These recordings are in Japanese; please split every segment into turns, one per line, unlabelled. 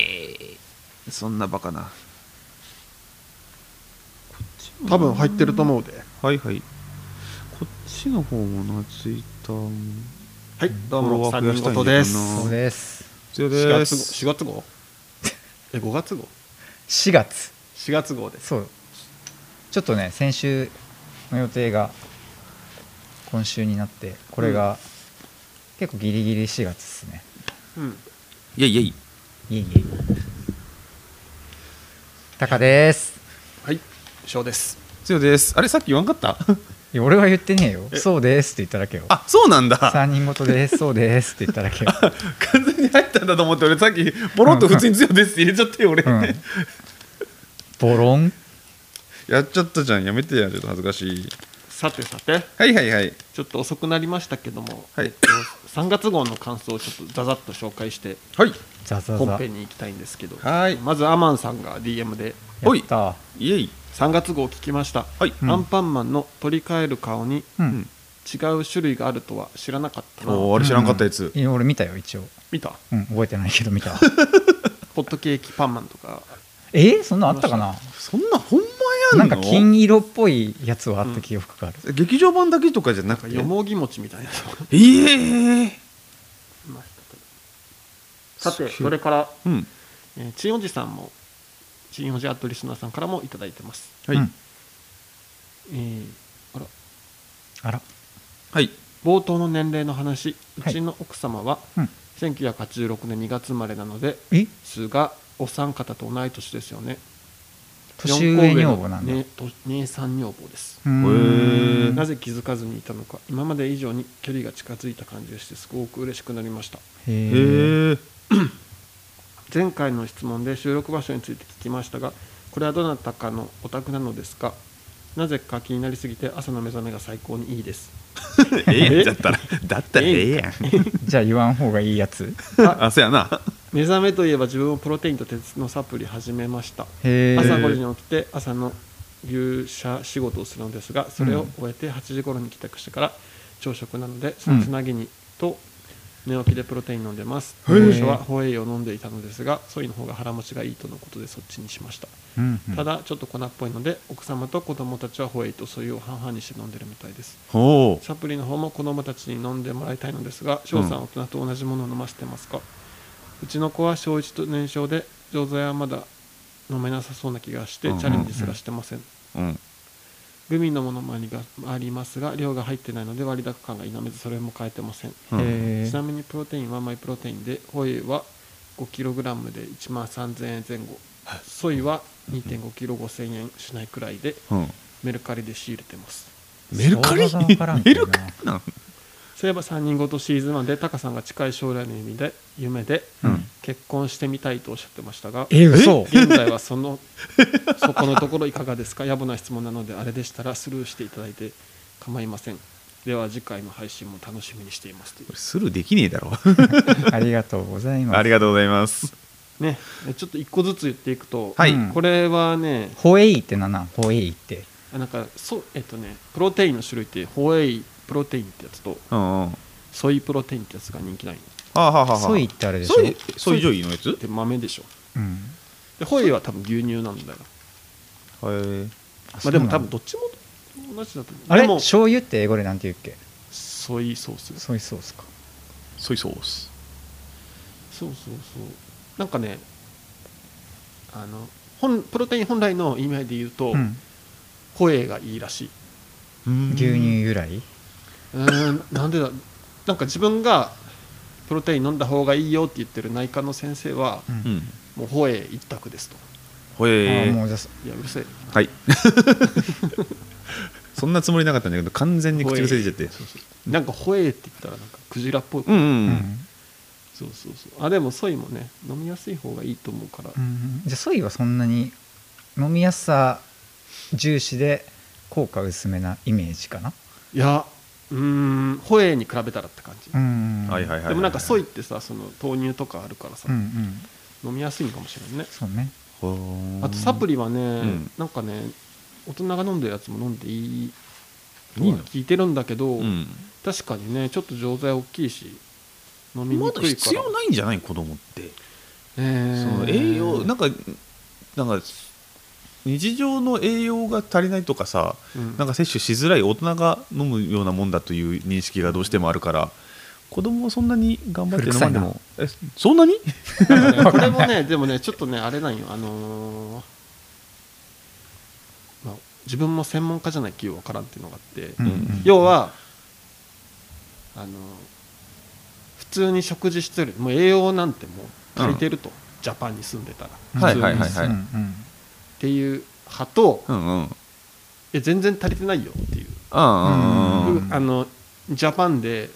えーそんなバカな
多分入ってると思うで
はいはいこっちの方もなツイッターも
はいどうも
フォ
三
ロワー
人
増
ご
やしたいんだ
とです
けどな
そうです。
必要
4
で
月号
す
4月号え5月号
4月。
4月号です
そう。ちょっとね、先週の予定が今週になって、これが結構ギリギリ4月ですね。
うん
いやいやい
いえいえ。タカです。
はい翔です
必要ですあれさっき言わんかった
いや俺は言ってねえよ。そうですって言っただけよ。
あそうなんだ
3人ごとです。そうですって言った だけよ。
完全に入ったんだと思って俺さっきポロッと普通に強いですって入れちゃったよ俺、
うん。ボロン。
やっちゃったじゃんやめてやちょっと恥ずかしい
さてさて
はいはいはい
ちょっと遅くなりましたけども、
はい
えっと、3月号の感想をちょっとざざっと紹介して
はい
ザザザ。
本編
や
に行きたいんですけど
はい
まずアマンさんが DM で
った。
イエイ
3月号を聞きました、
はい
うん
アンパンマンの取り替える顔に
うん。
違う種類があるとは知らなかったな
おーあれ知らんかったやつ
いや俺見たよ一応。
見た
うん覚えてないけど 見た。
ホットケーキパンマンとか
えー、そんなのあったかな
そんなほんまや
なん
んの
か金色っぽいやつはあった記憶がある、
劇場版だけとかじゃな
な
く
ん
て
かよもぎ餅みたいなやつが
ええ
いましたけど さて
すげえ
それから、
うん
えー、チンおじさんもチンおじアットリスナーさんからもいただいてます、
はい、
うん
えーあら
あら、
はい
冒頭の年齢の話う
はい
ちの奥様は
うん、
1986年2月生まれなので
え
すがお三方と同い年ですよね
年上女房なんだ、
四個上の姉姉さん女房です
うーん
へー
なぜ気づかずにいたのか今まで以上に距離が近づいた感じがしてすごく嬉しくなりました
へ
え
ー
ー、
前回の質問で収録場所について聞きましたがこれはどなたかのお宅なのですかなぜか気になりすぎて朝の目覚めが最高にいいです
ええやんだったらだったらええやん
じゃあ言わん方がいいやつ
あそうやな
目覚めといえば自分もプロテインと鉄のサプリ始めました
へー
朝5時に起きて朝の牛舎仕事をするのですがそれを終えて8時頃に帰宅してから朝食なのでそのつなぎにと寝起きでプロテイン飲んでます
へー
当初はホエイを飲んでいたのですがソイの方が腹持ちがいいとのことでそっちにしました
うんうん
ただちょっと粉っぽいので奥様と子供たちはホエイとソイを半々にして飲んでるみたいです
ほう
サプリの方も子供たちに飲んでもらいたいのですが翔さんは大人と同じものを飲ませてますか、うちの子は小1と年少で錠剤はまだ飲めなさそうな気がして
うんうんうん
チャレンジすらしてません、
うん
グミのものもありがありますが量が入ってないので割高感が否めずそれも変えてません、
うん
へー
ちなみにプロテインはマイプロテインでホエイは 5kg で1万3000円前後ソイは 2.5kg5000 円しないくらいで
うん
メルカリで仕入れてます
メルカリ
相場が分からんけ
メ
ど
ル
な
カリなん
そういえば3人ごとシーズン1でタカさんが近い将来の夢で夢で
うん
結婚してみたいとおっしゃってましたが、
え嘘
現在はその そこのところいかがですか野暮な質問なのであれでしたらスルーしていただいて構いませんでは次回の配信も楽しみにしていますとい
スルーできねえだろ
ありがとうございます
ありがとうございます
うねちょっと1個ずつ言っていくと、
はい
これはね
ホエイってなんなんホエイって
あなんかそうえっとねプロテインの種類ってホエイプロテインってやつと
うんうんは
ソイプロテインってやつが人気ないの
あはあはあ
ソイってあれでしょ
ソイソイ女優のやつ
で豆でしょ
うん
でホエイは多分牛乳なんだよ
はい
まあでも多分どっちも同じだと思う
あれ
でも
醤油って英語でなんて言うっけ
ソイソース
ソイソースか
ソイソース
そうそうそうなんかねあの本プロテイン本来の意味合いで言うと、
うん
ホエイがいいらしいう
牛
牛乳由来
うーんなんでだなんか自分がプロテイン飲んだ方がいいよって言ってる内科の先生は、
うん
うん
もうホエイ一択ですと
ほ
あ
え
ー
ー
もうじゃあそ
いやうるせえ
はい そんなつもりなかったんだけど完全に口癖出ちゃって
そうそうなんかホエイって言ったらなんかクジラっぽい、
うんう
うん
ん、
そうそうそうあでもソイもね飲みやすい方がいいと思うから、
うんじゃあソイはそんなに飲みやすさ重視で効果薄めなイメージかない
やうーんホエイに比べたらって感じ、
うん
はいはいはいはい
でもなんかソイってさその豆乳とかあるからさ、
うんうん
飲みやすいのかもしれないね
そうね
ほー
あとサプリはね、
ん
なんかね大人が飲んでるやつも飲んでいい
いいの
聞いてるんだけど、
うん
確かにねちょっと錠剤大きいし飲みに
まだ
くいか
必
ら
要ないんじゃない子供って
えー
その栄養なんかなんか日常の栄養が足りないとかさ、
うん
なんか摂取しづらい大人が飲むようなもんだという認識がどうしてもあるから子供はそんなに頑張って飲まんでもえそんなに
なんかね これもね、でもね、ちょっとね、あれなんよ、あのーまあ、自分も専門家じゃない企業わからんっていうのがあって、
うん
うん
要は、あのー普通に食事してる、もう栄養なんてもう足りてると、ジャパンに住んでたら、
うん
はいはいはいはい
うんうん
っていう派と、
うんうんうん
え全然足りてないよっていう、
うんうん
ん
あのジャパンで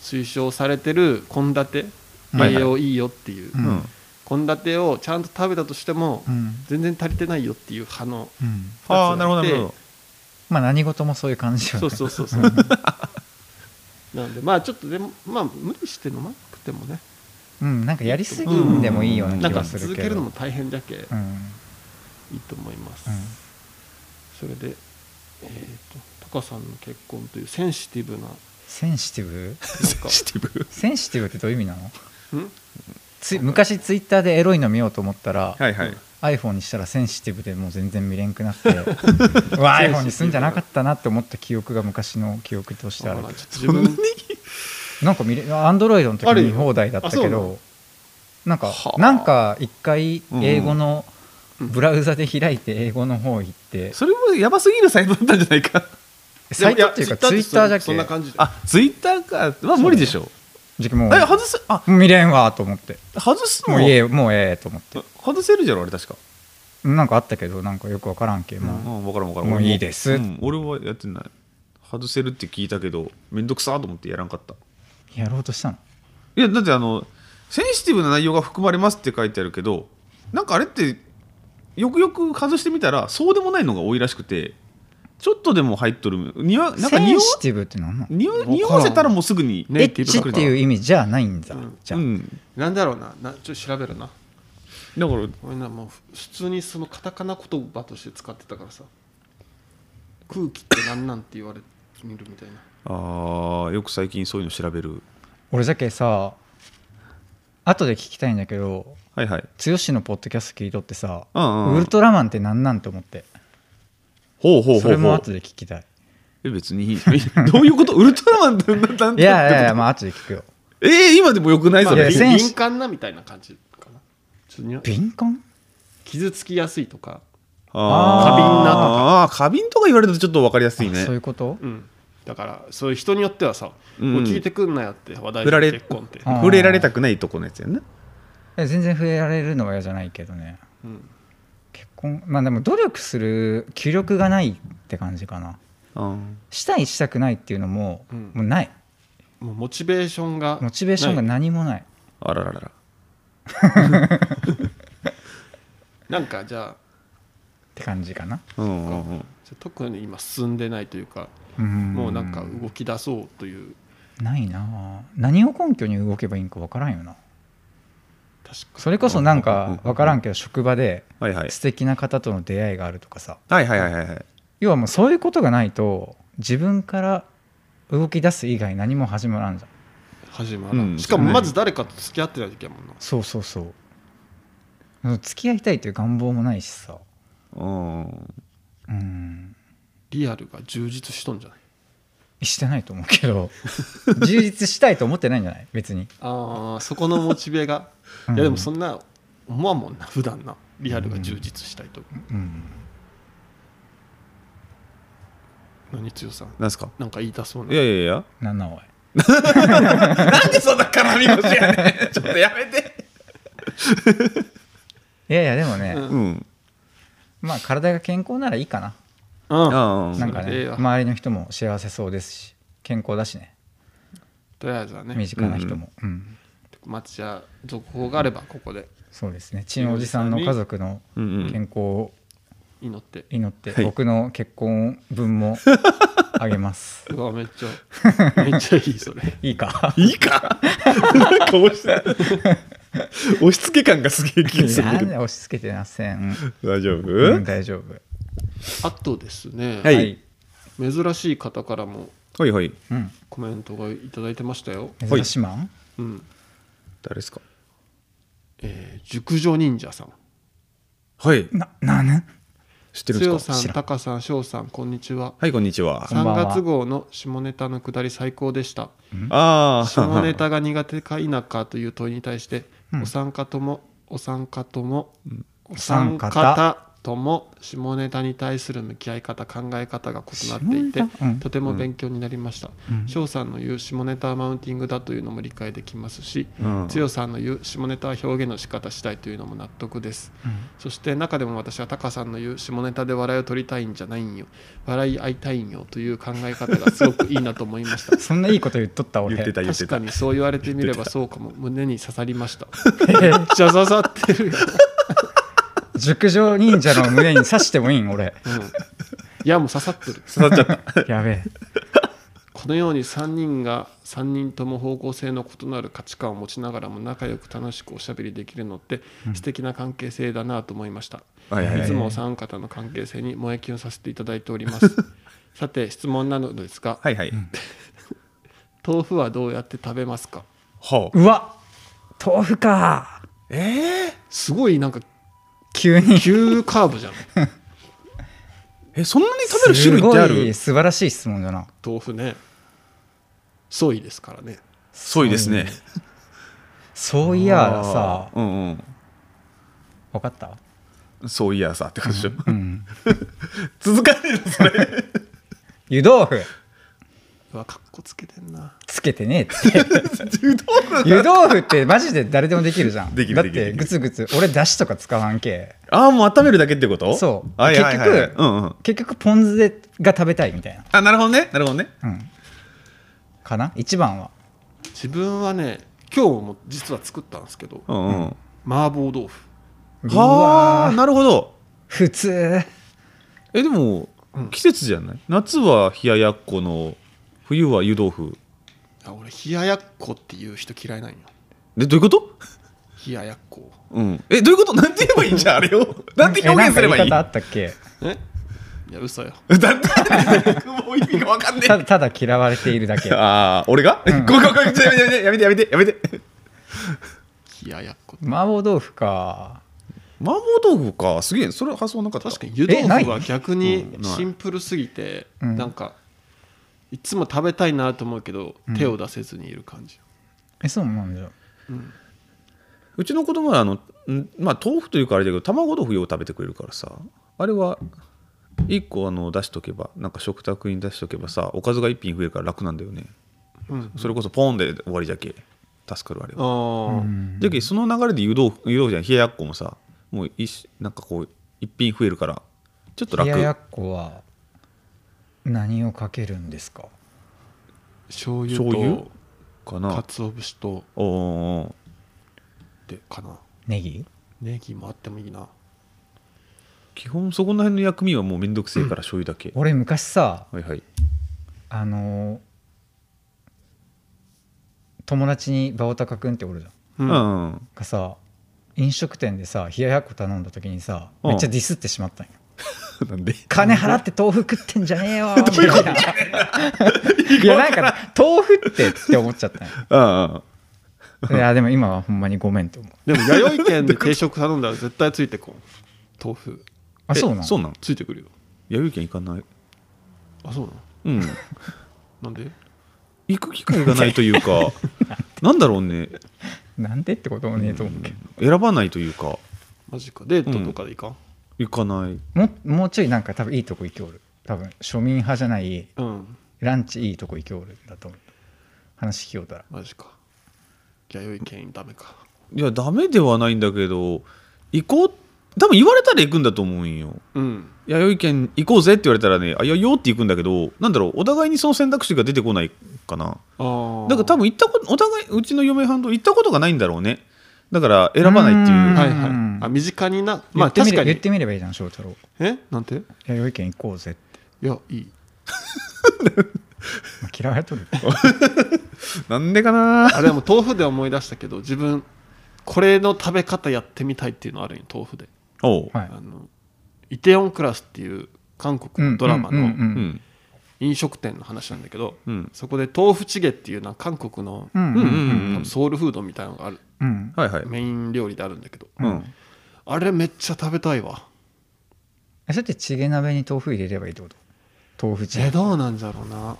推奨されてる献立、
はい
栄養いいよっていう
う
うんん
献立、をちゃんと食べたとしても、
うん
全然足りてないよっていう派の
うん
ああなるほどなるほど
まあ何事もそういう感じよね
そうそうそうそうなんでまあちょっとでもまあ無理して飲まなくてもね
うんなんかやりすぎんでもいいような
なん
気
か
がする
続
け
ける
ど
のも大変だけ
うん
いいと思います、
うん
それでえっ、とタカさんの結婚というセンシティブな
センシティブ
セ ンシティブ
センシティブってどういう意味なの
なんかん
つい昔ツイッターでエロいの見ようと思ったら、
はいはい
iPhone にしたらセンシティブでもう全然見れんくなってうわ iPhone にすんじゃなかったなって思った記憶が昔の記憶としてあ
あち
る
ょっと自
そんなに
分
なんか見れアンドロイドの時
あるよ
見放題だった
あそ
け
うなの
どなんか
はあ
なんか一回
うん
英語の
うん
ブラウザで開いて英語の方行って
それもやばすぎるサイトだったんじゃないか
サイトっていうかツイッターじゃっ
そんな
け
感じで
あツイッターかまあ無理でしょ
じゃもう
え外すあ
もう見れんわと思って
外す
も
の
うええもうええと思って
外せるじゃろあれ確か
なんかあったけどなんかよくわからんけまあ
うん、分からん分からん
もう
俺
いいです
ん俺はやってない外せるって聞いたけどめんどくさーと思ってやらんかった
やろうとしたの
いやだってあのセンシティブな内容が含まれますって書いてあるけどなんかあれってよくよく外してみたらそうでもないのが多いらしくてちょっとでも入っとるにわなんか
セ
匂
ン
わ
シティブってなんなの
匂わ匂わせたらもうすぐに
エッチっていう
う
意味じゃないんだ
うん
じゃ
う
あ
ん
なんだろうななちょっと調べるな
だから
俺なもう普通にそのカタカナ言葉として使ってたからさ空気ってなんなんって言われてみるみたいな
あーよく最近そういうの調べる
俺じゃけさ後で聞きたいんだけど
はいはい
剛のポッドキャスト聞いとってさ
うんうん
ウルトラマンってなんなんて思って
ほうほうほうほう
それも後で聞きたい
え別にいい どういうことウルトラマンってなんだっ
い
て
やいやいやまあ後で聞くよ
えー、今でもよくない
まあ
それ、
いやせん
敏敏感なみたいな感じかなちょっとにわ
敏感
傷つきやすいとか
あー花瓶なとかあー花瓶とか言われるとちょっと分かりやすい
あ
ね
そういうこと
うん、だからそういう人によってはさ、
うん
もう聞いてくんなよって話題
振られ
で結婚って、
あー
触れられたくないとこのやつやんね
え全然触れられるのは嫌じゃないけどね
うん
結婚まあでも努力する気力がないって感じかな
うん
したいしたくないっていうのも、
うん
もうない
もうモチベーションが
モチベーションが
ない
何もない
あらららら
なんかじゃあ
って感じかな
うんうんうん
じゃあ特に今進んでないというか、
うん
もうなんか動き出そうという
ないなあ何を根拠に動けばいいんか分からんよな
確か
それこそなん
うん
か分からんけど職場で
はいはい
素敵な方との出会いがあるとかさ
はいはいはいはいはい
要はもうそういうことがないと自分から動き出す以外何も始まらんじゃん
始まらん
うん
しかもまず誰かと付き合ってないといけないもんな、
そうそうそう付き合いたいという願望もないしさ
うん
うん
リアルが充実しとんじゃない
してないと思うけど充実したいと思ってないんじゃない別に、
あーそこのモチベが
うん
いやでもそんな思わんもんな普段なリアルが充実したいと、
うん
何強さん
なんすか
なんか言いたそうない
やいやいや
なんなんおい
なんでそんな絡み腰やねんちょっとやめて
いやいやでもね、
うん
うん
まあ体が健康ならいいかな
うん
あ
なんか
それでいい
ね
わ
周りの人も幸せそうですし健康だしね
とりあえずはね
身近な人も、うん
まあじゃあ続報があればここで
そうですねちのおじさんの家族の
うんうん
健康を
祈って
祈って、
はい
僕の結婚 分もあげます
うわめっちゃめっちゃいいそれ
いいか
いいか なんか押して押し付け感がすげえ気がする
なんで押し付けてません、
大丈夫、
うん、大丈夫
あとですね、
はい
珍しい方からも
はいはい
うん、
コメントがいただいてましたよ、
はい
珍しまん
うん
誰ですか
えー熟女忍者さん
はい
ななぬ
知ってるん
強
です
さ
か
ん
知らん
タカさん翔さんこんにちは
はいこんにちは
んばん
3
は
月号の下ネタのくだり最高でした
ああ
下ネタが苦手か否かという問いに対して、
うん
お三方ともお三方とも、お三
三方
方とも下ネタに対する向き合い方考え方が異なっていて、
下ネタうん
とても勉強になりました
うん
翔、さんの言う下ネタはマウンティングだというのも理解できますし、
うん
強さんの言う下ネタは表現の仕方次第というのも納得です
うん
そして中でも私はタカさんの言う下ネタで笑いを取りたいんじゃないんよ笑い合いたいんよという考え方がすごくいいなと思いました
そんないいこと言っとった俺
言って た言っ
確
て
か
た
にそう言われてみれ
言
ば
ってた
そうかも胸に刺さりましためっちゃ刺さってるよ、
熟女忍者の胸に刺してもいいん俺
うん、いやもう刺さってる
刺さっちゃった
やべえ
このように3人が3人とも方向性の異なる価値観を持ちながらも仲良く楽しくおしゃべりできるのって素敵な関係性だなと思いました、
はいはい
い
はい
つもお三方の関係性に萌えキュンさせていただいております さて質問なのですが、
はいはい
豆腐はどうやって食べますか
はあ
うわ豆腐か
えー
すごいなんか
急に
急カーブじゃん
えそんなに食べる種類ってあ
すごい
る
素晴らしい質問だな
豆腐ねソイですからね
そうですね
そういやさ
あーうん
分かった
うんそういやさって感じでしょ
うん
続かないのそれ
湯豆腐
うわかっこつけてんな
つけてね えって
柔道部
湯豆腐ってマジで誰でもできるじゃん
できる
だっ
できるで
て
きる
グツグツ俺だしとか使わんけ
ああもう温めるだけってこと
そう
はいはいはい
結局
うんうん
結局ポン酢でが食べたいみたいな
あなるほどねなるほどね
うんかな一番は
自分はね今日も実は作ったんですけど
うんうん
麻婆豆腐
う
は
わ
あ
ー
なるほど
普通
えでも
うん
季節じゃない夏は冷ややっこの冬は湯豆腐
いや俺冷ややっこっていう人嫌いなんよ
でどういうこと
冷ややっこ
うんえどういうことなんて言えばいいんじゃんあれをなんて表現すればい
え
い
なん
だ
か言い方あったっ
えいや嘘よ
ってもう意味がわかんね
けただただ嫌われているだけ
え ああ俺がごめんごめんちょやめてやめてやめてやめてやめて
冷ややっこ
麻婆豆腐か
麻婆豆腐かすげえそれ発想なかった
確かに湯豆腐は逆に
うんない
シンプルすぎて
うん
なんかいつも食べたいなと思うけど
うん
手を出せずにいる感じ
えそうなんじゃ
うちの子供はあの、んまあ、豆腐というかあれだけど卵豆腐よう食べてくれるからさあれは1個あの出しとけばなんか食卓に出しとけばさおかずが1品増えるから楽なんだよね
うん
それこそポンで終わりじゃけ助かるあれは
ああ
じゃけその流れで湯豆腐湯豆腐じゃない冷ややっこもさもう一なんかこう1品増えるからちょっと
冷
楽
ややっこは何をかけるんですか
醤油
醤油
と
かな
鰹節と
おーおー
でかな
ネギ
ネギもあってもいいな
基本そこら辺の薬味はもうめんどくせえから醤油だけ、
俺昔さ
はいはい
あのー友達にバオタカ君っておるじゃ
う
う
ん
んん、
あ
がさ飲食店でさ冷ややっこ頼んだ時にさ
うん
めっちゃディスってしまったんよ、
なんで
金払って豆腐食ってんじゃねえよみたいないやなんか豆腐ってって思っちゃったんよ
ああ
いやでも今はほんまにごめんって思う
でも弥生県で定食頼んだら絶対ついてこん豆腐
あそうな
え
の
そうなの
ついてくるよ
弥生県行かない
あそうなの
うん
なんで
行く機会がないというかなんだろうね
なんでってこともねえと思うけど、
選ばないというか
マジかデートとかでいかん
行かない
ももうちょいなんか多分いいとこ行きおる多分庶民派じゃない
うん、
ランチいいとこ行きおるんだと思う話聞きおったら
マジか弥生県ダメか
いやダメではないんだけど行こう多分言われたら行くんだと思うんよ
うん
弥生県行こうぜって言われたらねあいやよって行くんだけどなんだろうお互いにその選択肢が出てこないかな
ああ
だから多分行ったことお互いうちの嫁はんと行ったことがないんだろうねだから選ばないっていう
うん
はいは
う
い
ん
あ身近になま
言
あ
ってみ
確
れ
か
言っ
に
てみればいいじゃん翔太郎
えなんてい
弥生県行こうぜって、
やいい
まあ、嫌われと る
なんでかな
あでも豆腐で思い出したけど自分これの食べ方やってみたいっていうのあるんよ豆腐で
おう、
はい
あのイテオンクラスっていう韓国のドラマ
うんう
の
んうんうん
うん
飲食店の話なんだけど、
うん
そこで豆腐チゲっていうな韓国の
うんうんうん
多分ソウルフードみたいなのがある、
うん
はいはい、
メイン料理であるんだけど
うん、
あれめっちゃ食べたいわ
えそれってチゲ鍋に豆腐入れればいいってこと豆腐チ
え
ゲ
どうなんだろうな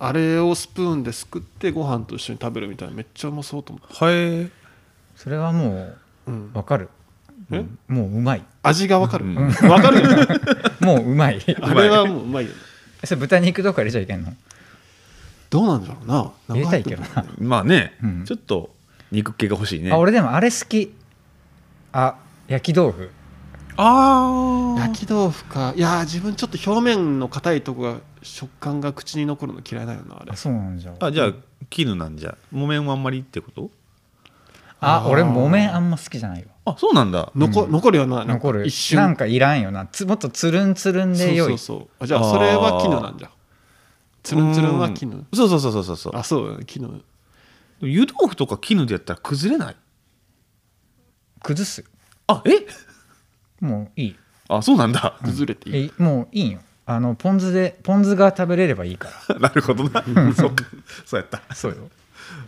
あれをスプーンですくってご飯と一緒に食べるみたいなめっちゃうまそうと思っ
はいえ
それはも
た、うん
うわかる
え
もううまい
味がわかる
うん
わかるよね
もううまい
あれはもううまいよね
えそれ豚肉とか入れちゃいけんの
どうなんだろうな
入れたいけどな、
まあね、
うん
ちょっと肉系が欲しいね
あ俺でもあれ好きあ焼き豆腐
あー
焼き豆腐かいやー自分ちょっと表面の硬いとこが食感が口に残るの嫌いだよなあれ
あそうなんじゃ
あじゃあ絹なんじゃ木綿はあんまりってこと
あ
あー
俺木綿あんま好きじゃないよ
あそうなんだ
残,、
うん
残るよななんか
残る
一瞬
なんかいらんよなつもっとつるんつるんでよい
そうそうそうあじゃあそれは絹なんじゃつるんつるんは
う
絹
そうそうそうそうそうそう
あそうだね絹
湯豆腐とか絹でやったら崩れない
崩す
あえ
もういい
あそうなんだ
崩れていい
えもういいよあのポン酢でポン酢が食べれればいいか
なるほどなそうかそうやった
らそうよ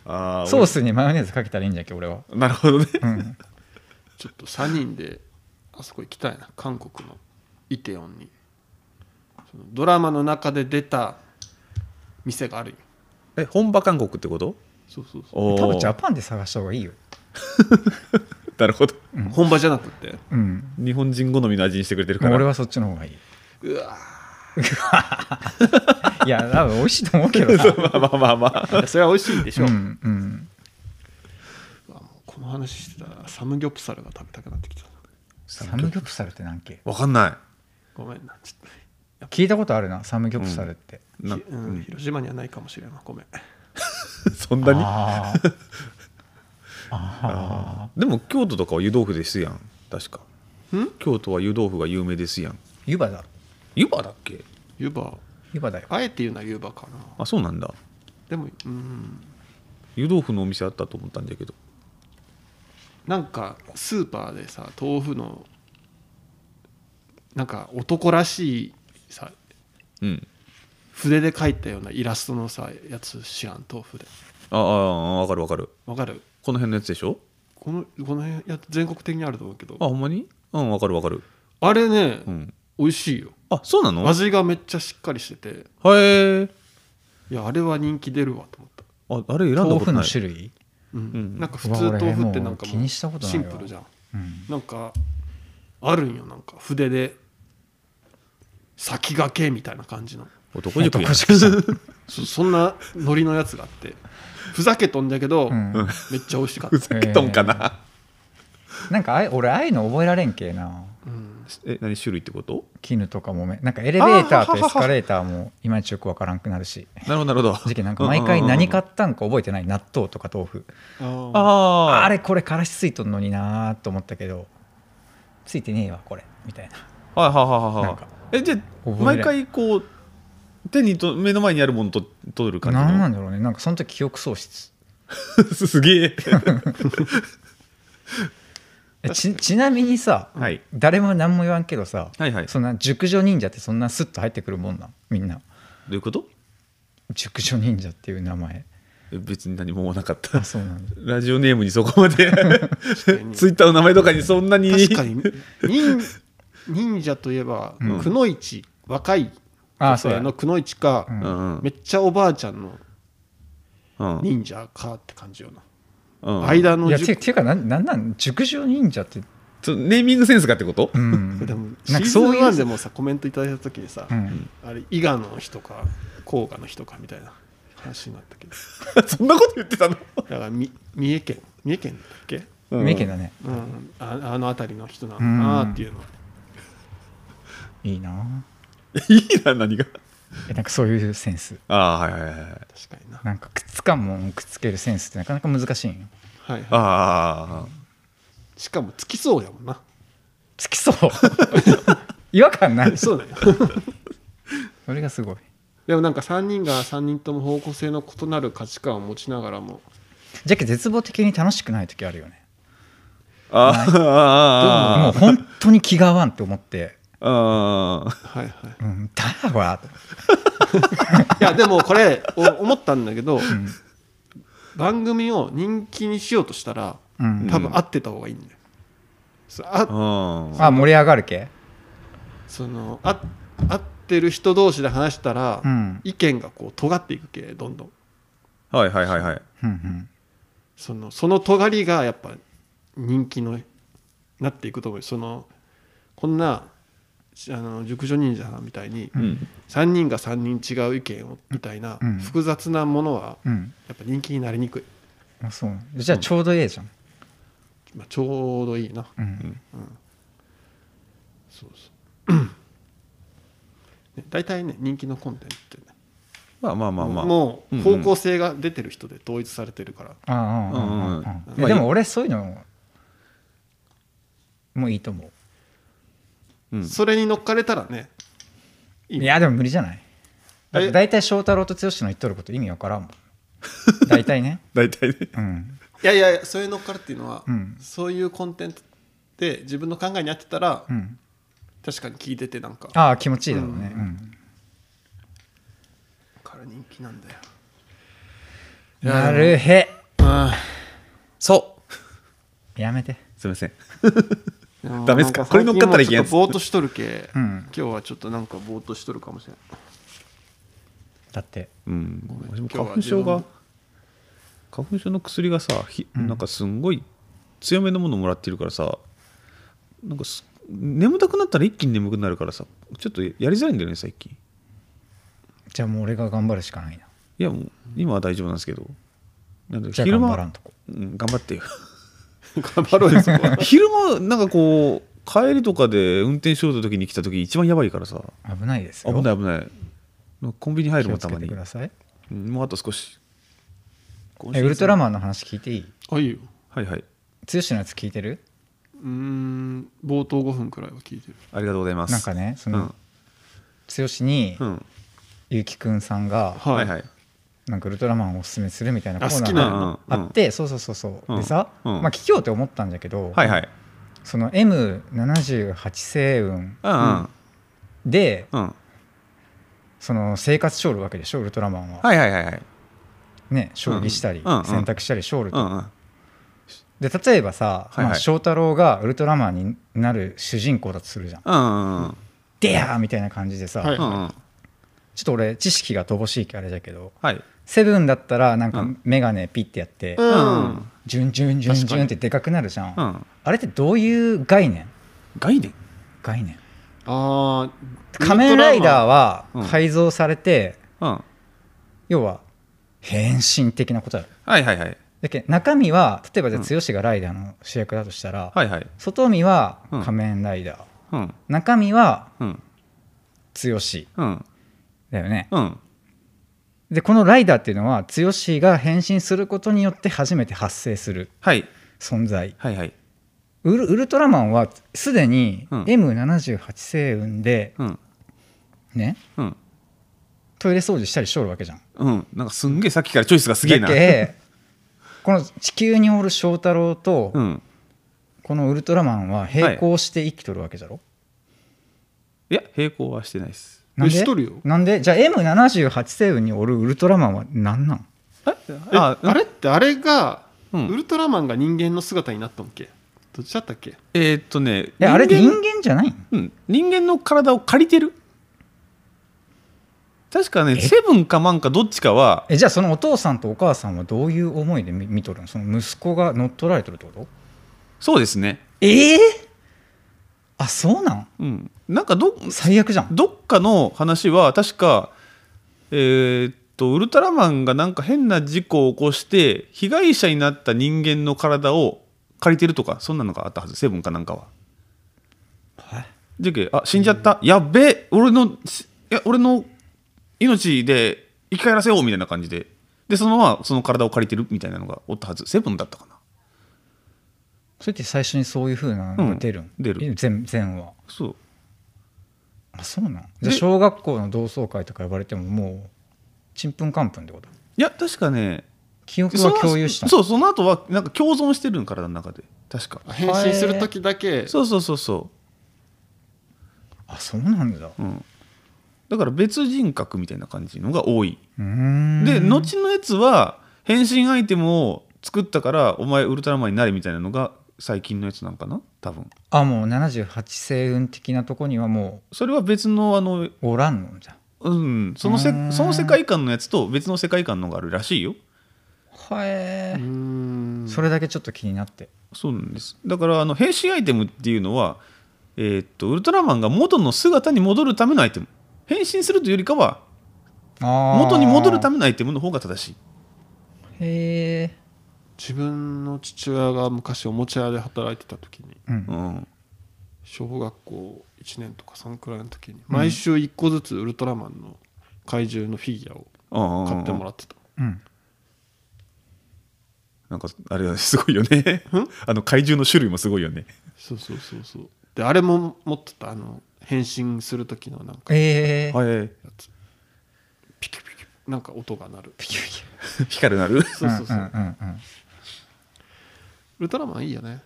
あー
ソースにマヨネーズかけたらいいんじゃっけ俺は
なるほどね
うん
ちょっと3人であそこ行きたいな韓国のイテオンにそのドラマの中で出た店があるよ
え本場韓国ってこと
そうそうそう
おー
多分ジャパンで探した方がいいよ
なるほど
本場じゃなくて
うん
日本人好みの味にしてくれてる
も
か
う
ら
俺はそっちの方がいい
うわ
いや多分美味しいと思う けどな う
まあまあまあまあ
ーそれは美味しいでしょ、うん
うん
わもうこの話してたらサムギョプサルが食べたくなってきた
サムギョプサルって何け
わかんな
ごめんなちょっと
聞いたことあるなサムギョプサルって、
いな
ひうん広島にはないかもしれないごめん
そんなに
あーあ
でも京都とかは湯豆腐ですやん確か
ん
京都は湯豆腐が有名ですやん
ー湯葉だ
湯葉だっけ
湯葉
湯葉だよ
あえて言うのは湯葉かな
あそうなんだ
でもうん
湯豆腐のお店あったと思ったんだけど
なんかスーパーでさ豆腐のなんか男らしいさ
うん
筆で描いたようなイラストのさやつ知らん豆腐で
ああ分かる分かる
わかる
この辺のやつでしょ
このこの辺いや全国的にあると思うけど
あほんまにうん分かる分かる
あれね、
うん
美味しいよ
あそうなのへ
味がめっちゃしっかりしてて
え
いやあれは人気出るわと思った、
ああれ選んだ
豆
こと
腐の
ない
種類、
うん
ん
なんか普
う
通
わ俺
豆腐ってなんか
もう気にしたことない
シ
わ
ンプルじゃん
うん、
なんかあるんよなんか筆で先駆けみたいな感じの
男塾や
男塾じゃん
そそんなノリのやつがあっ てふざけとんだけど、
うん
うん
めっちゃ美味しかっ
ふ
た、
ざけとんかな
なんかあい俺ああいうの覚えられんけえな
うん、
え何種類ってこと
絹とかもめなんかエレベーターとエスカレーターもいまいちよくわからんくなるし
なるほどなるほど
時期なんか毎回何買
うん
ったんか覚えてない納豆とか豆腐
ああ
ああ
あれこれからしついとんのになーと思ったけどついてねえわこれみたいな
はいはいはいはい
な
は
んか
いえじゃあ
覚え
毎
れん
回こう手にと目の前にあるものと取る感じの
何なんだろうねなんかその時記憶喪失
すげえ
えちちなみにさ
はい
誰も何も言わんけどさ
はいはいど
そんな熟女忍者ってそんなスッと入ってくるもんなんみんな
ういうこと
熟女忍者っていう名前
え別に何もなか った
あそうなんだ
ラジオネームにそこまで
に
ツイッターの名前とかにそんなに
確かに忍忍者といえば、
うん
くのいち若い
あ
女
そう
性
や
のくのいちか、
うん
うんうん
めっちゃおばあちゃんの
うん
忍者かって感じよな、
うん
間の
いや
じゅ
てていうかなんなんなん熟女忍者って
そネーミングセンスがってこと
うん
でもシ
なん
ー
か
ズ
そう
ン
いう
1でもさコメントいただいた時にさ、
うん
あれ伊賀の人か甲賀の人かみたいな話になったけど
そんなこと言ってたの、
だからみ三重県三重県だっけ、
うん
三重県だね
うん、ああの辺りの人なのかなっていうの、
いいない
いな何が
えなんかそういうセンス
ああはいはいはいはい
確かにな
なんかくっつかんもんくっつけるセンスってなかなか難しいんよ
はいはい
ああ
しかもつきそうやもんな
つきそう 違和感ない
そうだよ
それがすごい
でもなんか3人が3人とも方向性の異なる価値観を持ちながらも
じゃけ絶望的に楽しくない時あるよね
ああああああ
もう本当に気が合わんって思って
ああ
はいはい
うん、だなこれと
いやでもこれお思ったんだけど、番組を人気にしようとしたら
うん
多分合ってた方がいいんだよ、そあ
あ
あ盛り上がる系
そのあ合ってる人同士で話したら、
うん
意見がこう尖っていくけどんどん
あはいはいはいはい
うんうん
そのその尖りがやっぱ人気のなっていくと思うよそのこんなあの熟女忍者さんみたいに、
うん
3人が3人違う意見をみたいな
うん
複雑なものは
うん
やっぱ人気になりにくい、
あそうじゃあちょうどいいじゃん、
まあ、ちょうどいいな
うん
そうそう、ね、大体ね人気のコンテンツってね
まあまあまあまあ
も
うんう
うん方向性が出てる人で統一されてるから、
ああああああ
う
あ
んうんうん
いやでも俺そういうのもういいと思う
うん
それに乗っかれたらねいい
いやでも無理じゃないだって
え
大体翔太郎と剛の言っとること意味わからんもん大体ね
大体ね
うん
いやいやいやそれに乗っかるっていうのは、
うん
そういうコンテンツで自分の考えに合ってたら、
うん
確かに聞いててなんかだ
ああ気持ちいいだろうねうん
から人気なんだよ
なるへ
あ
そ
やめて
うすいません
ーでも
ダメっすか
なん
これ乗っかったらいけんやつ
最近もうちょっとぼーっとしとるけ、
うん
今日はちょっとなんかぼーっとしとるかもしれない
だって
うん
ん
私
今
も
日は
花粉症
自
が花粉症の薬がさひなんかすんごい強めのものもらってるからさなんかす眠たくなったら一気に眠くなるからさちょっとやりづらいんだよね最近
じゃあもう俺が頑張るしかないない
やもう今は大丈夫なんですけどなんだろう
じゃあ
昼
頑
間
張らんとこ
うん、頑張ってよ
頑張ろうよそこは
昼間なんかこう帰りとかで運転しようと時に来た時一番やばいからさ
危ないですよ
危ない危ないなんかコンビニ入る
気
も
を
ん
つ
た
け
ま
て
に
ください
うんもうあと少し
えウルトラ
ン
マンの話聞いていい
あいいよ
はいはい
剛のやつ聞いてる
うーん冒頭5分くらいは聞いてる
ありがとうございます
なんかねそ
うん
の剛に
うん
ゆうきくんさんが
はいはい
なんかウルトラマンをおすすめするみたいなコ
あ
ー
好
ナ
き
ー
な
が
の
あってそうそうそうそう
うん
でさ
うん
まあ聞きようって思ったんだけど
はいはい
その M78 星雲
うん
で
うんうん
その生活しょるわけでしょウルトラマンは
はいはいはいはい
ね将棋したり
うんうん
選択したりしょる
うん
と
うん
で例えばさ
はいはい
まあ翔太郎がウルトラマンになる主人公だとするじゃん
うんうん
「でやー!」みたいな感じでさ
はい
うんうん
ちょっと俺知識が乏しいけどあれだけど
はい
セブンだったらなん
う
か
ん
メガネピッてやって
うん
うん
ジュンジュンジュンジ
確
ュ
か
ンっ
に
てでかくなるじゃん
うん
あれってどういう概念
概念
概念
ああ
仮面ライダー
は
は
うん
改造されて、
うんは
要は変身的なことだろ
いはいはい
だけど中身は例えばじゃあ剛がライダーの主役だとしたら、
はいはい
外身は
うん
仮面ライダー、
うん
中身は
うん
剛
うん
だよね、
うん
でこのライダーっていうのは剛が変身することによって初めて発生する
はい
存在
はいはい
ウルウルトラマンはすでに
うん
M78 星雲で
うん
ね
うん
トイレ掃除したりしとるわけじゃん
うんなんかすんげえさっきからチョイスがすげえな
だけこの地球におる翔太郎と、
うん
このウルトラマンは並行して生きとるわけじゃろ、
いや並行はしてないです
なんで
しとるよ
なんでじゃあ M78 星雲におるウルトラマンは何なん
え
えあれってあれが、
うん
ウルトラマンが人間の姿になったんけどっちだったっけ
えーっとね
えあれ人
人間
間じゃないん
うん、人間の体を借りてる確かね
え
セブンかマンかどっちかは
えじゃあそのお父さんとお母さんはどういう思いで見見とるのその息子が乗っ取られてるってこと
そうですね
ええあそうなん
うんなんかど
最悪じゃん
どっかの話は確かえーっとウルトラマンがなんか変な事故を起こして被害者になった人間の体を借りてるとかそんなのがあったはずセブンかなんかは
はい
じゃけあ死んじゃった、やっべえ俺のしいや俺の命で生き返らせようみたいな感じででそのままその体を借りてるみたいなのがおったはずセブンだったかな
それって最初にそういうふうなのが出るん、
うん出る
え全全話
そう
あそうなんじゃあ
で
小学校の同窓会とか呼ばれてももうちんぷんかんぷんってこと
いや確かね
記憶は共有した
そ
の
のそうその後はなんか共存してるん体の中で確か
変身する時だけ
そうそうそうそ
あそうなんだ
うん、だから別人格みたいな感じのが多い、
うーん
で後のやつは変身アイテムを作ったからお前ウルトラマンになれみたいなのが最近のやつなんかな多分
あもう78星雲的なとこにはも
それは別のあの
うおらんのじゃ
うんそのせ
うーん
その世界観のやつと別の世界観のがあるらしいよ
はえ
うーん
それだけちょっと気になって
そうなんですだからあの変身アイテムっていうのは、えーっとウルトラマンが元の姿に戻るためのアイテム変身するというよりかは元
元
に戻るた
め
めのアイテムの方が正しい
へえ
自分の父親が昔おもちゃ屋で働いてた時に
うん
うん
小学校1年とかそんくらいの時に毎週1個ずつウルトラマンの怪獣のフィギュアを買
買
ってもらってた
うん
なんかあれはすごいよねあの怪獣の種類もすごいよね
そうそうそうそうであれも持ってたあの変身する時のなんか
ええ
はい
やつピキピキなんか音が鳴る
光るなる
そうそうそう、
んうんうんうん
ウルトラマンいいよね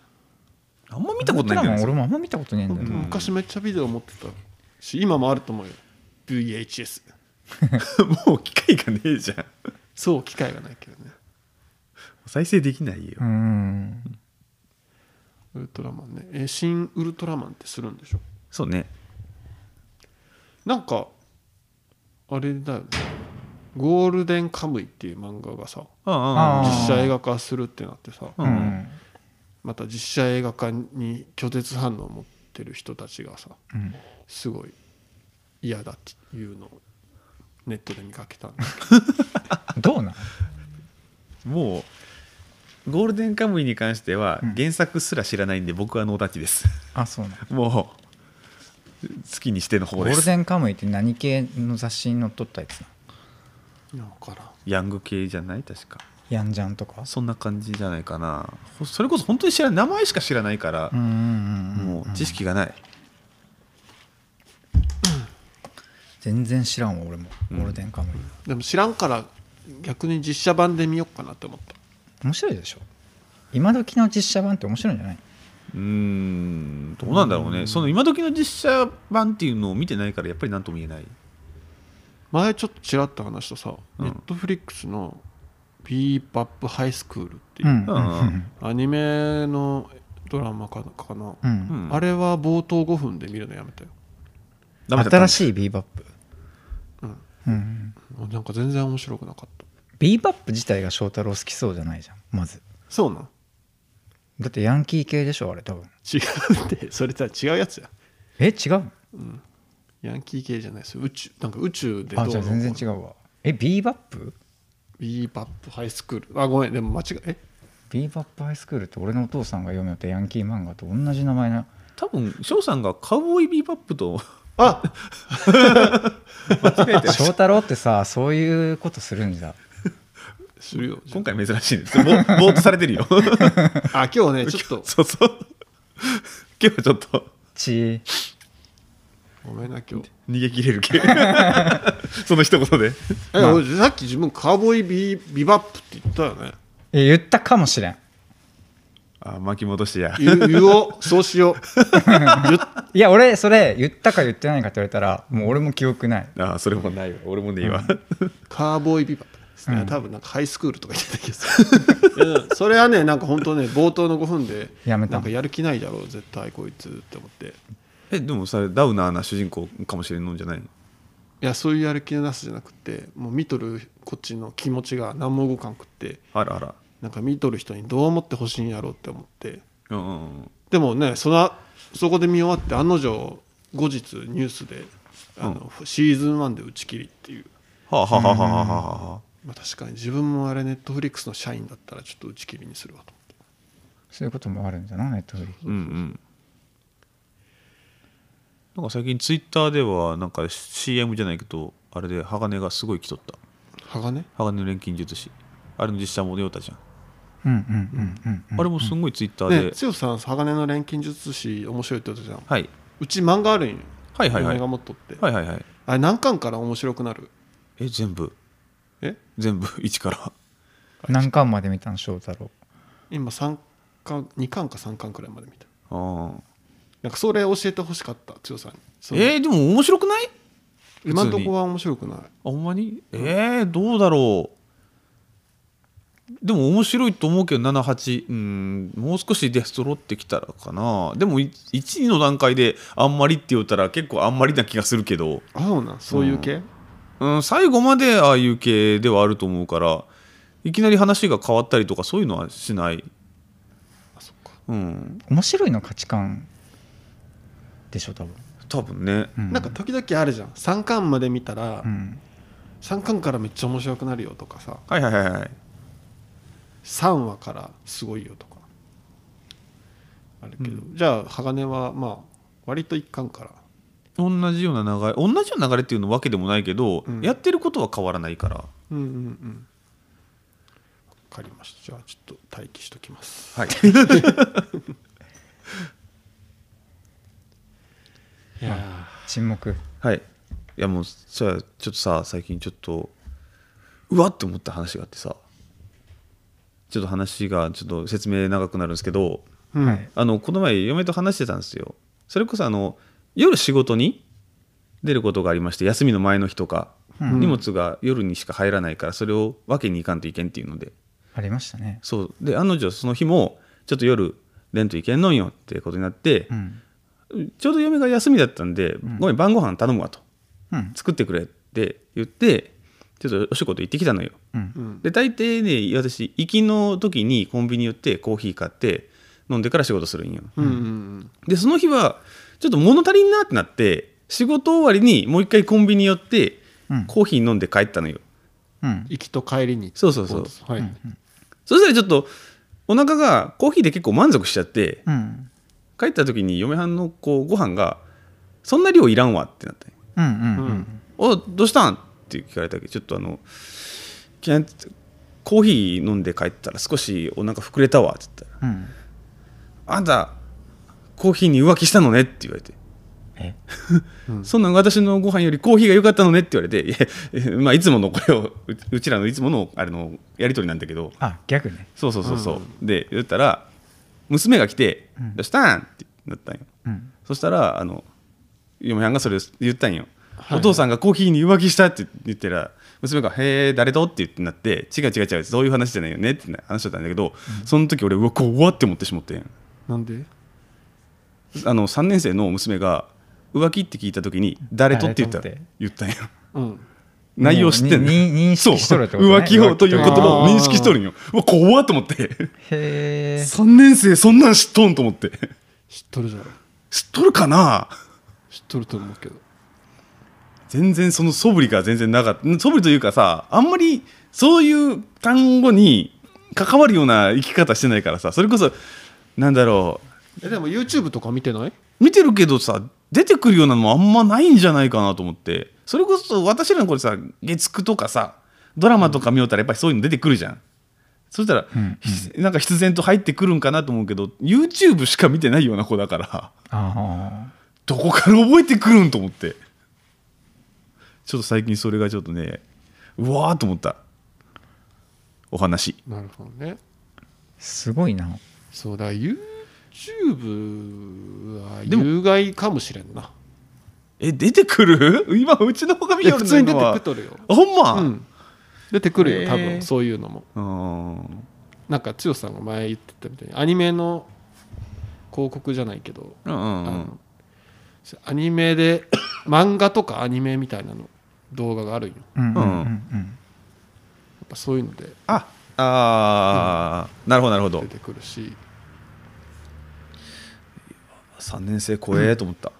あんま見たことないんじゃない
ウルトラマン俺もあんま見たことねえんだよ
僕
な
も昔めっちゃビデオ持ってたし今もあると思うよ VHS
ですか もう機械がねえじゃん
そう機会がないけどね
再生できないよ、
うん
ウルトラマンねえ新ウルトラマンってするんでしょ
そうね
なんかあれだよね「ゴールデンカムイ」っていう漫画がさ
ああ
あ
実写映画化するってなってさ
う
うんん
また実写映画化に拒絶反応を持ってる人たちがさ
うん
すごい嫌だっていうのをネットで見かけたんだけ
どうなん
もうゴールデンカムイに関しては
うん
原作すら知らないんで、僕はノータッチです
あそうなん
もう好きにしての方
ゴ
で
ー
す
ルデンカムイって何系の雑誌に載っとったやつ な
ど分からん
ヤング系じゃない確か
ヤンジャンとか
そんな感じじゃないかなほそれこそ本当に知らない名前しか知らないから
う、んうんうんん
もう知識がない、
全然知らんわ俺も
う
ゴ
ん
ールデンカムイ
でも知らんから逆に実写版で見よっかなって思った
面白いでしょ今時の実写版って面白いんじゃないう
ーんどうなんだろうね、その今時の実写版っていうのを見てないからやっぱり何とも言えない
前ちょっとちらっと話したさ
うん
ネットフリックスの「ビーバップハイスクール」っていううん
う
うんんうん
アニメのドラマかなかな、
う
うんん
あれは冒頭5分で見るのやめたよ、
ダメだった
新しいビーバップ
うん
うん
なんか全然面白くなかった
ビーバップ自体が翔太郎好きそうじゃないじゃんまず
そうなん
だってヤンキー系でしょあれ多分
違うって それとは違うやつや
え違う
ヤンキー系じゃないですよ宇宙なんか宇宙でどう
あ
の
じゃあ全然違うわえビーバップ
ビーバップハイスクールあごめんでも間違ええ
ビーバップハイスクールって俺のお父さんが読めたヤンキー漫画と同じ名前な
多分翔さんがカウボーイビーバップ と
あ
間違えてる
翔太郎ってさそういうことするんだ
するよ
今回珍しい ですぼぼーっとされてるよ
あ今日ねちょっと
そうそう今日はちょっと
ち
ごめんな今日
逃げ切れる けその一言で
え、俺さっき自分カーボーイビービバップって言ったよね
え言ったかもしれん
あ巻き戻してや
言う言おうそうしよ
いや俺それ言ったか言ってないかって言われたらもう俺も記憶ない
あそれもないわ俺もねえわ、
うカーボーイビバップですね、多分なんかハイスクールとか言ってたけどいやそれはねなんか本当ね冒頭の5分で
やめた
なんかやる気ないだろう絶対こいつって思ってい
えでもさダウナーな主人公かもしれんのんじゃないの
やそういうやる気なすじゃなくてもう見とるこっちの気持ちが何も動かんくって
あらあら
なんか見とる人にどう思ってほしいんやろうって思って
うんうんうん
でもねそのそこで見終わって案の定後日ニュースであの、シーズン1で打ち切りっていう
はあはあはあはあはあはあ
まあ、確かに自分もあれネットフリックスの社員だったらちょっと打ち切りにするわと思って
そういうこともあるんじゃないネットフリ
うんうんなんか最近ツイッターではなんか CM じゃないけどあれで鋼がすごい来とった
鋼
鋼の錬金術師あれの実写も出よったじゃん、
うんうんうんうん、うん、
あれもすんごいツイッターで、
ね剛さん鋼の錬金術師面白いって言ったじゃん
はいう
ち漫画あるんよ
はいはいは
嫁
い
が
は
持っとって、
いはいはい
あれ何巻から面白くなる
え全部
え
全部一から
何巻まで見たの翔太郎
今三巻2巻か3巻くらいまで見た
ああ
なんかそれ教えてほしかった強さんにその
えー、でも面白くない通に
今のとこは面白くない
あほんまにえー、どうだろうでも面白いと思うけど78うんもう少しで揃ってきたらかなでも1位の段階であんまりって言ったら結構あんまりな気がするけど、
あそうなんそういう系、
うん、最後までああいう系ではあると思うからいきなり話が変わったりとかそういうのはしないうん
面白いの価値観でしょ多分、
多分ね
う
なんか時々あるじゃん3巻まで見たら、
うん
三3巻からめっちゃ面白くなるよとかさ
はいはいはいはい
3話からすごいよとかあるけど、じゃあ鋼はまあ割と1巻から
同じような流れ同じような流れっていうのわけでもないけど、
うん
やってることは変わらないから
うんうんうんわかりましたじゃあちょっと待機しときます
はい
いや
沈黙
はいいやもうそやちょっとさ最近ちょっとうわって思った話があってさちょっと話がちょっと説明長くなるんですけど
うん、
はい
あのこの前嫁と話してたんですよそれこそあの夜仕事に出ることがありまして休みの前の日とか、
うん
荷物が夜にしか入らないからそれを分けに行かんといけんっていうので
ありましたね
そうで案の定その日もちょっと夜レント行けんのんよってことになって
う、ん
ちょうど嫁が休みだったんで、
ん
ごめん晩ご飯頼むわと
うん
作ってくれって言ってちょっとお仕事行ってきたのよ
うん
うん
で大抵ね私行きの時にコンビニ寄ってコーヒー買って飲んでから仕事するんよ
うんうんうん
でその日はちょっと物足りんなってなって仕事終わりにもう一回コンビニ寄って
うん
コーヒー飲んで帰ったのよ
うん
行きと帰りに
そうそうそう
はい、
そしたらちょっとお腹がコーヒーで結構満足しちゃって
うん
帰った時に嫁はんのこうご飯が「そんな量いらんわ」ってなったんよ
うんうんうん
うん
おどうしたんって聞かれたけどちょっとあのキャンコーヒー飲んで帰ったら少しお腹膨れたわって言ったら
うん
「あんたコーヒーに浮気したのね」って言われて
え
「そんなん私のご飯よりコーヒーが良かったのね」って言われていやえまあいつものこれをううちらのいつものあれのやり取りなんだけど
あ逆ね
そうそうそうそう、で言ったら娘が来て「
うん
どうしたん?」ってなったんよ
うん
そしたらあの嫁はんがそれ言ったんよ、
はい
お父さんがコーヒーに浮気したって言ったら娘が「へえ誰と?」って言ってなって「違う違う違うそういう話じゃないよね」って話だったんだけど、その時俺うわ怖って思ってしまってん
なんで
あの3年生の娘が浮気って聞いた時に「誰と?」って言った
誰
ら
とって
言ったんよ
うん
内容知ってん
もうにに認識しとるってことね
そう浮気をという言葉を認識しとるんようわ怖っと思って
へえ
3年生そんなん知っとんと思って
知っとるじゃん
知っとるかな
知っとると思うけど
全然その素振りが全然なかった素振りというかさあんまりそういう単語に関わるような生き方してないからさそれこそなんだろ
えでも YouTube とか見てないう
見てるけどさ出てくるようなのあんまないんじゃないかなと思ってそれこそ私らの頃さ月9とかさドラマとか見よったらやっぱりそういうの出てくるじゃんそしたら、
うん
ひなんか必然と入ってくるんかなと思うけど YouTube しか見てないような子だから
あ
どこから覚えてくるんと思ってちょっと最近それがちょっとねうわーと思ったお話
なるほどね
あすごいな
そうだ YouTube は
でも
有害かもしれんな
え出てくる今うちの方が見
いや
よる
普通に出
の
て
は
くとるよ、
あほんま、
うん、出てくる
へ
よ
ー
多分そういうのも
うん
なんか剛さんが前言ってたみたいにアニメの広告じゃないけど、
うんうん
あ
う
の
ん
アニメで 漫画とかアニメみたいなの動画があるんよや
うんうんうん
う
っぱそういうので
ああー、なるほどなるほど
出てくるし
3年生怖えと思った、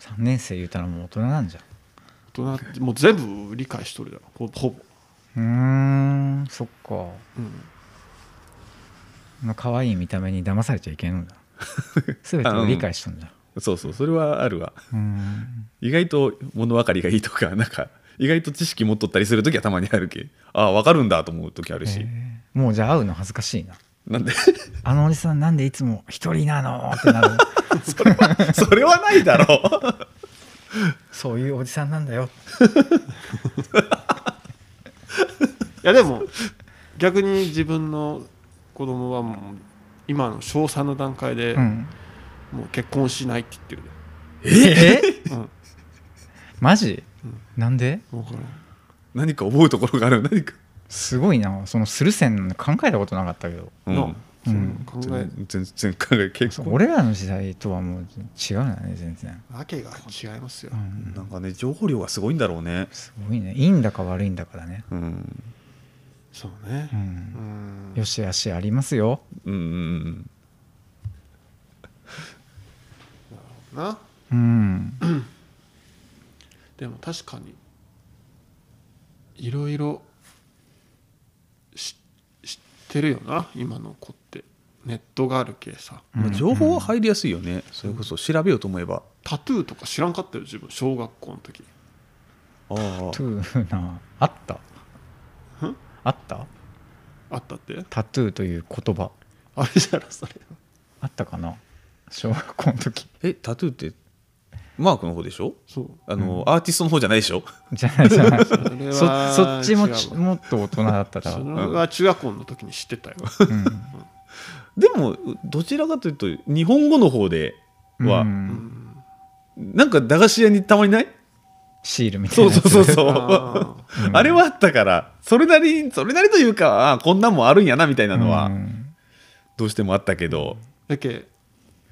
3年生言うたらもう大人なんじゃ
大人もう全部理解しとるじゃんほほぼ、
うーんそっ
う
か
ん、
あの可愛い見た目に騙されちゃいけんのだ 全てを理解しとんだ
そうそうそれはあるわ
うん
意外と物分かりがいいとか なんか意外と知識持っとったりする時はたまにあるけああ分かるんだと思う時あるし、
へーもうじゃあ会うの恥ずかしいな
なんで
あのおじさんなんでいつも一人なのってな る
それは、それはないだろう。
そういうおじさんなんだよ
いやでも逆に自分の子供はもう今の小3の段階で、
うん
もう結婚しないって言ってるで、
え
うん、
マジ
うん
なんで
分からん
何か思うところがある何か、
すごいなそのスルセン考えたことなかったけど
うん
なそんな考え
全全然考え結構
俺らの時代とはもう違うんだね全然、
わけが違いますよ
うん、
なんかね情報量がすごいんだろうね
すごいねいいんだか悪いんだかだね、
うん
そうね
う、
うんん
よしあしありますよ
うんうん
な
うん
でも確かにいろいろし知ってるよな今の子ってネットがある系さ
うんまあ
うん
情報は入りやすいよね、それこそ調べようと思えば
タトゥーとか知らんかったよ自分小学校の時
ああ
タトゥーなあった
ん
あった
あったって
タトゥーという言葉
あれじゃろそれ
あったかな小学校の時
えタトゥーってマークの方でしょ
そう
あの、アーティストの方じゃないでしょ
じゃないじゃない
そ
そ
れは
そっちもち
違うわ
もっと大人だったから、
そうれ
ん、
は中学校の時に知ってたよ
でもどちらかというと日本語の方では、
うん
うん
なんか駄菓子屋にたまにない
シールみた
そ
いな
う
やつ
そうそうそう あ
あ
れ はあったからそれなりにそれなりというかあこんなんもあるんやなみたいなの
う
は
ん
どうしてもあったけど、
ーだけ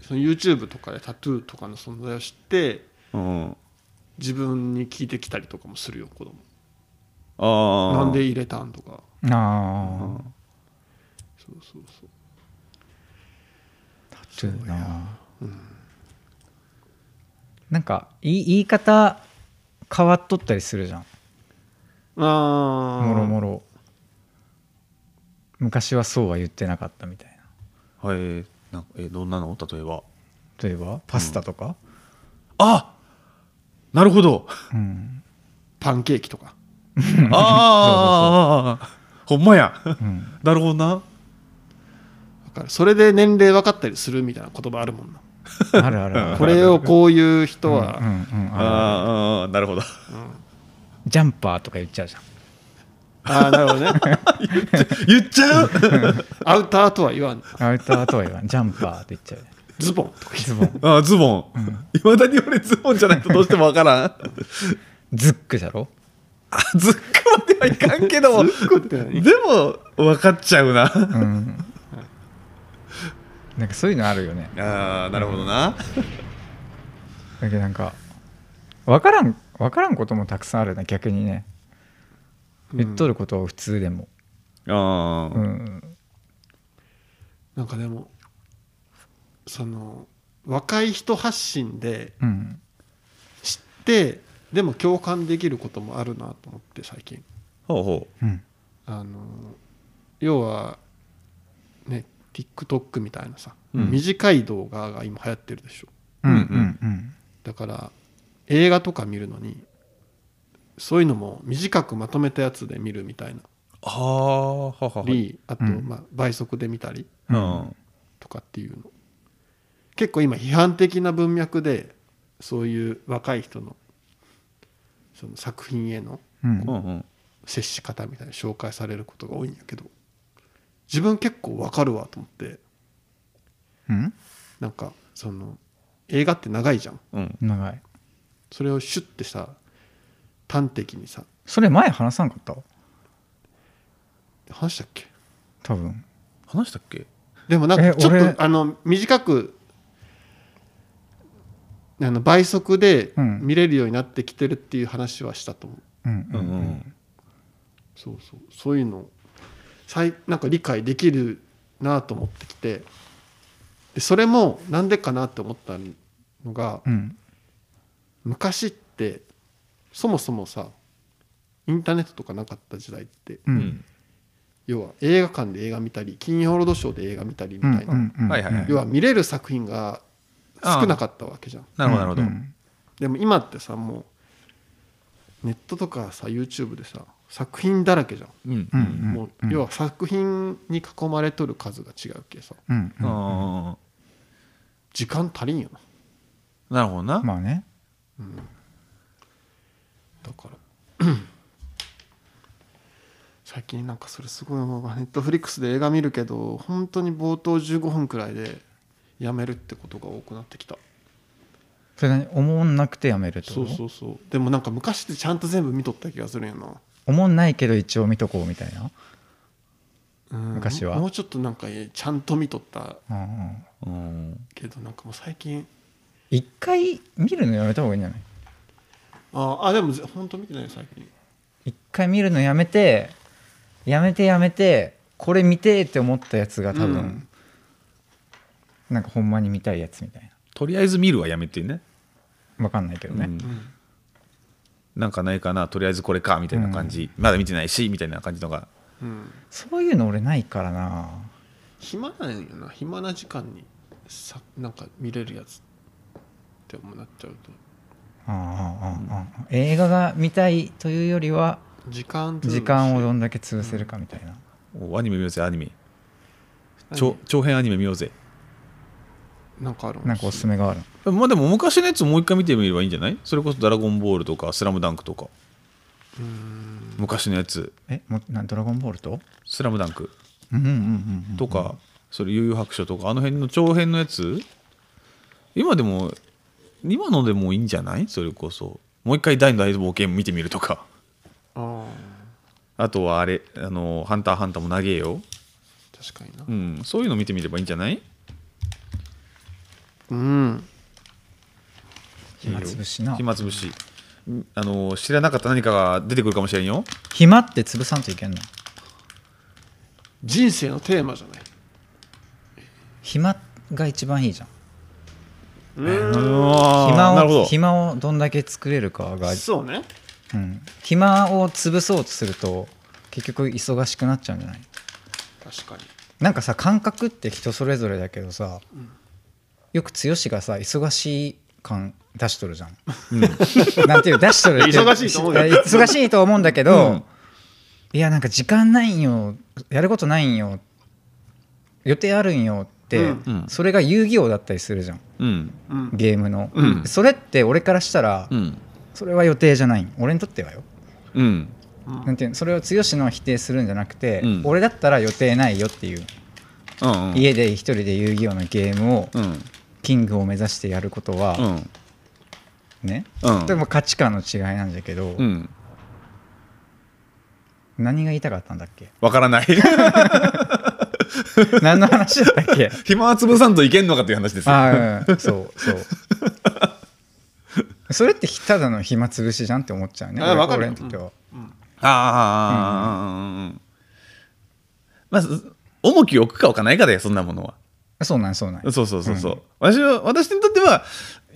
その YouTube とかでタトゥーとかの存在を知って
うん、あ
自分に聞いてきたりとかもするよ子供な
あ
んで入れたんとか
ああ
そうそうそう
タトゥーな、なんかい言い方変わっとったりするじゃん
ああ
もろもろ昔はそうは言ってなかったみたいな
はいなんかえどんなの例えば
例えばパスタとか、
あなるほど
うん
パンケーキとか
あーあーあーあーほんまや
うん
なるほどな
わかるそれで年齢分かったりするみたいな言葉あるもんな
あるあるあ る
これをこういう人
うん
は、
うんうんある
あーあーなるほど
ジャンパーとか言っちゃうじゃん
ああなるほどね
言っちゃう
アウターとは言わん
アウターとは言わんジャンパーって言っちゃう
ズボンとか
ズボン
あーズボンいま、未だに俺ズボンじゃないとどうしてもわからん
ズックじゃろ
あズックまではいかんけども
ズックって何
でも分かっちゃうな
うんなんかそういうのあるよね
あーなるほどな
だけどなんか分からん分からんこともたくさんあるね逆にね言っとることは普通でも、
あ
う
ー
ん
なんかでもその若い人発信で
うん、
知ってでも共感できることもあるなと思って最近
ほうほ
うん、
あの要はね TikTok みたいなさ、
うん
短い動画が今流行ってるでしょ
うんうんうん
だから映画とか見るのにそういうのも短くまとめたやつで見るみたいな
うああははは
りあと、
うん
まあ、倍速で見たり
うん
とかっていうの結構今批判的な文脈でそういう若い人のその作品への
うん
うんうん
接し方みたいな紹介されることが多いんやけど自分結構わかるわと思って
うん
なんかその映画って長いじゃん
うん
長い
それをシュッてさ端的にさ
それ前話さんかった
話したっけ
多分
話したっけ
でもなん
え
かちょ
俺
っとあの短くあの倍速で
うん
見れるようになってきてるっていう話はしたと思う、
うんうん
うん
そうそうそういうのさいなんか理解できるなと思ってきてでそれもなんでかなって思ったのが
うん
昔ってそもそもさインターネットとかなかった時代って
う
うんん
要は映画館で映画見たり金曜ロードショーで映画見たりみ
うん
たいな、
うん
はいはいはい
要は見れる作品が少なかったわけじゃん
なるほどなるほど
うん
でも今ってさもうネットとかさ YouTube でさ作品だらけじゃん、
うん
うんうん
もう要は作品に囲まれとる数が違うけさ
うんうん
あ
時間足りんよな
あなるほどな
まあね
だから 最近なんかそれすごい思うわネットフリックスで映画見るけど本当に冒頭15分くらいでやめるってことが多くなってきた
それ何思わなくてやめるって
そ
こと
うそうそうでもなんか昔ってちゃんと全部見とった気がするんやな、
思んないけど一応見とこうみたいな、
うん
昔は
もうちょっとなんかえちゃんと見とった
うんうん、
うん
けどなんかもう最近
一回見るのやめた方がいいんじゃない
ああでも本当見てないよ最近
一回見るのやめてやめてやめてこれ見てーって思ったやつが多分、
うん
なんかほんまに見たいやつみたいな
とりあえず見るはやめてね
分かんないけどね、
うん
うん
なんかないかなとりあえずこれかみたいな感じ、まだ見てないしみたいな感じのが
うん
そういうの俺ないからな
暇なんよな暇な時間にさなんか見れるやつって思うなっちゃうと
ああああああ映画が見たいというよりは
時間
時間をど
ん
んだけ潰せるかみたいな、
おアニメ見ようぜアニメ長長編アニメ見ようぜ
なんかある
なんかおすすめがある
まあでも昔のやつもう一回見てみればいいんじゃないそれこそ「ドラゴンボール」とか「スラムダンクとか
うん
昔のやつ
えもなドラゴンボールと
「スラムダンク
うんうんうんうん
とか、それ悠々白書とかあの辺の長編のやつ今でも今のでもいいんじゃないそれこそもう一回大の大冒険見てみるとか
あ
あとはあれあの「ハンターハンター」も長えよ、
あ確かにな
うん、そういうの見てみればいいんじゃない
うん
暇つぶしな
暇つぶしんあの知らなかった何かが出てくるかもしれんよ
暇って潰さんといけんの
人生のテーマじゃない
暇が一番いいじゃん
暇な
暇
るほ
を
ど
暇をどんだけ作れるかが、
そうね
うん、暇を潰そうとすると結局忙しくなっちゃうんじゃない
確かに
なんかさ感覚って人それぞれだけどさ、よく剛がさ忙しい感出しとるじゃん。 なんていう出しとるって
忙しいと思うよ
や忙しいと思うんだけど、
うん
いやなんか時間ないんよやることないんよ予定あるんよって、
うん
うん
それが遊戯王だったりするじゃん
うん
うん
ゲームの、
うん
それって俺からしたら、
うん
それは予定じゃないん俺にとってはよ。
うん
うん
なんていうのそれを剛の否定するんじゃなくて、
うん
俺だったら予定ないよっていう、
うんうん
家で一人で遊戯王のゲームを、
うん
キングを目指してやることは、
うん
ね
うん
でも価値観の違いなんだけど、
うん
何が言いたかったんだっけ
わからない
何の話だった っけ
暇は潰さんといけんのかという話ですよ
ああうんそう そうそれってただの暇つぶしじゃんって思っちゃうね
あ
俺
わかる
俺にとっては、
ああああああああああまず重きを置くか置かないかだよそんなものは
そうなんそうなん
そうそうそうそう、私は私にとっては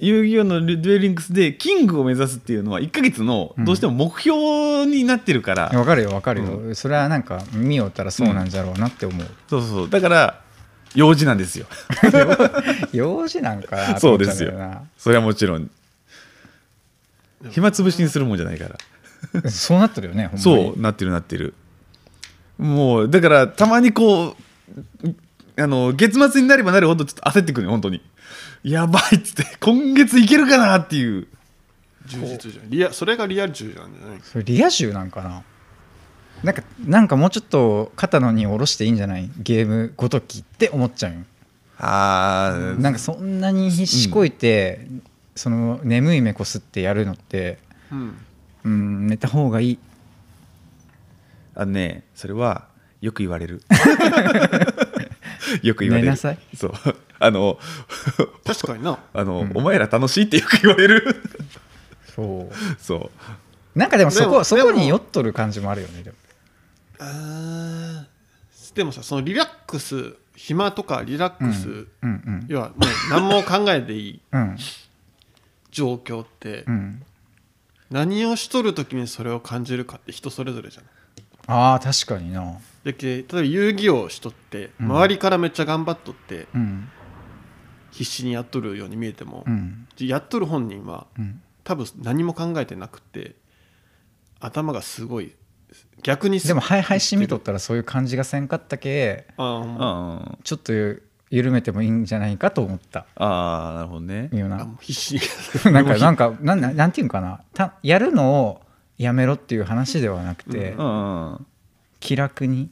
遊戯王のデュエリングスでキングを目指すっていうのは1か月のどうしても目標になってるから、
わかるよわかるよ、それはなんか見よったらそうなんじゃろうなって思う、
そうそうそうだから用事なんですよ
用事なんかなって
そう
思っ
で
ち
す
ゃうんだ
よ
よな
それはもちろん暇つぶしにするもんじゃないから
そうなってるよねほんまに
そうなってるなってるもうだからたまにこうあの月末になればなるほどちょっと焦ってくるね本当にやばいっつって今月いけるかなっていう
充実じゃんリアそれがリアル充なんじゃない
それリア充なんかななんかなんかもうちょっと肩の荷を下ろしていいんじゃないゲームごときって思っちゃうよ
ああ
なんかそんなに必死こいて、その眠い目こすってやるのって
うん
うん寝た方がいい
あのねそれはよく言われ るよく言われる
寝なさい
そうあの
確かにな
あの、お前ら楽しいってよく言われ る
そ
そう
うなんかでもそこ
でも
そこ
でも
に酔っとる感じもあるよねでも
あーでもさそのリラックス暇とかリラックス、
うんうん
要はもう何も考えていい
うん
状況って、
うん
何をしとる時にそれを感じるかって人それぞれじゃない
ああ確かにな
だけ例えば遊戯王しとって
うん
周りからめっちゃ頑張っとって、
うん
必死にやっとるように見えても
う、ん
やっとる本人は
うん
多分何も考えてなくて頭がすごい逆にす
でもはい配信見とったらそういう感じがせんかったけ
あーほんま
あ
ちょっと緩めてもいいんじゃないかと思った
あーなるほどね
よう
あ
な
もう必死に
なんかなんかなんなんなんていうんかなたやるのをやめろっていう話ではなくて、
うんうん
気楽に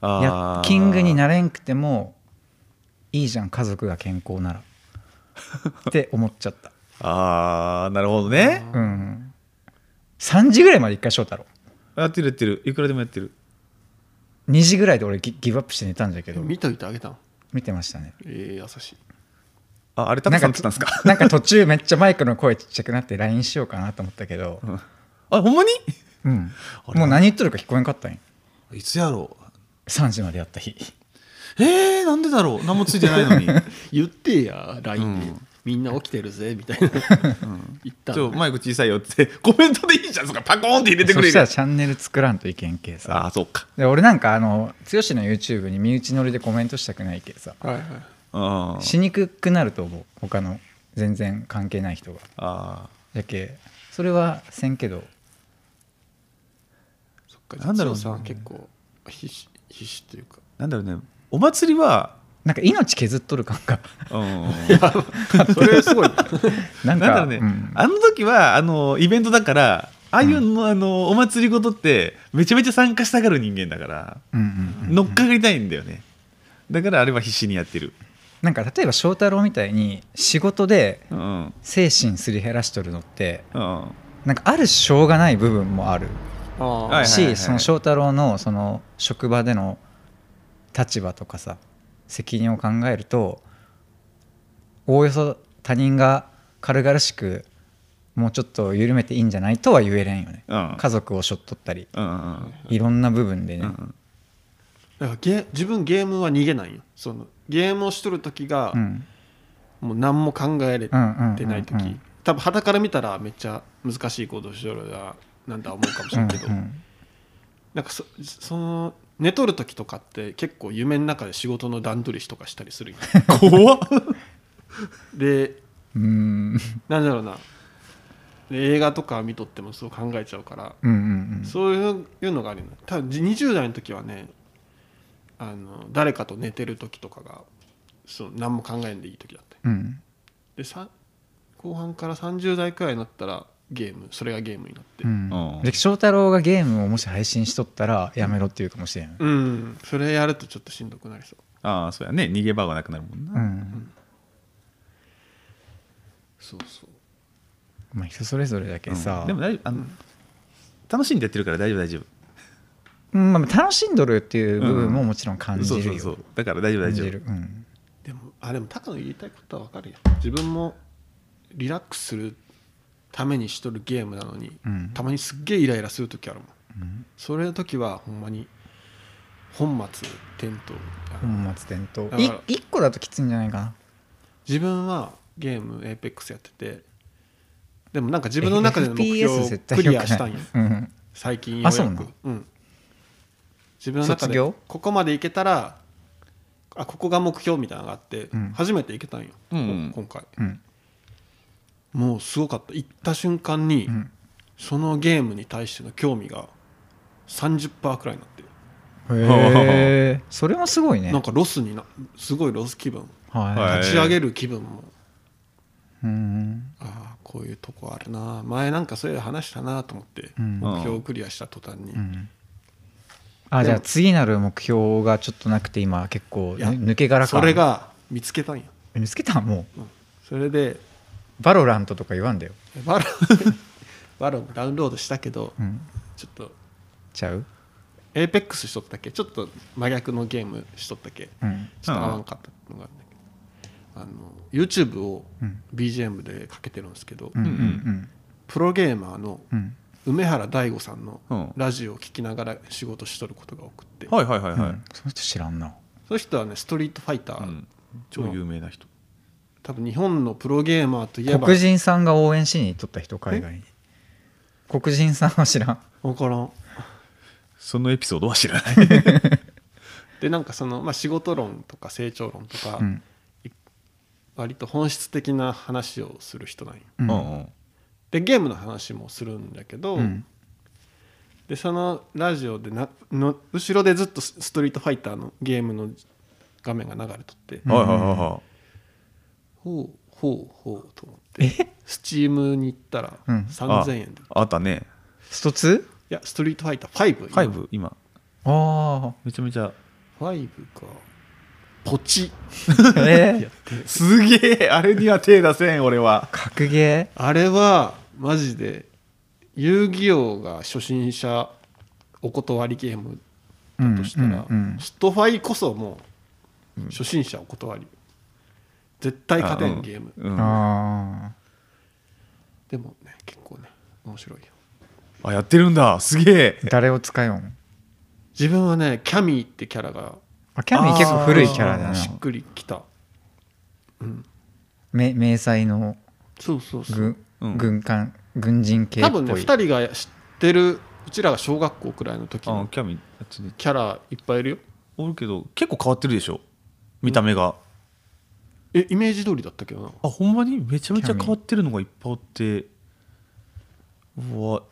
あ
や
ー
キングになれんくてもいいじゃん家族が健康 ならって思っちゃった
あーなるほどね
うん3時ぐらいまで一回翔太郎
やってるやってるいくらでもやってる
2時ぐらいで俺ギギブアップして寝たんだけど
見といてあげたの
見てましたね
ええ優しい
ああれタカさんって言ったんですか
なんか途中めっちゃマイクの声ちっちゃくなって LINE しようかなと思ったけど、
あほんまに
うん、
あれ
もう何言っとるか聞こえんかったんよ
いつやろ
3時までやった日
うえー、なんでだろう何もつい てないのに
言ってや LINE で、
うん
みんな起きてるぜみたい な、言った
ち
の
ょマイク小さいよってコメントでいいじゃんそっかパコーンって入れてく
そ
れ
し
る
たらチャンネル作らんといけんけさ
ああそうか
で俺なんかあの剛の YouTube に身内乗りでコメントしたくないけさ
はいはい
あー
しにくくなると思う他の全然関係ない人が
あ
やけそれはせんけど
そっか
なんだろうね
実はさ結構必死必死というか
ーなんだろうねお祭りは
なんか命削っとる感が
うん
それすごいね
なんか
なんだろうね、
ん
あの時はあのイベントだからああいうの、あのお祭りごとってめちゃめちゃ参加したがる人間だから、
うんうんうん
乗っかりたいんだよねだからあれは必死にやってる、
なんか例えば翔太郎みたいに仕事で
うんうん
精神すり減らしとるのって
うん
なんかある種しょうがない部分もある
ああ、
はい
し、その翔太郎のその職場での立場とかさ責任を考えるとおおよそ他人が軽々しくもうちょっと緩めていいんじゃないとは言えれんよね
うん
家族をしょっとったり
うんうん
いろんな部分で
う
ね、
ん
だからゲ自分ゲームは逃げないよそのゲームをしとる時が、
うん、
もう何も考えれてない時、
うんうんうんうん
多分肌から見たらめっちゃ難しい行動しとるななんだ思うかもしれんけど、
うんうん
なんかそその寝とる時とかって結構夢の中で仕事の段取りとかしたりするよ
怖っ
で
うーん
なんだろうなで映画とか見とってもそう考えちゃうから、
うんうん
そういういうのがあるよね多分じ20代の時はねあの誰かと寝てる時とかがそう何も考えんでいい時だった
うんうん
でさ後半から30代くらいになったらゲームそれがゲームになって
う
うん、
うん
んで翔太郎がゲームをもし配信しとったらやめろって言うかもしれん、
それやるとちょっとしんどくなりそう
ああそうやね逃げ場がなくなるもん
う
な、
ん、
そうそう
まあ人それぞれだけ
うん
さ、
でも大丈夫あの、楽しんでやってるから大丈夫大丈夫
うんまあ、楽しんどるっていう部分ももちろん感じ
そう
るよ、
そうそうだから大丈夫
感
大丈
じ
夫
る、うん、
でもあでも高野言いたいことは分かるよ自分もリラックスするためにしとるゲームなのに、
うん
たまにすっげえイライラする時あるもん
うん
それの時はほんまに本末転倒あの
本末転倒
だから
い一個だときついんじゃないかな
自分はゲーム APEX やっててでもなんか自分の中での目標
FPS
を
絶対
ク
良
リ
くない
アしたんよ
うん
最近ようや
あ
く
そうなん
うん、自分の中
卒
で
業
ここまでいけたらあここが目標みたいなのがあって、
ん
初めていけたんよ、
うん
こ今回
うん
もうすごかった行った瞬間に、
うん
そのゲームに対しての興味が30%くらいになってる、
へえそれもすごいね
なんかロスになすごいロス気分
は
はい
立ち上げる気分も
いうん
ああこういうとこあるな前なんかそういう話したなと思って、
うん
目標をクリアした途端に、
うんあじゃあ次なる目標がちょっとなくて今結構
いや
抜け殻感
それが見つけたんや、
見つけたも
うんそれで
うバロラントとか言わんだよ、
バロ バロもダウンロードしたけど、
うん、
ちょっと
ちゃう、
APEX しとったっけちょっと真逆のゲームしとったっけ
うん
ちょっと合わんかったのがあるんだけど、あの YouTube を
うん
BGM でかけてるんですけど、
うんうん
プロゲーマーの
うんうん
梅原大悟さんの
うん
ラジオを聞きながら仕事しとることが多くって、
はいはいはいはい、
うんその人知らんな
その人はねストリートファイター、
うん超有名な人
多分日本のプロゲーマーといえば
黒人さんが応援しに行っとった人海外に黒人さんは知らん
分からん
そのエピソードは知らない
でなんかその、まあ、仕事論とか成長論とか、
うん
割と本質的な話をする人なんよ
うん
うん
でゲームの話もするんだけど、
うん
でそのラジオでなの後ろでずっとスストリートファイターのゲームの画面が流れとって、
うんはいはいはいは
ほうほうほうと思ってスチームに行ったら
うん
3000円で、
いあったね
スト 2?
いやストリートファイター5
5今
ああ
めちゃめちゃ
5かポチ
えー
すげえあれには手出せん俺は
格ゲ
あれはマジで遊戯王が初心者お断りゲーム
ーうん
だとしたら、
うんうん
ストファイこそもう初心者お断り、絶対勝てんゲーム、
うんうんあ
あ
でもね結構ね面白いよ
やってるんだすげえ
ー誰を使いよん
自分はねキャミーってキャラが
あキャミー結構古いキャラだな
しっくりきた
め迷彩の
そうそうそう
軍,、
うん
軍艦軍人系っ
多
ぽい
分ね2人が知ってるうちらが小学校くらいの時
あ
の
キャミやつで
キャラいっぱいいるよ
おるけど結構変わってるでしょ見た目が、
えイメージ通りだったけどな
あほんまにめちゃめち
キ
ゃ
ャミ
変わってるのがいっぱいあってうわ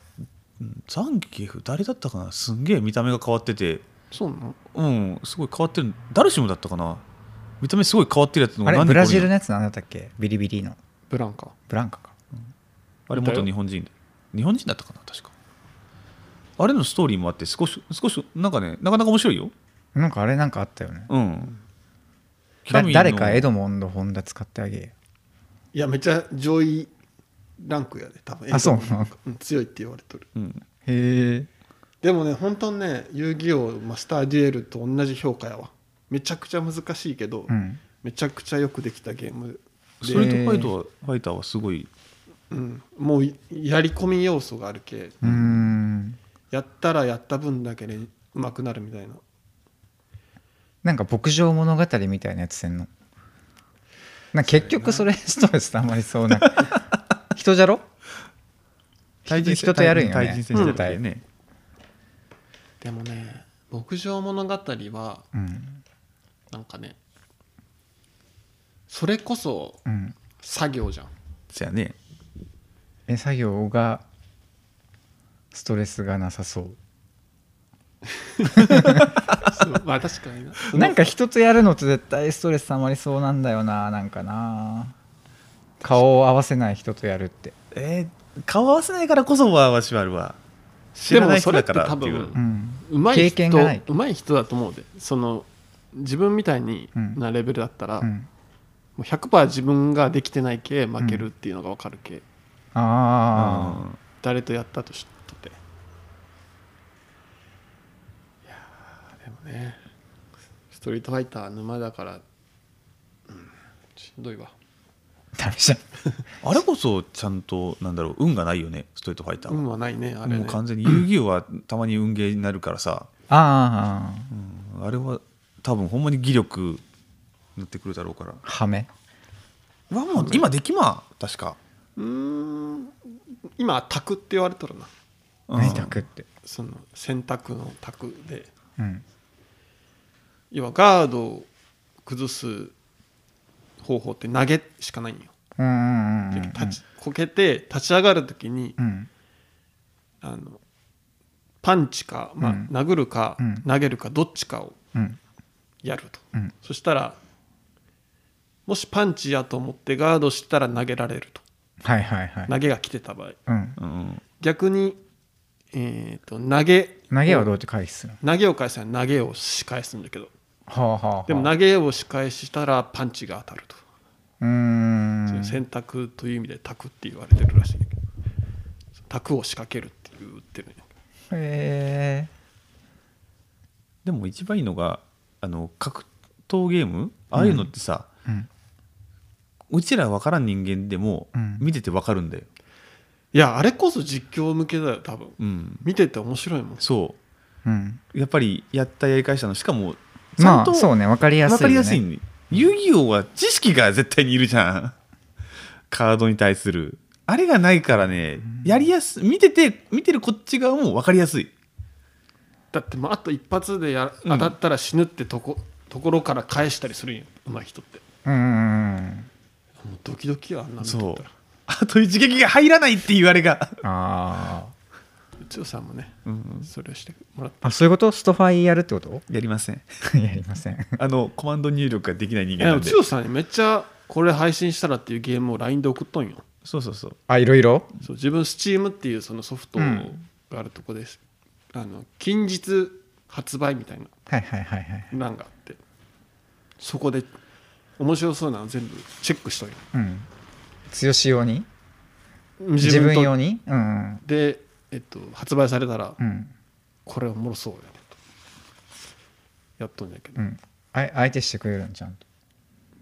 うんザンギエフ誰だったかなすんげえ見た目が変わってて
そうなの
うんすごい変わってるダルシムだったかな見た目すごい変わってるやつの
あれ
何
ブラジ
こ
ル
れ
のやつなんだったっけビリビリの
ブランカ
ブランカか
あれ元日本人で日本人だったかな確かあれのストーリーもあって少し少しなんかねなかなか面白いよ
なんかあれなんかあったよね
うん
だ誰かエ
ド
ドモンド・ホンダ使ってあげよ
いやめっちゃ上位ランクやで多分
あそう
うん強いって言われてる
うん
へえ
でもね本当にね遊戯王マスターデュエルと同じ評価やわめちゃくちゃ難しいけど、
うん
めちゃくちゃよくできたゲーム
ストリートファイトはファイターはすごい
うん、もうやり込み要素があるけ
うーん
やったらやった分だけでうまくなるみたいな
なんか牧場物語みたいなやつせんのなんか結局それストレス溜まりそうな人じゃろ人人とやるんよね
対人戦して
絶
た
対
よね、
でもね「牧場物語」は
うん
なんかねそれこそ
うん
作業 じゃん
そやね
え作業がストレスがなさそう
そうまあ確か にな
なんか人とやるのと絶対ストレス溜まりそうなんだよななんかな顔を合わせない人とやるって
えー顔合わせないからこそはわしはあるわ知らない人だからってい
でも
う
それって多
う
分
ん
上手い
経験がない
人上手い人だと思うでその自分みたいに
うん
なレベルだったら、
う
も
ん
う100%自分ができてないけ負けるっていうのが分かるけ、
ああ
うん
誰とやったとしとていやーでもねストリートファイターは沼だから、うん、しんどいわ
ダメじゃん
あれこそちゃんとなんだろう運がないよねストリートファイターは、
運はないねあれね
もう完全に遊戯王はたまに運ゲーになるからさ、
ああ
うんあれは多分ほんまに技力になってくるだろうから
ハメ
うわもう今できま確か、
うーん今「卓」って言われとるな
うん
何択って
その選択の卓で
うん
要はガードを崩す方法って投げしかないんよ、
うんうんうんうん
立ちこけて立ち上がる時に、
うん
あのパンチか、まあ
うん
殴るか、
うん
投げるかどっちかを
うん
やると、
うん
そしたらもしパンチやと思ってガードしたら投げられると
はいはいはい
投げが来てた場合
うん
うん
逆に、えー、と投げ
投げはどうやって回避するの
投げを返したら投げを仕返すんだけど
はあはあはあ
でも投げを仕返したらパンチが当たると、
うーん
そういう選択という意味で「タク」って言われてるらしいんだけどタクを仕掛けるって言ってるんよ
へえ
でも一番いいのがあの格闘ゲームああいうのってさ、
うん
うちら分からん人間でも
うん
見てて分かるんだよ、
いやあれこそ実況向けだよ多分
うん、
見てて面白いもん
そ
うん
うやっぱりやったやり返したのしかもちゃん
ま
と
あそうね分かりやすい
分
よね
かりやすい,、ね、遊戯王は知識が絶対にいるじゃん カードに対するあれがないからねやりやす見てて見てるこっち側も分かりやすい
だってもうあと一発でや
うん
当たったら死ぬってとこ,、ところから返したりするんよ上手い人って
うんうんうん
もうドキドキやあんなの
そ
見
う
てたら
あと一撃が入らないっていうあれが、
あ
うちおさんもね
うん、
それをしてもらっ
ああそういうことストファイやるってこと
やりません
やりません
あのコマンド入力ができない人
ていやでも
間なんで
剛さんにめっちゃこれ配信したらっていうゲームを LINE で送っとんよ
そうそうそう
あいろいろ
そう自分 Steam っていうそのソフト
うん
があるとこです、あの近日発売みたいな
はいはいはいはい
欄があってそこで面白そうなの全部チェックしといて
うん剛用に
自
自
分
分
と
用にうん
で、えっと、発売されたら
うんうん
これおもろそうやねとやっとんやけど、
うんあ相手してくれるんちゃんと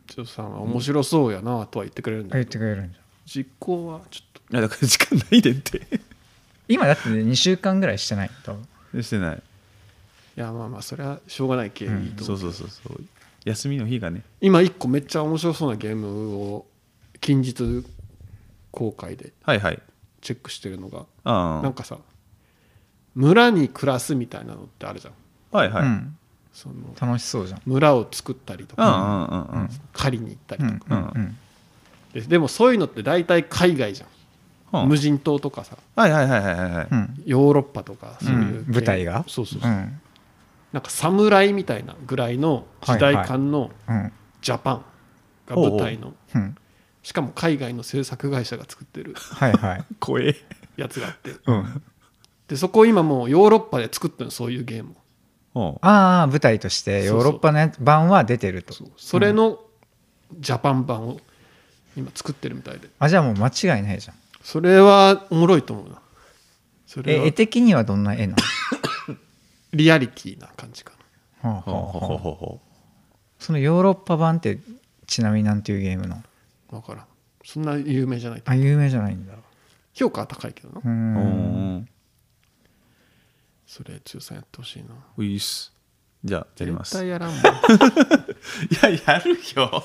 千代さんは面白そうやなとは言ってくれるん
あ
だ
言っ
け
て
ど
くれるんじゃん
実行はちょっと
いやだから時間ないでって
今だって2週間ぐらいしてない多分
してない、
いやまあまあそれはしょうがないけ、
うん
いいと
そ
思
う
う
そうそうそう休みの日がね
今一個めっちゃ面白そうなゲームを近日公開で
はいはい
チェックしてるのが
あ
なんかさ村に暮らすみたいなのってあるじゃん
あはいはい、
う
うん、
ん
その
楽しそうじゃん
村を作ったりと
うんう
か
んうんうん
借りに行ったり
う
と
ん
か、
うんうん
ででもそういうのって大体海外じゃん、
は
無人島とかさ
あはいはいはいはいはいはい
うん
ヨーロッパとかそういう、
うん舞台が
そうそう
う
そう、
ん
なんか侍みたいなぐらいの時代感の
うん
ジャパンが舞台の、
うん
しかも海外の制作会社が作ってる
はいはい
怖え
やつがあって
うん
でそこを今もうヨーロッパで作ってるのそういうゲームを
うん
ああ舞台としてヨーロッパのやつ版は出てると
そうそれのジャパン版を今作ってるみたいで
あじゃあもう間違いないじゃん
それはおもろいと思うなそれ
え絵
は
的にはどんな絵な
リアリティな感じか
のはあ
ほうほう
はあ
ほうほ
はあ
うほ
そのヨーロッパ版ってちなみになんていうゲームなの
な分からんそんな有名じゃない
あ有名じゃないんだ
評価は高いけどな
うー
ううんん
それ中さんやってほしいな
ういっすじゃあやりま
絶
す
対やらんもんい
いややるよ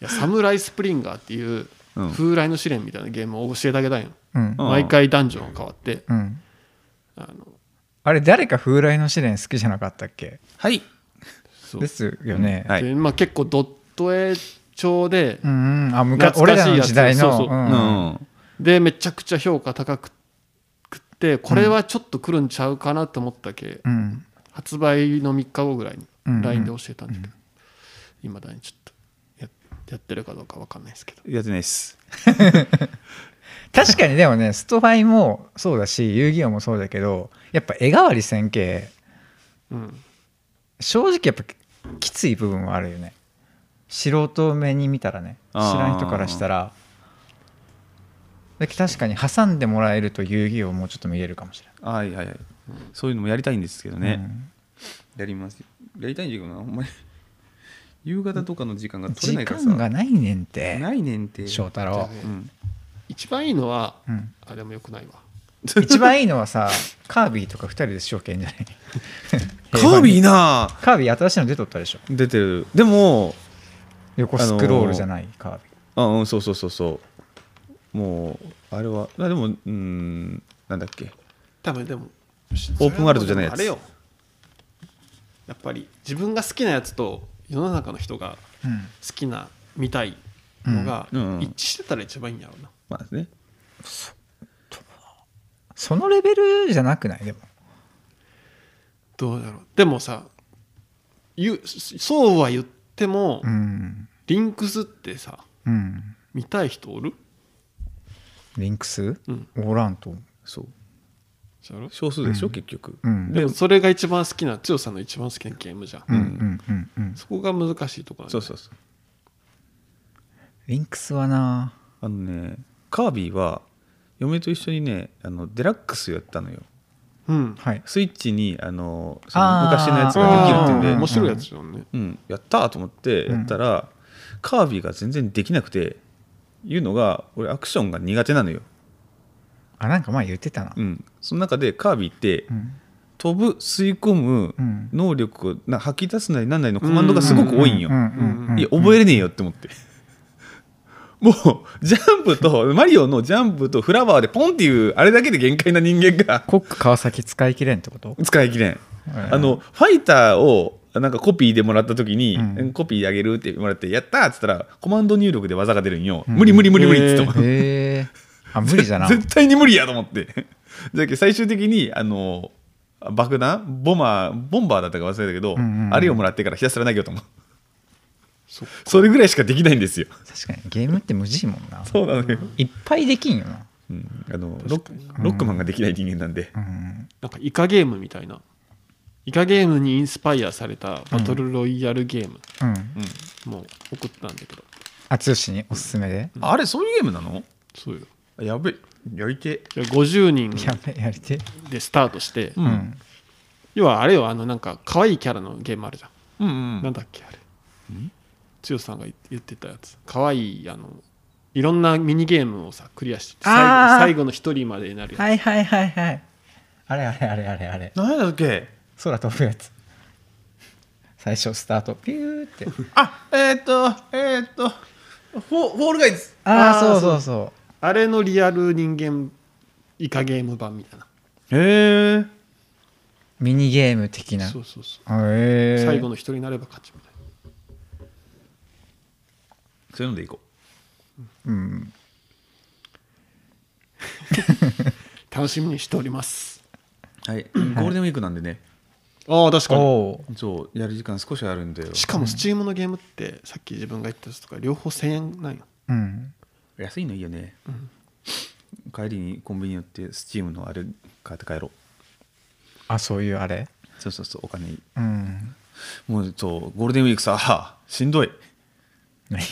や「サムライスプリンガー」っていう
うん
風来の試練みたいなゲームを教えてあげたいの、
うん
うん
毎回ダンジョンが変わって
うん
あの
あれ誰か風来の試練好きじゃなかったっけ
はい
そう
ですよね
はい
でまあ、結構ドット絵調で
うんうんあ昔
懐
俺
からしい
の
やつ
時代
そう
の
そう
う
うんん
でめちゃくちゃ評価高くってこれはちょっと来るんちゃうかなと思ったけ、
うん
発売の3日後ぐらいに
うんうん
LINE で教えたんだけどいまだにちょっとややってるかどうか分かんないですけど
やってないっす
確かにでもねストファイもそうだし遊戯王もそうだけどやっぱ絵代わり線形
うん
正直やっぱきつい部分はあるよね素人目に見たらね知
あー
らん人からしたらだけど確かに挟んでもらえると遊戯王もうちょっと見れるかもしれ
はいはいはいそういうのもやりたいんですけど
ない、
ね、やりますやりたいんだけどなほんまに 夕方とかの時間が
うん
取れ
時
ないからさ
間がないねんて
ないねんて
翔太
じゃあ
郎、
ね
うん
一番いいのは
うん、
あでもよくないわ
一番いいのはさカービィとか2人で証券じゃない
カービィ
ー
なあ
カービィ新しいの出とったでしょ
出てるでも
横スクロールじゃない、カービィ
あうんそうそうそうそうもうあれはあでもうんなんだっけ
多分でも
オープンワールドじゃないやつ
あれよやっぱり自分が好きなやつと世の中の人が
うん
好きな見たいのが
うんうん
一致してたら一番いいんやろうな、
まあね
そのレベルじゃなくないでも
どうだろうでもさ言うそうは言っても、
うん
リンクスってさ
うん
見たい人おる
リンクス、
うん
オーランと
そう
じゃろ
少数でしょ、
うん
結局、
うん
でもそれが一番好きな強さんの一番好きなゲームじゃん、
うんうんうんうん
そこが難しいところ
そうそうそう
リンクスはな
あのねカービィは嫁と一緒にねあのデラックスやったのよ
う、うん、
はい
スイッチにあのその
あー
昔のやつ
そ
ができるっていうん
う
で
ん面白いやつじゃんね、
うん、やったーと思ってやったら、カービィが全然できなくていうのが俺アクションが苦手なのよ、
あなんか前言ってたな
うん、その中でカービィって
うん
飛ぶ吸い込む
うん
能力をな吐き出すなりなんなりのコマンドがすごく多いんよ、
ううんうん
いや覚えれねえよって思って もうジャンプと マリオのジャンプとフラワーでポンっていうあれだけで限界な人間が
コック川崎使い切れんってこと
使い切れん
あ
あのファイターをなんかコピーでもらった時に、
うん
コピーあげるってもらってやったーっつったらコマンド入力で技が出るんよ、
うん
無理無理無理無理っつっても、
へえあ無理じゃな
絶対に無理やと思って だけど最終的にあの爆弾ボマーボンバーだったか忘れたけど、
うんうんうん
あれをもらってからひたすら投げようと思う
そっか
それぐらいしかできないんですよ
確かにゲームって無事いもんな
そうなのよ、
いっぱいできんよな
うん、あのロッ
確
ク
かに
ロックマンができない人間なんで、
うん
なんかイカゲームみたいなイカゲームにインスパイアされたバトルロイヤルゲーム、
うん
うん
もう送ったんだけど
あ剛におすすめで
あれそういうゲームなの
そうよ
やべやりて
で50人
やべやりて
でスタートして、
う
うんん
要はあれよあのなんか可愛いキャラのゲームあるじゃん、
うんうん
なんだっけあれ剛さんが言ってたやつ可愛いあのいろんなミニゲームをさクリアして最
あ
後
ー
最後の一人までになるやつ、
はいはいはいはいあれあれあれあれあれ
何やだっけ
空飛ぶやつ最初スタートピューって
あえーっとえーっとフォーフォールガイズ
ああ
あー
そうそうそ
あれのリアル人間イカゲーム版みたいな、
へえ
うミニゲーム的な
そうそうそう、
へえ
最後の一人になれば勝ちみたいな
そういうのでいこ
うん
楽しみにしております
うはいゴールデンウィークなんでね
ああ確か
お
に
お
そうやる時間少しあるんだよ
しかも Steam のゲームってさっき自分が言ったやつとか両方1000円なんよ
うん
安いのいいよね、帰りにコンビニ寄ってスチームのあれ買って帰ろう
あそういうあれ
そうそうそうお金いい
うん
もうそうゴールデンウィークさしんどい
何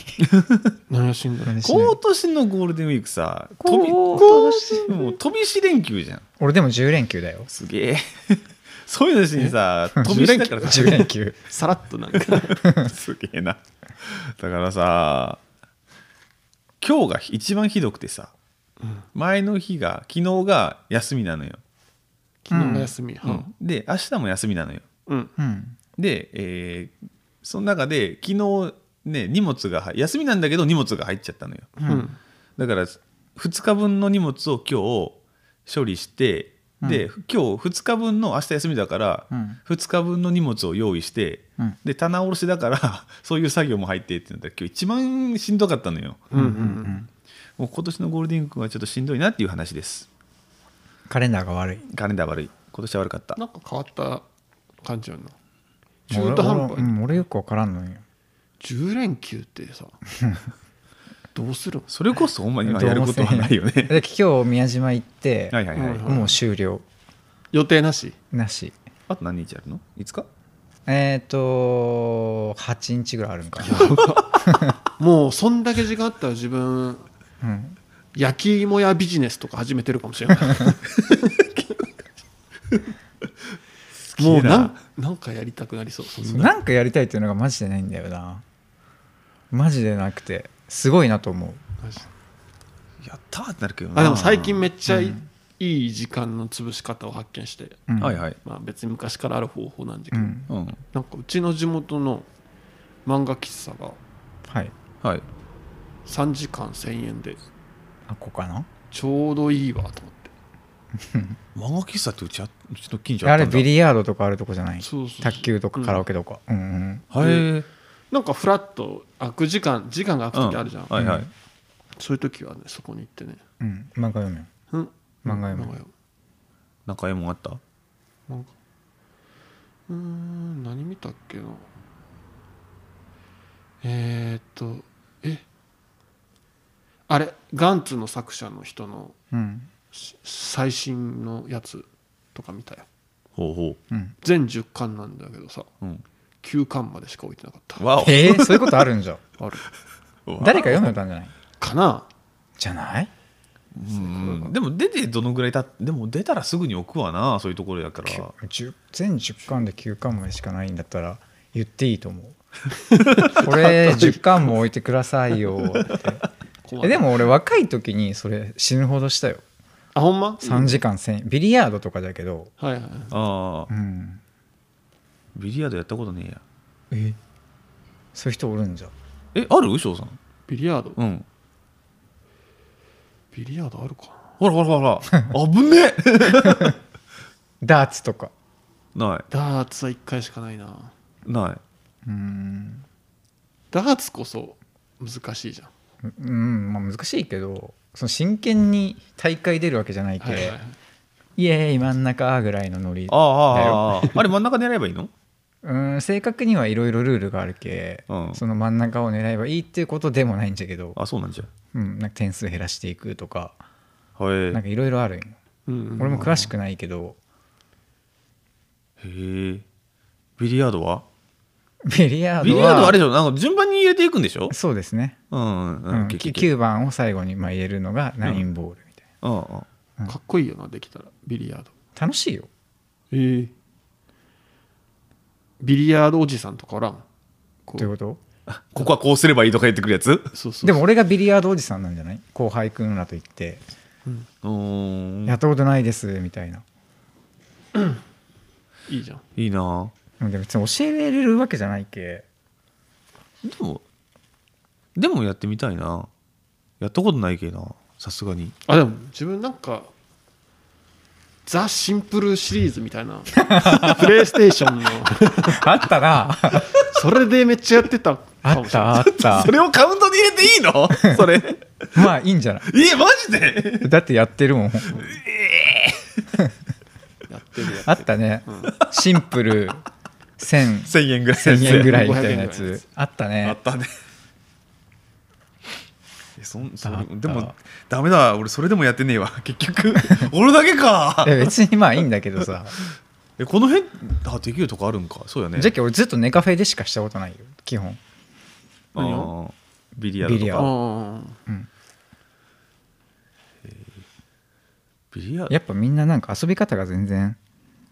何がしんどい
何しない
今年のゴールデンウィークさ飛び
今年
もう飛びし連休じゃん
俺でも10連休だよ
すげえ そういうのしにさ飛び
10
しだ
連休
から
10連休
さらっとなん か
すげえなだからさ今日が一番ひどくてさ、
うん
前の日が昨日が休みなのよ、
昨日の休み、
う
うん
んで明日も休みなのよ
うん
うん
で、えーその中で昨日ね荷物が入休みなんだけど荷物が入っちゃったのよ
うん
だから2日分の荷物を今日処理して、で今日2日分の明日休みだから、
うん
2日分の荷物を用意して、
うん
で棚卸しだから そういう作業も入ってっていうので今日一番しんどかったのよ
うんうん
もう今年のゴールデンウィークはちょっとしんどいなっていう話です
カレンダーが悪い
カレンダー悪い今年は悪かった
なんか変わった感じやな中途半端
俺俺,、う
に
ん、俺よく分からんのよ
10連休ってさどうするん
それこそほんまに今
どう
やる
も
ことはないよ
せん
ね
だって今日宮島行って、
はいはいはい、
うん
もう終了
予定なし
なし
あと何日やるのいつか
えっ、ー、と8日ぐらいあるんか
もうそんだけ時間あったら自分
な、うん、
焼き芋屋ビジネスとか始めてるかもし れないもうなんなんかやりたくなりそうそんな
なんかやりたいっていうのがマジでないんだよなマジでなくてすごいなと思う
やったーってなるけどな
あでも最近め
っ
っちゃいい,、
う
時間の潰し方を発見して、
うん
はいはい
まあ、別に昔からある方法なんだけど、
うん
うん
なんかうちの地元の漫画喫茶が
はい
はい
3時間1000円で
あここかな
ちょうどいいわと思って
漫画喫茶ってうちあうちの近所あ
あ
った
れ
んだ
ビリヤードとかあるとこじゃない
そうそうそう
卓球とかカラオケとか、うん、うん
はい
なんかフラッと空く時間時間が空く時あるじゃん、
はいはい、
うん
そういう時はねそこに行ってね
うん漫画読むよ
うん
漫画読む
漫画読
なんか絵もあった
む漫画うーん何見たっけなえー、っとえあれガンツの作者の人の
うん
し最新のやつとか見たよ
ほうほ
うん
全10巻なんだけどさ
う、うん、
9巻までしか置いてなかった
わ
えー、そういうことあるんじ ゃ
ある
お
誰か読めたんじゃない
かな
じゃない
うんでも出てどのぐらいたでも出たらすぐに置くわなそういうところだから
10全10巻で9巻までしかないんだったら言っていいと思う これ10巻も置いてくださいよって
困る
えでも俺若い時にそれ死ぬほどしたよ
あほんま
3時間1000ビリヤードとかだけど
はいはいはい
あ
う
あ
ん
ビリヤードやったことねえや
えそういう人おるんじゃ
えある翔さん
ビリヤード
うん
ビリヤードあるかな
ほらほらほらほら 危ねえ
ダーツとか
な
ダーツは1回しかないない
ない
うん
ダーツこそ難しいじゃん
うんまあ難しいけどその真剣に大会出るわけじゃない
は
け、
いはいはい
イエーイ真ん中ぐらいのノリ
あああああああれ真ん中狙えばいいの
うん正確にはいろいろルールがあるけ、
うん
その真ん中を狙えばいいっていうことでもないんだけど、
あそうなんじゃ
うん、なんか点数減らしていくとか
はい
なんかいろいろあるんよ
うんうん
俺も詳しくないけど
へえビリヤードは
ビリヤードは
ビリヤードはあれでしょなんか順番に入れていくんでしょ
そうですね、
うんう
うんん、
結局
9番を最後にまあ入れるのがナインボールみたいな、
うんうん
うん
かっこいいよなできたらビリヤード
楽しいよ
ええビリヤードおじさんとかおらんこ
どういうこと
ここはこうすればいいとか言ってくるやつ
そうそう
でも俺がビリヤードおじさんなんじゃない後輩くんらと言って
うん
うん
「やったことないです」みたいない
いじゃん
いいな
でも別に教えれるわけじゃないけ
でもでもやってみたいなやったことないけどなさすがに
あでも自分なんかザ・シンプルシリーズみたいな プレイステーションの
あったな
それでめっちゃやってたか
あ
も
っ
しれない
たあった
それをカウントに入れていいの それ
まあいいんじゃない
えマジで
だってやってるもん
やってるや
あったね
うん
シンプル1000
1000円ぐらい
1000円ぐらいみたいな
500円ぐら
や
いのや
つ
つ
あった
あっ
ね
たねえそんそ
あ
れ
った
でもダメだ俺それでもやってねえわ 結局俺だけか
いや別にまあいいんだけどさ
えこの辺あできるとこあるんかそうやね
じゃけ俺ずっとネカフェでしかしたことないよ基本
あ
何
ー
を
ビリヤード
ビ
と
リヤ
か
ード
うん
うん
ビリヤード
やっぱみんななんか遊び方が全然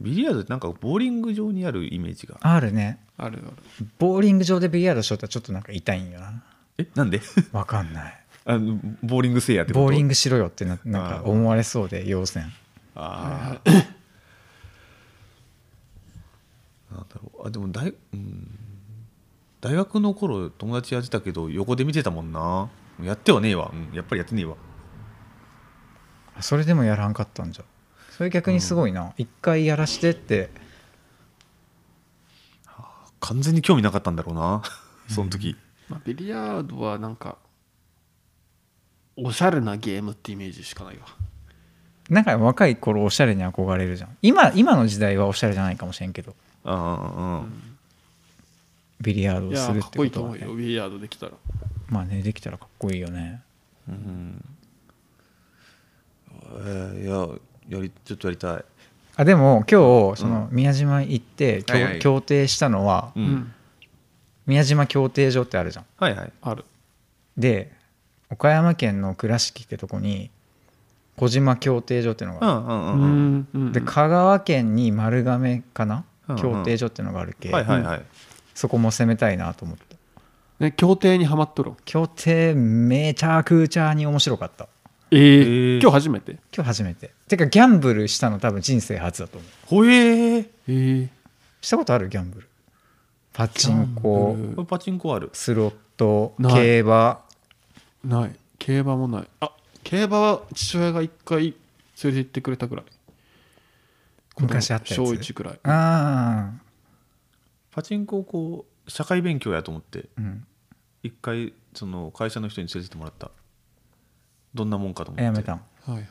ビリヤードってなんかボーリング場にあるイメージが
あるね
あるある
ボーリング場でビリヤードしとったらちょっとなんか痛いんよな
えなんで
わかんない
あのボーリングせいやってこと
ボーリン
グ
グしろよってななんか思われそうで要線
ああ、なんだろうあでも大,、うん、大学の頃友達やってたけど横で見てたもんなやってはねえわ、うん、やっぱりやってねえわ
それでもやらんかったんじゃそれ逆にすごいな一、回やらしてって
完全に興味なかったんだろうなその時、
まあ、ビリヤードはなんかおしゃれなゲームってイメージしかないわ
なんか若い頃おしゃれに憧れるじゃん今今の時代はおしゃれじゃないかもしれんけど
ああ
ビリヤード
い
を
や
す
ー
る
か
っ
ってこいい
こ
と
と
思
は、
う
ね
よ、ビリヤードできたら
まあねできたらかっこいいよね
うんうんえーいややりちょっとやりたい、
あでも今日その宮島行って、協
はいはい
協定したのは、
う
うん
宮島協定所ってあるじゃん
はいはい
ある
で岡山県の倉敷ってとこに小島協定所っていうの
う
がある、
んう
う
んうんうん
うん
で香川県に丸亀かな、
うんうん
協定所っていうのがあるけ、
はいはいはい、
そこも攻めたいなと思った
ね協定にはまっとる
協定めちゃくちゃに面白かった
え
えー
今日初めて
今日初めててかギャンブルしたの多分人生初だと思う
ほえー
えー
したことあるギャンブルパチンコ
ギャンブル
これパチンコある
スロット
ない
競馬
ない競馬もないあ競馬は父親が一回連れて行ってくれたぐらい
昔あったやつ
小1くらい
ああ
パチンコをこう社会勉強やと思って
うん
一回その会社の人に連れてってもらったどんなもんかと思って
やめたん
はいはい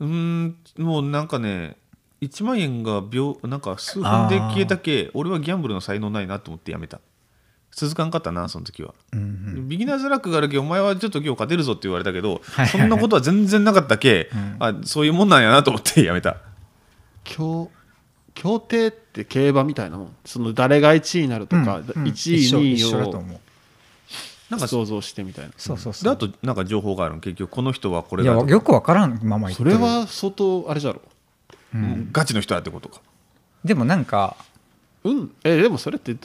う
ーんもうなんかね1万円が秒なんか数分で消えたけ俺はギャンブルの才能ないなと思ってやめた続かんかったなその時は、
うんうん
ビギナーズラックがあるけお前はちょっと今日勝てるぞって言われたけど、
はい
そんなことは全然なかったけ、
うん
あそういうもんなんやなと思ってやめた
協協定って競馬みたいなもんその誰が1位になるとか、
うんうん
1
一緒
位
一緒だと
2
思う
位
なん
を
か
想像してみたいな
そうそうそ
で
う
あとなんか情報があるの結局この人はこれ
い
だ
や
とか
よくわからんまま言って
そ
る
れは相当あれじゃろ
う
う
んんガチの人だってことか
でもなんか
うんえでもそれって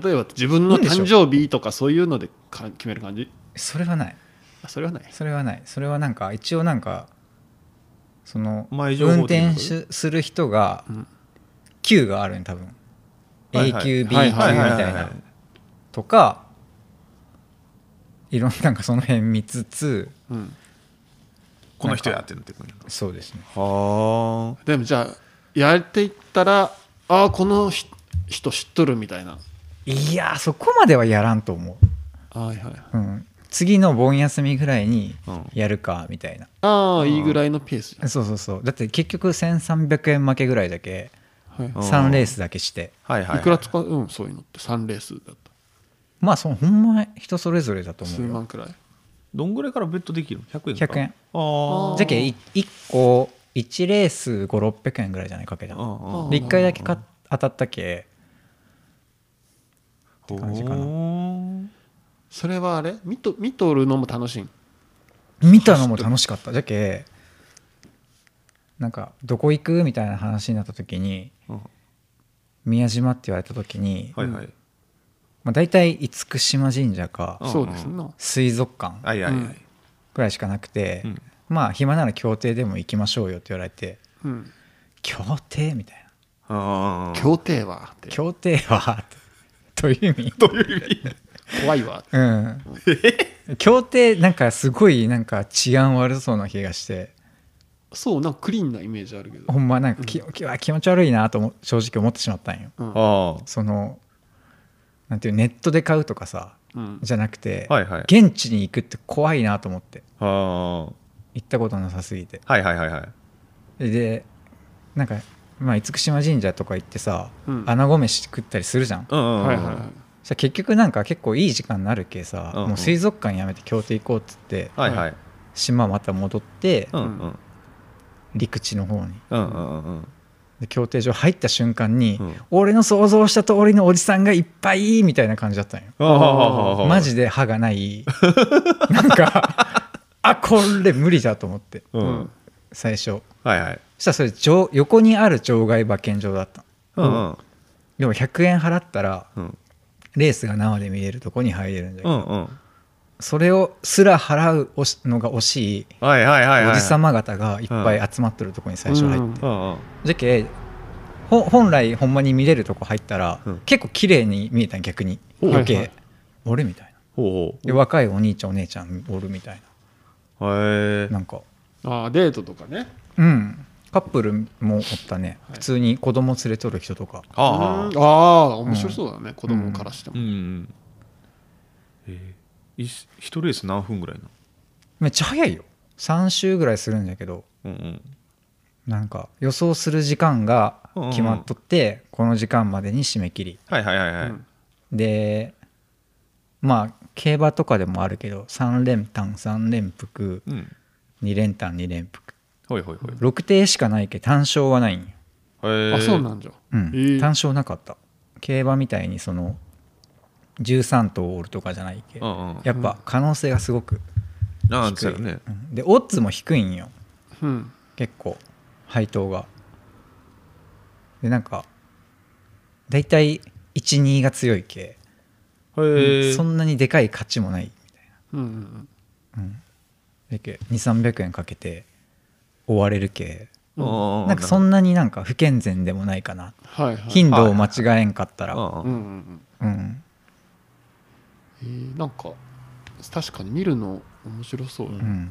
例えば自分の誕生日とかそういうのでか決める感じ
それはない
あそれはない
それはないそれはなんか一応なんかその
前情報
運
っていうの
転手する人が
うん
級があるね多分
は
A
いはい
級 B 級み
は
たい
いはいはいはい
なとかいろんななんかその辺見つつ
うん
この人やってなってくる
そうですね
はあ
でもじゃあやっていったらああこのひ人知っとるみたいない
やーそこまではやらんと思
はいはい、
う、うん、次の盆休みぐらいに
うん
やるかみたいな、
あ
う
あ
ん
いいぐらいのペースじゃん
そうそうそうだって結局1300円負けぐらいだけ
はい
うん
3レースだけして
はいはいはい
いくら使ううんそういうのって3レースだっ
まあそのほんま人それぞれだ
た
と思
数
うよ
万くらい
どんぐらいからベットできるの ?100 円か
100円
ああ
じゃけ1個1レース5600円ぐらいじゃないかけた
うんうん
あ
うん
で1回だけか当たったけって感じかな
それはあれ見と見とるのも楽しいん
見たのも楽しかったじゃけなんかどこ行くみたいな話になった時に
うん
宮島って言われた時に、
はいはい
まあ、大体厳島神社か
うん
そうですな
水族館
はいはいはい
くらいしかなくて、
うん
まあ暇なら協定でも行きましょうよって言われて
うん
協定みたいな
あー
協定はって
協定はという意味どういう
怖いわって
うん協定なんかすごいなんか治安悪そうな気がして
そうなんかクリーンなイメージあるけど
ほんまなんかき、き気持ち悪いなとも正直思ってしまったんよ
うん
あ
そのなんていうネットで買うとかさ
うん
じゃなくて、
ーはいはい
現地に行くって怖いなと思って
あー
行ったことなさすぎて
はいはいはいはい
でなんか、まあ、厳島神社とか行ってさ、
うん
穴子飯食ったりするじゃん
うんうんうん
はいはいはい
じゃ結局なんか結構いい時間になるけさ、
うんうん
もう水族館やめて協定行こうっつって、
はいはい
島また戻って、
うんうん
陸地の方に
うんうんうんうん
で協定所入った瞬間に、
うん
俺の想像した通りのおじさんがいっぱいみたいな感じだったんよ
あーはいはい
マジで歯がない なんかあこれ無理だと思って
う
うんん
最初
はいはい
そしたらそれ上横にある場外馬券場だったの
うんうん
でも100円払ったら
うん
レースが生で見れるとこに入れるんだけ
う
ど、
んうん
それをすら払うおしのが惜しい
はいはいはいはい
おじさま方がいっぱい集まっとるとこに最初入って、
うん
うんうん
じゃけほ本来ほんまに見れるとこ入ったら、
うん
結構綺麗に見えたん逆に
お
余計、
はいはい
俺みたいな
ほう
で若いお兄ちゃんお姉ちゃんおるみたい
ほうへえ
ななんか
ああデートとかね
うんカップルもおったね、
はい
普通に子供連れとる人とか
あ
うん
あ
ああ面白そうだね子供からして
う
も
んえーいし一レース何分ぐらいな
めっちゃ早いよ3周ぐらいするんだけど
うんうん
なんか予想する時間が決まっとって、この時間までに締め切り
はいはいはいはい
うん
でまあ競馬とかでもあるけど3連単3連複
うん
2連単2連複
ほいほいほい
6艇しかないけど単勝はないんよ、
へえ
あそうなんじゃ
うん
えー
単勝なかった競馬みたいにその13頭おるとかじゃないけ、
うんうん
やっぱ可能性がすごく、
なんつうよね
うんでオッズも低いんよ
うん
結構配当がでなんか大体12が強い系、
へえ
そんなにでかい価値もない
うんうん
だけ2300円かけて追われる系
うんうんう
なんかそんなになんか不健全でもないかな
はいはい
頻度を間違えんかったら、
うん
う
うん
うんん
うん、
うんえーなんか確かに見るの面白そう
う
や
ん、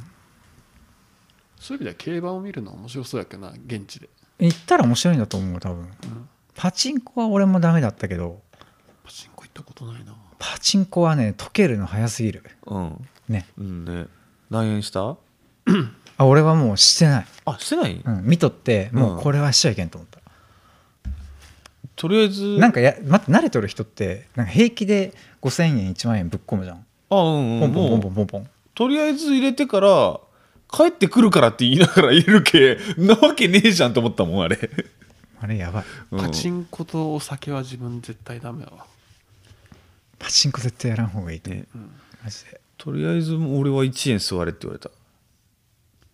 そういう意味では競馬を見るのは面白そうやけどな現地で
行ったら面白いんだと思う多分
うん
パチンコは俺もダメだったけど
パチンコ行ったことないな
パチンコはね溶けるの早すぎる
うん
ね
うんね何円した
あ俺はもうしてない、
あしてない
うん、見とってもううんこれはしちゃいけんと思った、
とりあえず
なんかや待って慣れとる人ってなんか平気で5,000円1万円ぶっ込むじゃん
あうん
ポ
う
ン
ん
ポンポ
もう
ンポンポンポン
とりあえず入れてから帰ってくるからって言いながら入れるけ なわけねえじゃんと思ったもんあれ
あれやばい
パチ
ン
ンコとお酒は自分絶対ダメだわ
パチンコ絶対やらん方がいいと思う、
ね
うん
マジで
とりあえず俺は1円座れって言われた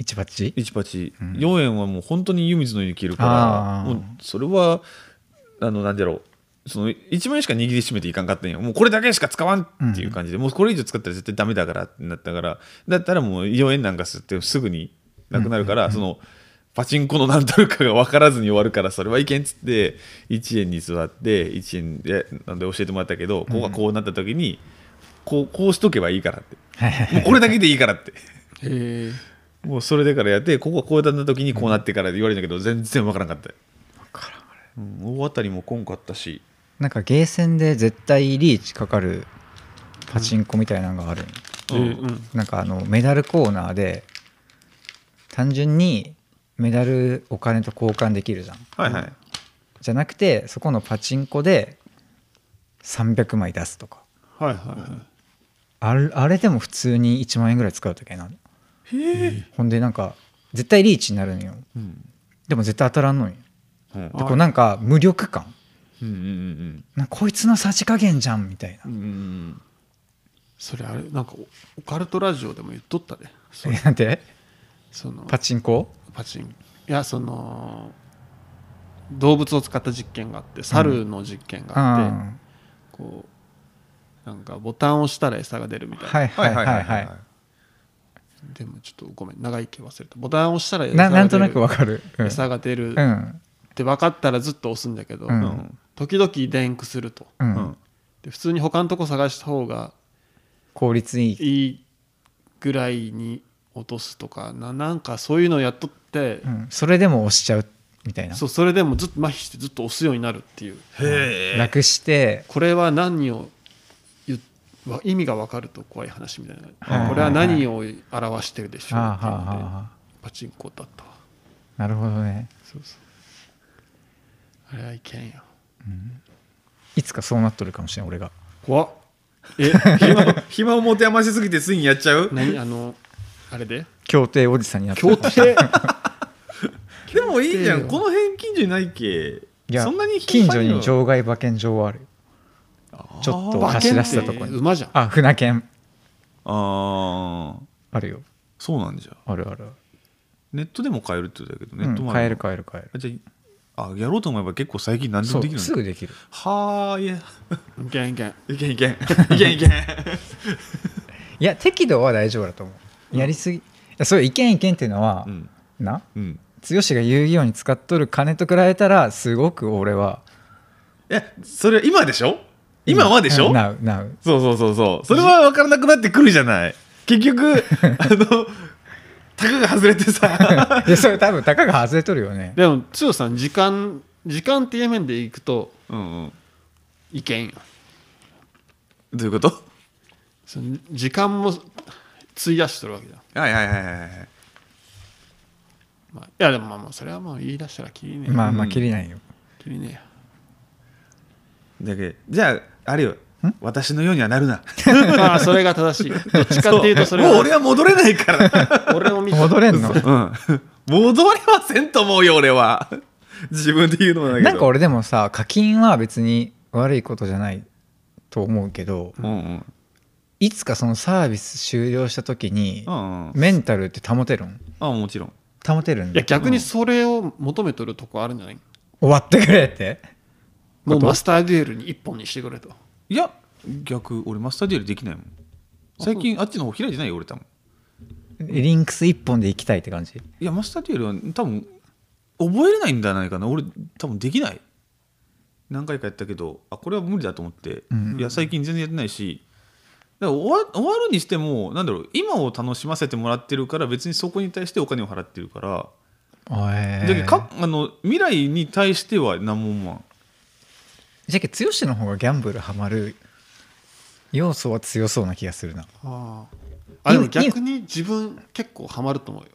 1バッチ
1パチ、
うん
4円はもう本当に湯水のように消えるか
あ
ら
ー
もうそれはあの何だろうその1万円しか握りしめていかんかったんよもうこれだけしか使わんっていう感じで、もうこれ以上使ったら絶対ダメだからってなったからだったらもう4円なんか吸ってすぐになくなるから、そのパチンコの何たるかが分からずに終わるからそれはいけんっつって1円に座って1円でなんで教えてもらったけどここがこうなった時にこうこうしとけばいいからって
はいはい
もうこれだけでいいからって。
へえ
もうそれでからやってここがこうだった時にこうなってから言われたけど全然わからなかったうん、大当たりもこんかったし
なんかゲーセンで絶対リーチかかるパチンコみたいなのがあるんよ、
う
う
ん
ん
なんかあのメダルコーナーで単純にメダルお金と交換できるじゃん
はいはい、
じゃなくてそこのパチンコで300枚出すとか
はいはいは
あれあれでも普通に1万円ぐらい使うときな
へえ、
ほんでなんか絶対リーチになるのよ
うん
でも絶対当たらんのよ
うん
でこうなんか無力感
うんうん
なこいつのさじ加減じゃんみたい
うんうんうん
それあれなんかオオカルトラジオでも言っとったでそ
な。え
れ
なんで
その
パチンコ
パチンいやその動物を使った実験があって猿の実験があって、
あ
こうなんかボタンを押したら餌が出るみ
あ
たいな、
はいはいはいはい,、
でもちょっとごめん長い気忘れたボタンを押したら餌が出
な
る
なんとなくわかる、うん
餌が出る
う
っ
ん
て分かったらずっと押すんだけど、
うん
うん
時々電駆すると
うん
うん
で普通に他のとこ探した方が
効率いい、
いいぐらいに落とすとかななんかそういうのをやっとって、
うん、それでも押しちゃうみたいな
そうそれでもずっと麻痺してずっと押すようになるっていう
へえ
楽して
これは何を言っわ意味が分かると怖い話みたいな、
はい
これは何を表してるでしょう
あ
って
あ
いう
はあはあ
ので
はあ
パチンコだったわ
なるほどね
そうそうあれはいけんよ
いつかそうなっとるかもしれん俺が
怖っえ
暇を持て余しすぎてついにやっちゃう
何あのあれで
協定おじさんになって
協 定
でもいいじゃ
協定よ
んこの辺近所にないっけ
いや
そんなに頻
近所
繁
に
は
場外馬券場はある
あー
ちょっと走らせたと
馬券
こ
って
に
馬じゃん
あ船券
ああ
あるよ
そうなんじゃ
あるある
ネットでも買えるって言うんだけどネ
う
ット
ん
もあ
買え
る
る買える買える
あじゃああやろうと思えば結構最近何で
そ
もでき
う
る
すぐできる
はーいや
いけんいけん
いけんいけんいけんいけん
いや適度は大丈夫だと思うやりすぎ、いやそういう意見意見っていうのは
う、ん
な
うん
剛が遊戯王に使っとる金と比べたらすごく俺はい
やそれ今でしょ今はでしょ、
なうなう
そうそうそうそうそれは分からなくなってくるじゃない結局あ のたかが外れてさ
いやそれ多分たかが外れとるよね
でも剛さん時間時間っていう面でいくと
うん、うん、
いけんよ
どういうこと
その時間も費やしてるわけじゃん、
はいはいはいはいはい
まあ、いやでもまあまあそれはもう言い出したらきりねえよ、
まあまあ
うん
切りないよ、
きりねえよ
だけじゃああれよ私のようにはなるな
まあそれが正しいどっちかっていうとそれ
もう
は
俺は戻れないから
俺を見て
戻れんの
うん戻れませんと思うよ俺は自分で言うのもだけど
なんか俺でもさ課金は別に悪いことじゃないと思うけど
うんうん
いつかそのサービス終了した時に
うんうん
メンタルって保てるん
あもちろん
保てるん
いや
だ
逆にそれを求めとるとこあるんじゃない
終わってくれって
もうマスターデュエルに一本にしてくれと
いや逆俺マスターデュエルできないもん最近あっちの方開いてないよ俺多分
リンクス一本で行きたいって感じ
いやマスターデュエルは多分覚えれないんじゃないかな俺多分できない何回かやったけどあこれは無理だと思って、
うん
いや最近全然やってないしだから終わ終わるにしてもなんだろう今を楽しませてもらってるから別にそこに対してお金を払ってるから、
え
だけどかあの未来に対しては何も思わん
じゃけ剛の方がギャンブルハマる要素は強そうな気がするな
ああでも
いい
逆に自分結構ハマると思うよ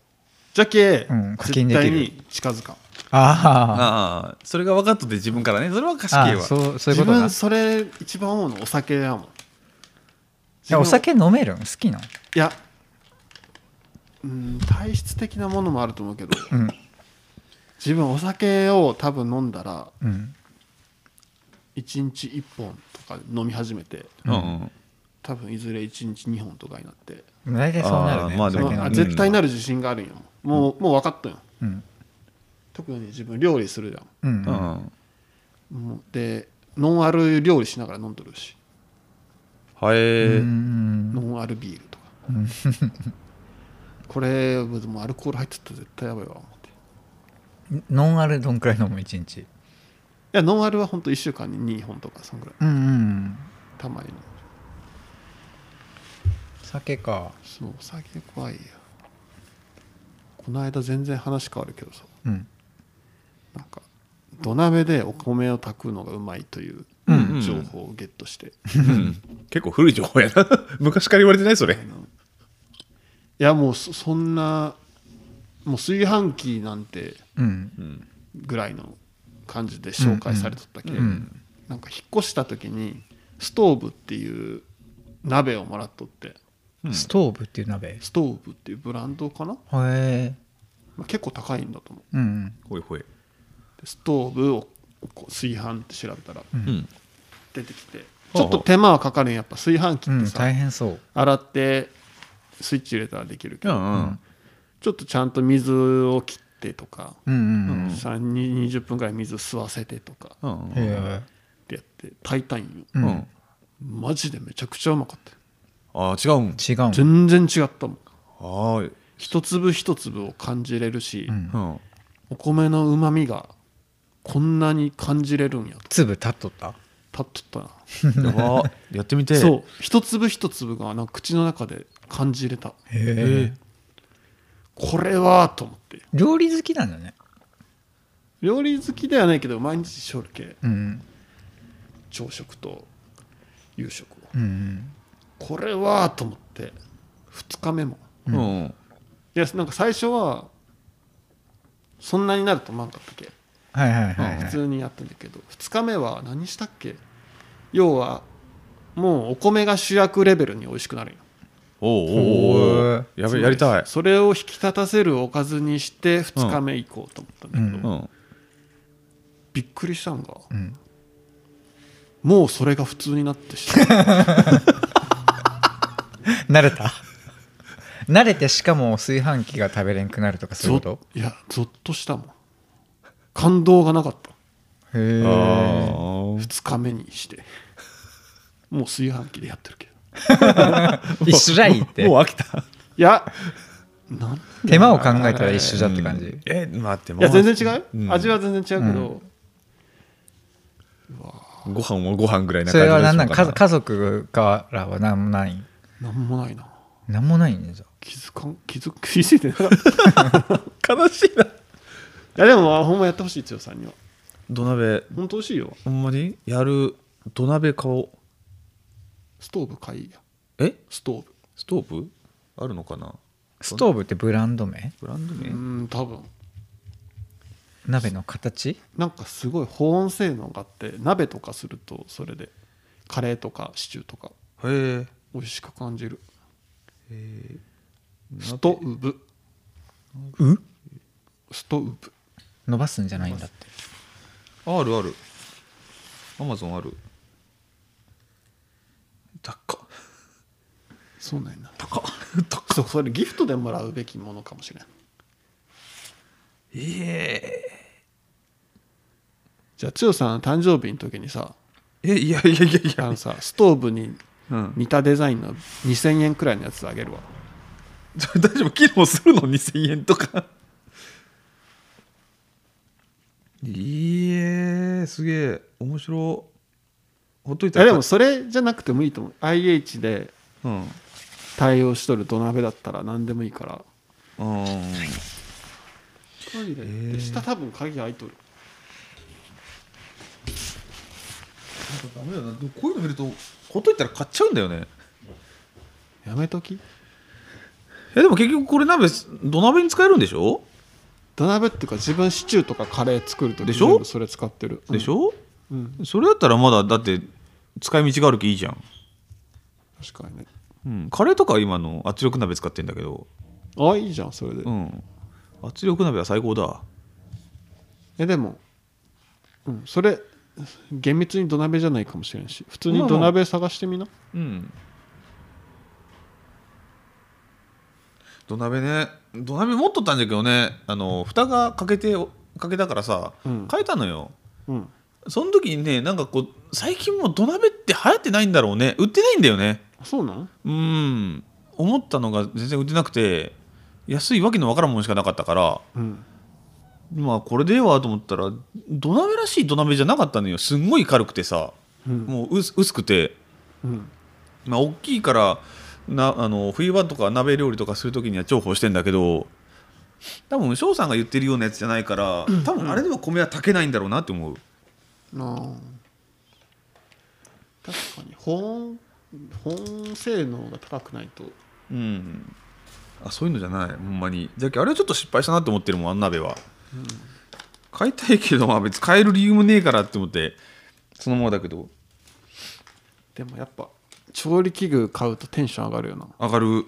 じゃけ、
うん課金
絶
できる
対に近づかん
あ
あ
あ
あそれが分かっとって自分からねそれは貸し
あ
切れ
あ
は
そうそうい
自
うことな
分
い
それ一番思うのお酒やもんい
やお酒飲めるん好きなの
いやうん体質的なものもあると思う けど
うん
自分お酒を多分飲んだら
うん
1日1本とか飲み始めて
うんうん
多分いずれ1日2本とかになって
大体そうなる
あ
ね
ーまあでも
酒飲
まあ
んで
絶対なる自信があるんよもう,、もう分かったんよ
うん
特に自分料理するじゃ
う
う
んうん
ん
んもうでノンアル料理しながら飲んどるし、
は
う
え
ん
ノンアルビールとか
うん
これもうアルコール入ってたら絶対やばいわ思ってい
ノンアルどんくらい飲む一日
やノンアルは本当1週間に2本とかそんぐらい
うんうん
たまに飲む
酒か
そうお酒怖いよこの間全然話変わるけどさ
うん
なんか土鍋でお米を炊くのがうまいという
うん
情報をゲットして、
結構古い情報やな 昔から言われてないそれ
あのいやもうそそんなもう炊飯器なんて
うん
うん
ぐらいの感じで紹介されとったけ、
うん
なんか引っ越した時にストーブっていう鍋をもらっとって
うん
ストーブっていう鍋へ
ストーブっていうブランドかな、
え
まあ、結構高いんだと思
うん
ほいほい。
うでストーブをこう炊飯って調べたら
うん
うん
出てきてち
ほう
ょっと手間はかかるんやっぱ炊飯器
う
って
ん、
さ
大変そう、
洗ってスイッチ入れたらできるけ
う
ど
んうん
ちょっとちゃんと水を切ってとか
うんうんうん
うん
3に20分ぐらい水吸わせてとか
うんうん
へ
ってやって炊いたんよ
えう、
うんん
マジでめちゃくちゃうまかったよ
ああ違うん
違うん
全然違ったもん
はーい
一粒一粒を感じれるし、
うん
うん
お米のうまみがこんなに感じれるんやと
粒立っとった
立っとったな
やばーやってみて
そう一粒一粒がなんか口の中で感じれた
へえ
これはと思って
料理好きなんだね
料理好きではないけど毎日しょるけ
うん
朝食と夕食を
うんうん
これはと思って2日目も
うんうん
いやなんか最初はそんなになると思わんかったけ
はいはいはい、
普
はい、
通にやったんだけど2日目は何したっけ要はもうお米が主役レベルに美味しくなるよ
おうおうおう
ほ
やべやりたい
それを引き立たせるおかずにして2日目行こうと思ったんだけど、
うん
うん
びっくりしたんが
うん、
もうそれが普通になってしまう
慣れた慣れてしかも炊飯器が食べれんくなるとか そういうこ
ぞいやゾッとしたもん感動がなかった
とへ
あ
え
ー
2日目にしてもう炊飯器でやってるけど
一緒じゃいいって
もう飽きた
いやなん
手間を考えたら一緒じゃって感じ、
うんえ待って
いや全然違う、
ん
味は全然違うけど、
ご飯もご飯ぐらいな
そ
感じでし
れ
ょ
は
う
なんなん
か
家家族からは何もない
なんもないな
何もないんじゃ
気づかん気づ気づいてなかった い
悲しいな
やでもほんまやってほしい強さんには
土鍋
ほんと美味しいよ
ほんまにやる土鍋顔
ストーブ買いや
え
ストーブ
ストーブあるのかな
ストーブってブランド名
ブランド名、
うん多分
鍋の形
なんかすごい保温性能があって鍋とかするとそれでカレーとかシチューとか
へ
美味しく感じる
え
ストウブ
う
ストウブ
伸ばすんじゃないんだって
あるあるアマゾンある高っ
そうなんやな
高っ 高っ
そうそれギフトでもらうべきものかもしれん
え
じゃあ千代さん誕生日の時にさ
ええいやいやいやい
あ
や
のさストーブに
うん、
似たデザインの2000円くらいのやつあげるわ
ちょ大丈夫機能するの2000円とかいいえすげえ面白ほっとい
い
た
や
ら
でもそれじゃなくてもいいと思う IH で
うん
対応しとる土鍋だったら何でもいいから
うん
トイレ
へー
で下多分鍵開いとる
ダメだなでもこういうの見るとほっといたら買っちゃうんだよね
やめとき
えでも結局これ鍋土鍋に使えるんでしょ
土鍋っていうか自分シチューとかカレー作るとき
でしょ
全部それ使ってる
でし、ょ、
うんうん
それだったらまだだって使い道があるきいいじゃん、
確かにね
うん、カレーとかは今の圧力鍋使ってんだけど、
あいいじゃんそれで、
うん、圧力鍋は最高だ
えでも、うん、それ厳密に土鍋じゃないかもしれんし普通に土鍋探してみな、
うん土鍋ね土鍋持っとったんだけどねあの蓋がかけてかけたからさ
うん
変えたのよ、
うん、
その時にねなんかこう最近もう土鍋って流行ってないんだろうね売ってないんだよね
そうなん
うん思ったのが全然売ってなくて安いわけのわからんものしかなかったから
うん
まあこれでええわと思ったら土鍋らしい土鍋じゃなかったのよすんごい軽くてさ
うん
もう薄薄くて、
うん
まあ、大きいからなあの冬場とか鍋料理とかする時には重宝してんだけど多分翔さんが言ってるようなやつじゃないから多分あれでも米は炊けないんだろうなって思う、
あー確かに保温保温性能が高くないと
うん、あそういうのじゃないほんまにじゃけあれはちょっと失敗したなって思ってるもんあの鍋は、買いたいけどまあ別に買える理由もねえからって思ってそのままだけど
でもやっぱ調理器具買うとテンション上がるよな
上がる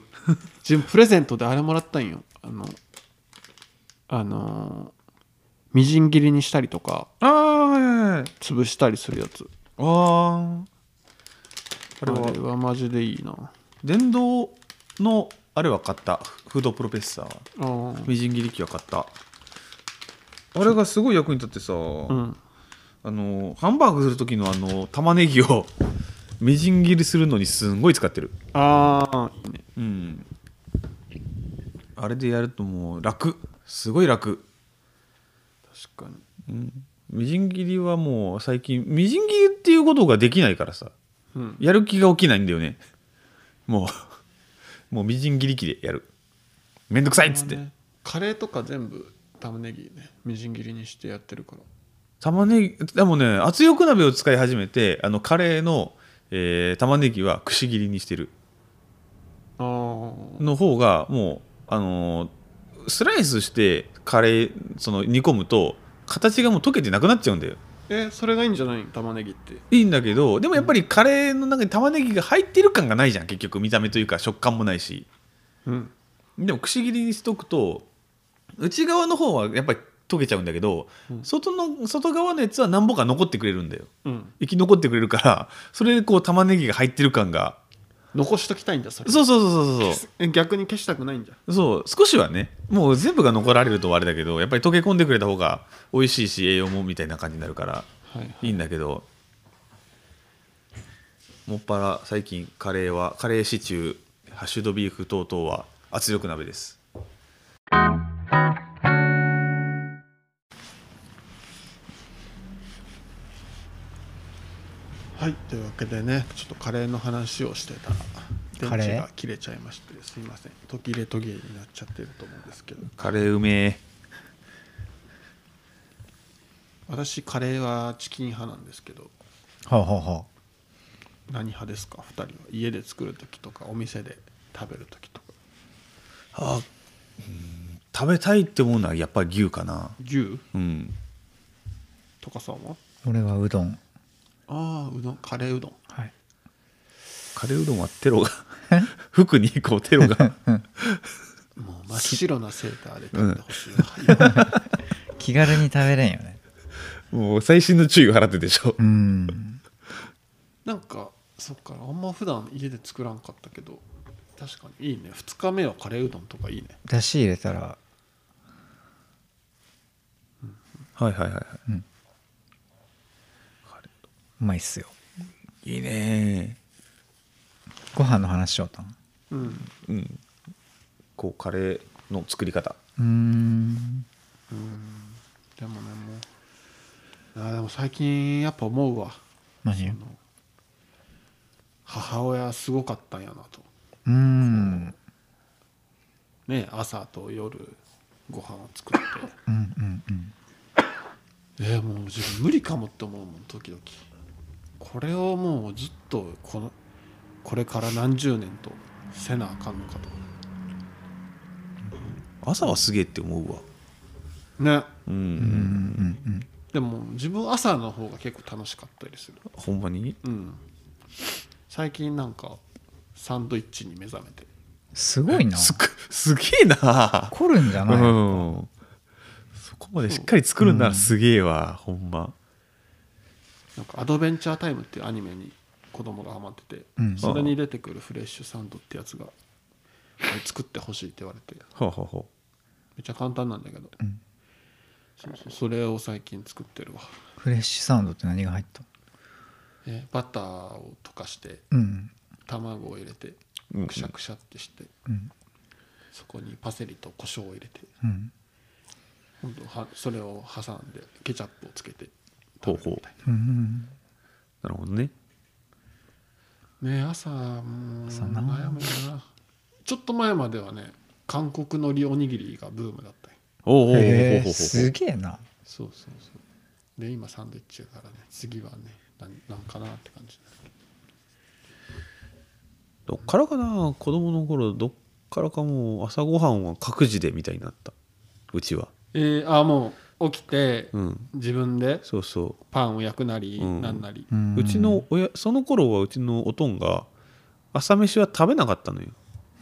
自分プレゼントであれもらったんよあのあのーみじん切りにしたりとか
ああはいはいはい
潰したりするやつ
あーあ
あ
れ
れ
は
はマジでいいな
電動のあれは買ったフードプロペッサー
あー
みじん切り機は買ったあれがすごい役に立ってさ、
うん
あのハンバーグする時のあの玉ねぎを みじん切りするのにすんごい使ってる
ああいいね
うんあれでやるともう楽すごい楽、
確かに
うん、みじん切りはもう最近みじん切りっていうことができないからさ
うん
やる気が起きないんだよねもう もうみじん切り機でやるめんどくさいっつって、
ねカレーとか全部玉ねぎねみじん切りにしてやってるから
玉ねぎでもね圧力鍋を使い始めてあのカレーの、えー玉ねぎはくし切りにしてる
あー
の方がもうあのースライスしてカレーその煮込むと形がもう溶けてなくなっちゃうんだよ
えそれがいいんじゃない玉ねぎって
いいんだけどでもやっぱりカレーの中に玉ねぎが入ってる感がないじゃん結局見た目というか食感もないし
うん
でもくし切りにしとくと内側の方はやっぱり溶けちゃうんだけど、
うん
外の外側のやつは何本か残ってくれるんだよ
うん
生き残ってくれるからそれでこう玉ねぎが入ってる感が
残しときたいんだそれ
そうそうそうそうそ
え逆に消したくないんだ
うそう少しはねもう全部が残られるとあれだけどやっぱり溶け込んでくれた方が美味しいし栄養もみたいな感じになるから
はい
いいんだけどもっぱら最近カレーはカレーシチューハッシュドビーフ等々は圧力鍋です
はい、というわけでねちょっとカレーの話をしてた
カ
ら
レー
電池が切れちゃいましてすいません途切れ途切れになっちゃってると思うんですけど
カレーうめえ
私カレーはチキン派なんですけど
ほうほうほ
何派ですか2人は家で作る時とかお店で食べる時とか
あうん食べたいって思うのはやっぱり牛かな
牛
うん
とかさんは
う俺はうどん
ああうどんカレーうどん
はい
カレーうどんはテロが 服にこうテロが
もう真っ白なセーターで食べてほしいわ、
気軽に食べれんよね
もう最新の注意を払ってでしょ
うん
なんかそっかあんま普段家で作らんかったけど確かにいいね2日目はカレーうどんとかいいね
だし入れたら
はいはいはいは
うまいっすよ
いいいね
ご飯の話しようと思
うん
うんこうカレーの作り方
ううーん
うんでもねもうあーでも最近やっぱ思うわ
マジ
あの母親すごかったんやなと
うーん
ね朝と夜ご飯を作って
うんうんうん
えーもう自分無理かもって思うもん時々これをもうずっとこのこれから何十年とせなあかんのかと
朝はすげえって思うわ
ね
う
うん
ん
うんうん
でも自分朝の方が結構楽しかったりする
ほんまに
うん最近なんかサンドイッチに目覚めて
すごいな
すくすげえな
凝るんじゃ
う
ない、
んそこまでしっかり作るんならすげえわほんま
なんか「アドベンチャータイム」っていうアニメに子供がハマってて、
うん
それに出てくるフレッシュサンドってやつが作ってほしいって言われて
ほうほうほ
めっちゃ簡単なんだけど、
うん
そうそうそれを最近作ってるわ、
フレッシュサウンドって何が入った
えバターを溶かして
うん
卵を入れて
うん
くしゃくしゃってして、
うん
そこにパセリと胡椒を入れて
うん
今度はそれを挟んでケチャップをつけて
ほうほう
みたいな
うんうん
なるほどね
ねえ朝もう
朝な
悩むよなちょっと前まではね韓国のりおにぎりがブームだったよ
おうおうおう
へ
ほ
え
うほうほ
す
う
げえな
そうそうそうで今サンドイッチやからね次はね何なんかなって感じ
どっからかな子供の頃どっからかもう朝ごはんは各自でみたいになったうちは
えー、あもう起きて、
うん
自分で
そうそう
パンを焼くなり、
うん
なんなり、
ん
うちの親その頃はうちのおとんが朝飯は食べなかったのよ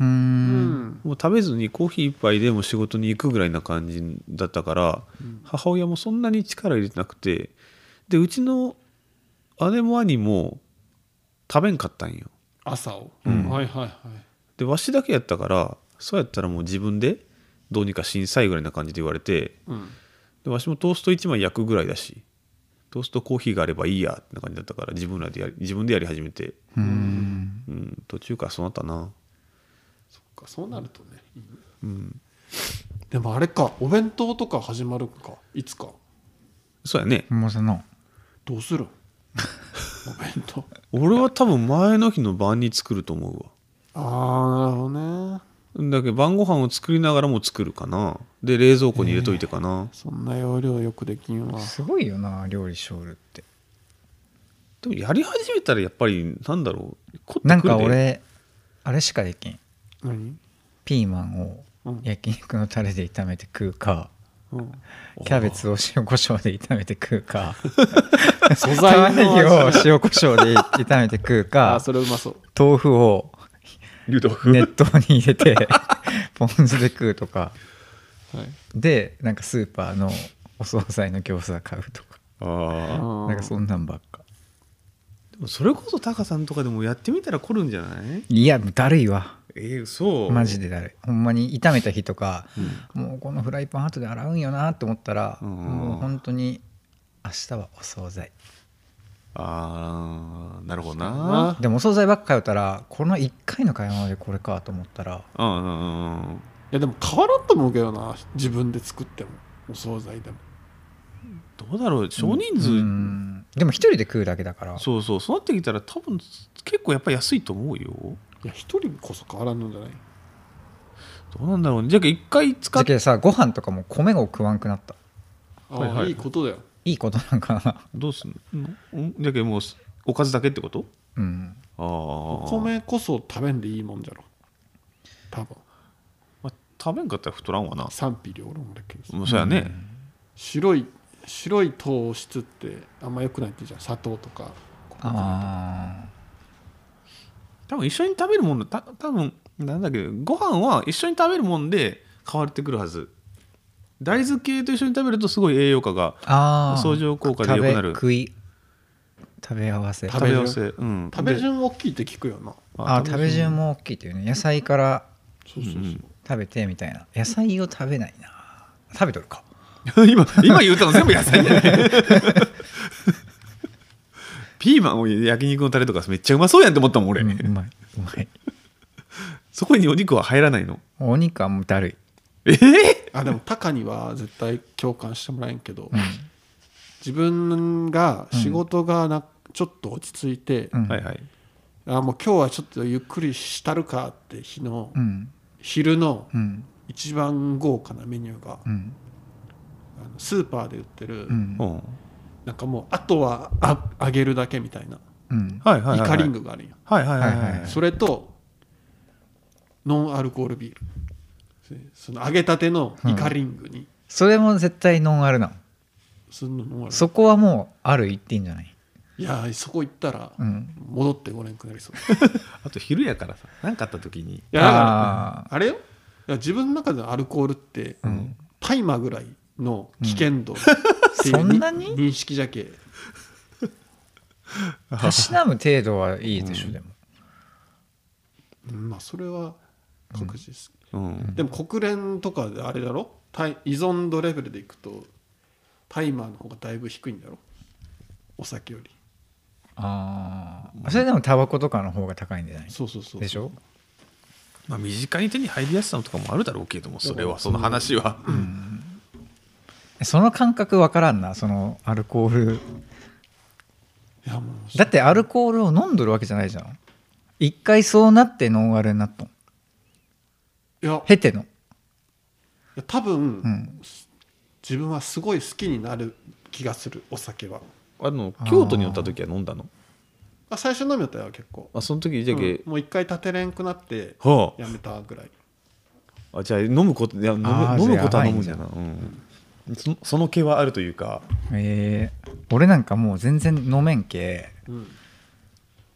うー
うんん
もう食べずにコーヒー一杯でも仕事に行くぐらいな感じだったから、
うん
母親もそんなに力入れてなくてでうちの姉も兄も食べんかったんよ
朝を、
うん
はいはいはい
でわしだけやったからそうやったらもう自分でどうにか震災ぐらいな感じで言われて
うん
でわしもトースト1枚焼くぐらいだしトーストコーヒーがあればいいやってな感じだったから自分らでやり自分でやり始めて、
うーん
うん、途中からそうなったな
そっかそうなるとねいいね
うん
でもあれかお弁当とか始まるかいつか
そうやね
もうその
どうするん お弁当
俺は多分前の日の晩に作ると思うわ
ああなるほどね
だけど晩ご飯を作りながらも作るかなで冷蔵庫に入れといてかな、
そんな要領よくできんわ
すごいよな料理ショールって
でもやり始めたらやっぱりなんだろう凝ってくるで
なんか俺あれしかできん
何
ピーマンを
うん
焼肉のタレで炒めて食うか
うん
キャベツを塩コショウで炒めて食うか
素
玉
材
ねぎ
の味
を塩コショウで炒めて食う
ああ
か
それうまそう
豆腐を
湯豆腐
熱湯に入れてポン酢で食うとか
はい
でなんかスーパーのお惣菜の餃子買うとか
ああ
あ
なんかそんなんばっか
でもそれこそタカさんとかでもやってみたら凝るんじゃない
いやだるいわ
えー、そう
マジでだるいほんまに炒めた日とか、もうこのフライパン後で洗うんよなと思ったら、
うん
もう本当に明日はお惣菜
ああなるほ
そ
ど
うだ
な
な
でもお惣菜ばっか通ったらこの1回の買い物でこれかと思ったら
うんうんうんうん
いやでも変わらんと思うけどな自分で作ってもお惣菜でも
どうだろう少人数、
うんでも一人で食うだけだから
そうそうそうなってきたら多分結構やっぱ安いと思うよ
いや一人こそ変わらんのじゃない
どうなんだろうねじゃあ一回使っ
だけどさご飯とかも米を食わんくなった
ああ、
はいい
い
はい
ことだよ
いいことなんかな
どうすんのんじゃけもうおかずだけってこと
うん
ああ
お米こそ食べんでいいもんじゃろ多分
まあ、食べんかったら太らんわな
賛否両論だけどさ
もうそうやね、
白い白い糖質ってあんま良くないって言うじゃん砂糖とかココナッツ
あ
多分一緒に食べるものた多分なんだっけご飯は一緒に食べるもんで変わってくるはず大豆系と一緒に食べるとすごい栄養価が
ーあー
相乗効果で良くなる
食べ食い食べ合わせ
食
食
べ
べ
る
合わせ、うん、
食べ
で
順大きいって聞くよな
あー食べ順も大きいっていうね野菜から
そうそうそう、
食べてみたいな野菜を食べないな食べとるか
今今言ったの全部野菜じゃな いピーマンを焼肉のタレとかめっちゃうまそうやんって思ったもん俺、
うんうまいうまい
そこにお肉は入らないの
お肉はもうだるい
えー、
あでもタカには絶対共感してもらえんけど、
うん
自分が仕事がな、ちょっと落ち着いて、
うん
はいはい
あもう今日はちょっとゆっくりしたるかって日の、
うん
昼の
うん
一番豪華なメニューが、
うん
あのスーパーで売ってる、
うん
うん
なんかもうあとはあ揚げるだけみたいな、
うん
はいはいはい
イカリングがあるんよ、
はいはいはい
はい
は
はいい
それとノンアルコールビールその揚げたてのイカリングに、
それも絶対ノンアルなの
すんのノンアル
そこはもうある言っていいんじゃない
いやーそこ行ったら
うん
戻ってこれんくなりそう
あと昼やからさ何かあった時に
いやだから
あ
あれよいや自分の中でのアルコールって
ーうん
大麻ぐらいの危険 度っていう
そんなに
認識じゃけ
たしなむ程度はいいでしょでも
うんまあそれは確実です、
うん
でも国連とかであれだろ大依存度レベルでいくと大麻の方がだいぶ低いんだろお酒より
ああそれでもタバコとかの方が高いんじゃない
そうそうそう
でしょ
まあ、身近に手に入りやすさとかもあるだろうけどもそれはその話は、
その感覚わからんなそのアルコール
いやもう
だってアルコールを飲んどるわけじゃないじゃん一回そうなってノンアルになったの
いや
経ての
いや多分、
うん
自分はすごい好きになる気がするお酒は
あの京都に寄った時は飲んだの
あ最初飲めたよ結構
あその時じゃけ、
うんもう一回立てれんくなって
は
やめたぐらい
ああじゃあ飲むこといや飲む
あー
飲むことは
じゃあ
飲むんじゃなうん、そその気はあるというか
えー俺なんかもう全然飲めんけ
うん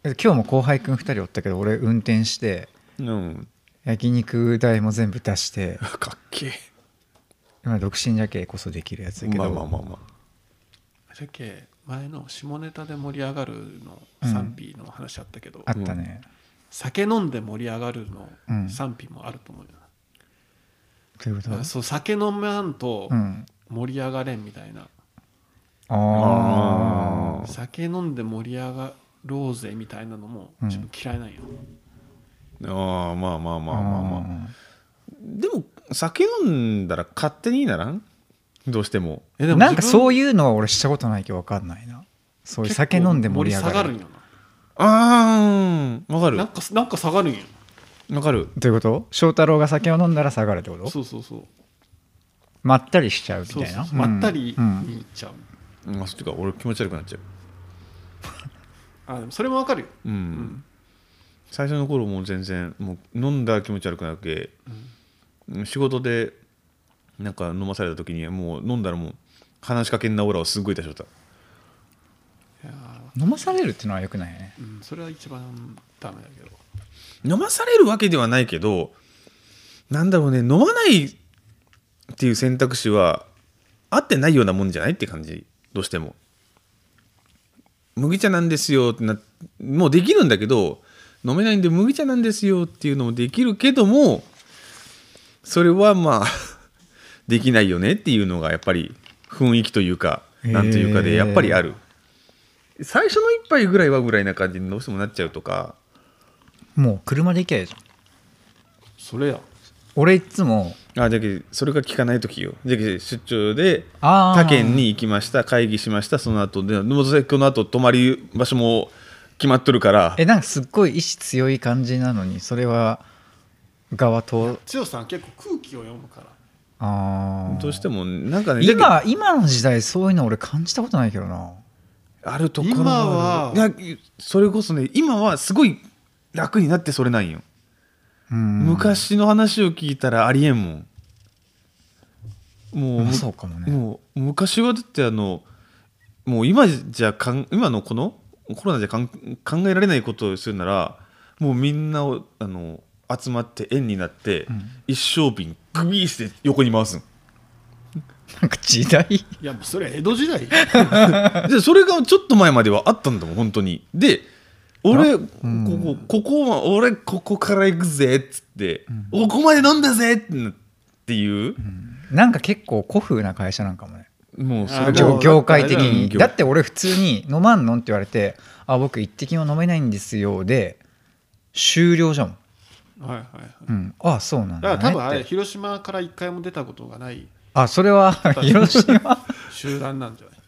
今日も後輩くん2人おったけど俺運転して
うん
え焼肉代も全部出して
かっけえ
今独身じゃけこそできるやつだけど、
まあまあまあま
じゃけ前の下ネタで盛り上がるの
うん
賛否の話あったけど、
あったね、
酒飲んで盛り上がる
う
の
ん
賛否もあると思うよな、
ということ
だからそう酒飲まんと
うん
盛り上がれんみたいな、
あ
あ
あ
酒飲んで盛り上がろうぜみたいなのも
うん
自分嫌いなんよ、
ああーまあまあまあまあまあ
あ
でも酒飲んだら勝手にならんどうしても
えでも
なんか
自分
そういうのは俺したことないけど分かんないなそういう酒飲んで盛り上が
結構
る
盛り下がるんよ
ああわか
な
る
なんかなんか下がるんよ
わかる
どういうこと翔太郎が酒を飲んだら下がるってこと
そうそうそう
まったりしちゃうみた
そう
い
そう
な
そうまったり
うん
にいっちゃう、
まあそっちか俺気持ち悪くなっちゃ
あでもそれもわかるよ、
ううん、
うん
最初の頃もう全然もう飲んだら気持ち悪くなるけ
うん
仕事でなんか飲まされた時にはもう飲んだらもう話しかけんなオーラをすっごい出しとっ
いや
飲まされるってのはよくないよね
ーうん、それは一番ダメだけど
た飲まされるわけではないけどなんだろうね飲まないっていう選択肢は合ってないようなもんじゃないって感じどうしても麦茶なんですよってなもうできるんだけど飲めないんで麦茶なんですよっていうのもできるけどもそれはまあ できないよねっていうのがやっぱり雰囲気というかなんというかで
へー
やっぱりある、最初の一杯ぐらいはぐらいな感じにどうしてもなっちゃうとか
もう車で行けばいいじゃん
それや
俺いつも
あじゃけそれが効かない時よじゃけ出張で
あー
他県に行きました会議しましたその後ででも今日の後泊まり場所も決まっとるから
えなんかすっごい意志強い感じなのにそれは側と
剛さん結構空気を読むから
ああ
どうしてもなんかねじゃけ
今今の時代そういうの俺感じたことないけどな
あるところ
今
も
は
あるいやそれこそね今はすごい楽になってそれなんよ、
うん
昔の話を聞いたらありえんもんもう,、
まあそうかもね
もう昔はだってあのもう今じゃかん今のこのコロナじゃかん考えられないことをするならもうみんなをあの集まって円になって、
ん
一升瓶グビーして横に回すん
なんか時代
いやもうそれ江戸時代
でそれがちょっと前まではあったんだもん本当にで俺、ここここは俺ここから行くぜっつって、ここまで飲んだぜってなっていう、
なんか結構古風な会社なんかもね
もうそれ
あ
が
業
もう
業界的
うん
に
業
だって俺普通に「飲まんの?」って言われて「あ僕一滴も飲めないんですよ」で終了じゃん、
はいはいはい
うん、ああそうなんだ、ね、
だから多分あれ
って
広島から一回も出たことがない
あそ れは広島、
集団なんじゃない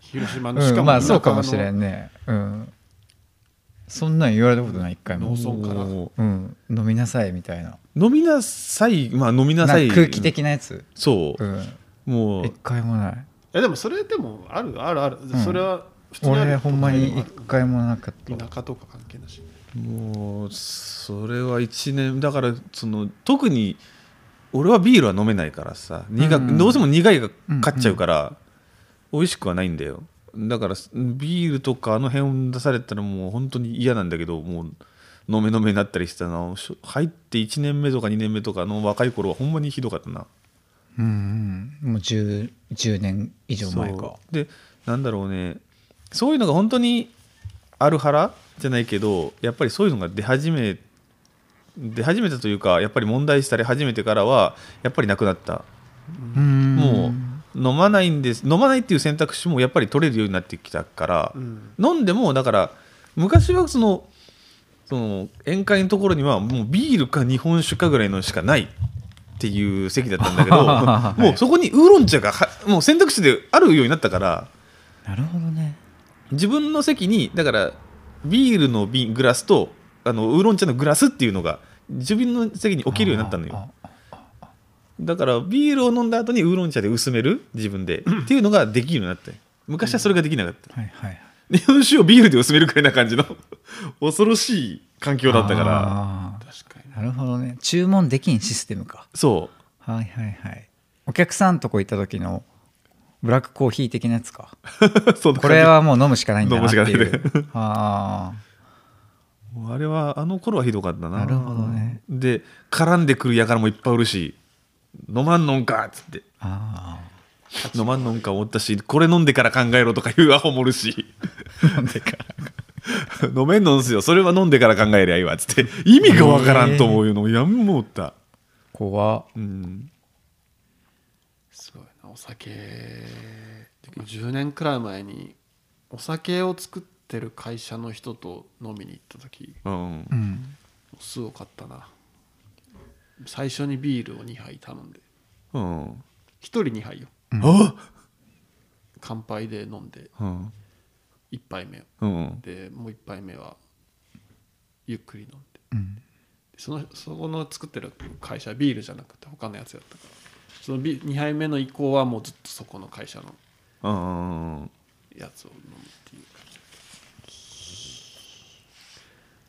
広島のし
う
か
ん、
も
まあそうかもし
田
れ
舎
んねうんそんなん言われたことない一回も
農、村から
も
うん、飲みなさいみたいな
う飲みなさいまあ飲みなさ
ないんか空気的なやつ、
そう
う、ん、
もう
一回もない
えでもそれでもあるあるある、
ん
それは普通にある
俺ほんまに一
都会
回もなかっ
でもあ
た
る田舎とか関係なし
もうそれは1年だからその特に俺はビールは飲めないからさ苦、
うん
どうしても苦いが勝っちゃうから、美味しくはないんだよだからビールとかあの辺を出されたらもう本当に嫌なんだけどもう飲め飲めになったりしたなしょ入って1年目とか2年目とかの若い頃はほんまにひどかったな
うんうんもう 10, 10年以上前か
そうでなんだろうねそういうのが本当にある腹じゃないけどやっぱりそういうのが出始め出始めたというかやっぱり問題視され始めてからはやっぱりなくなった
うん
もう飲まないんです飲まないっていう選択肢もやっぱり取れるようになってきたから、
うん
飲んでもだから昔はそのその宴会のところにはもうビールか日本酒かぐらいのしかないっていう席だったんだけ
はい
どもうそこにウーロン茶がはもう選択肢であるようになったから
なるほどね
自分の席にだからビールの瓶グラスとあのウーロン茶のグラスっていうのが自分の席に置けるようになったのよ。
あ
だからビールを飲んだ後にウーロン茶で薄める自分でっていうのができるようになって昔はそれができなかった、
あはいはいはい
日本酒をビールで薄めるくらいな感じの恐ろしい環境だったから
あ
確かに
ーなるほどね注文できんシステムか
そ
はいはいはいお客さんとこ行った時のブラックコーヒー的なやつか
う そんな感じ
これはもう飲むしかないんだなって
飲む
い
し
うあ
もうあれはあの頃はひどかったな
なるほどね
で絡んでくるやからもいっぱいおるし飲まんのんかっつって
あ
飲まんのんか思ったしこれ飲んでから考えろとかいうアホもおるし
あなんでか
飲めんのんすよそれは飲んでから考えりゃいいわっつって意味がわからんと思うのやんもうった、
怖
うん
すごいなお酒まあ10年くらい前にお酒を作ってる会社の人と飲みに行った時
うん
うん
酢を買ったな最初にビールを2杯頼んで
うん
1人2杯よ
あ
乾杯で飲んで
うん
1杯目を
うん
でもう1杯目はゆっくり飲んで
うん
そのそこの作ってる会社はビールじゃなくて他のやつやったからそのビ2杯目の以降はもうずっとそこの会社の
うんうん
やつを飲むっていう感じ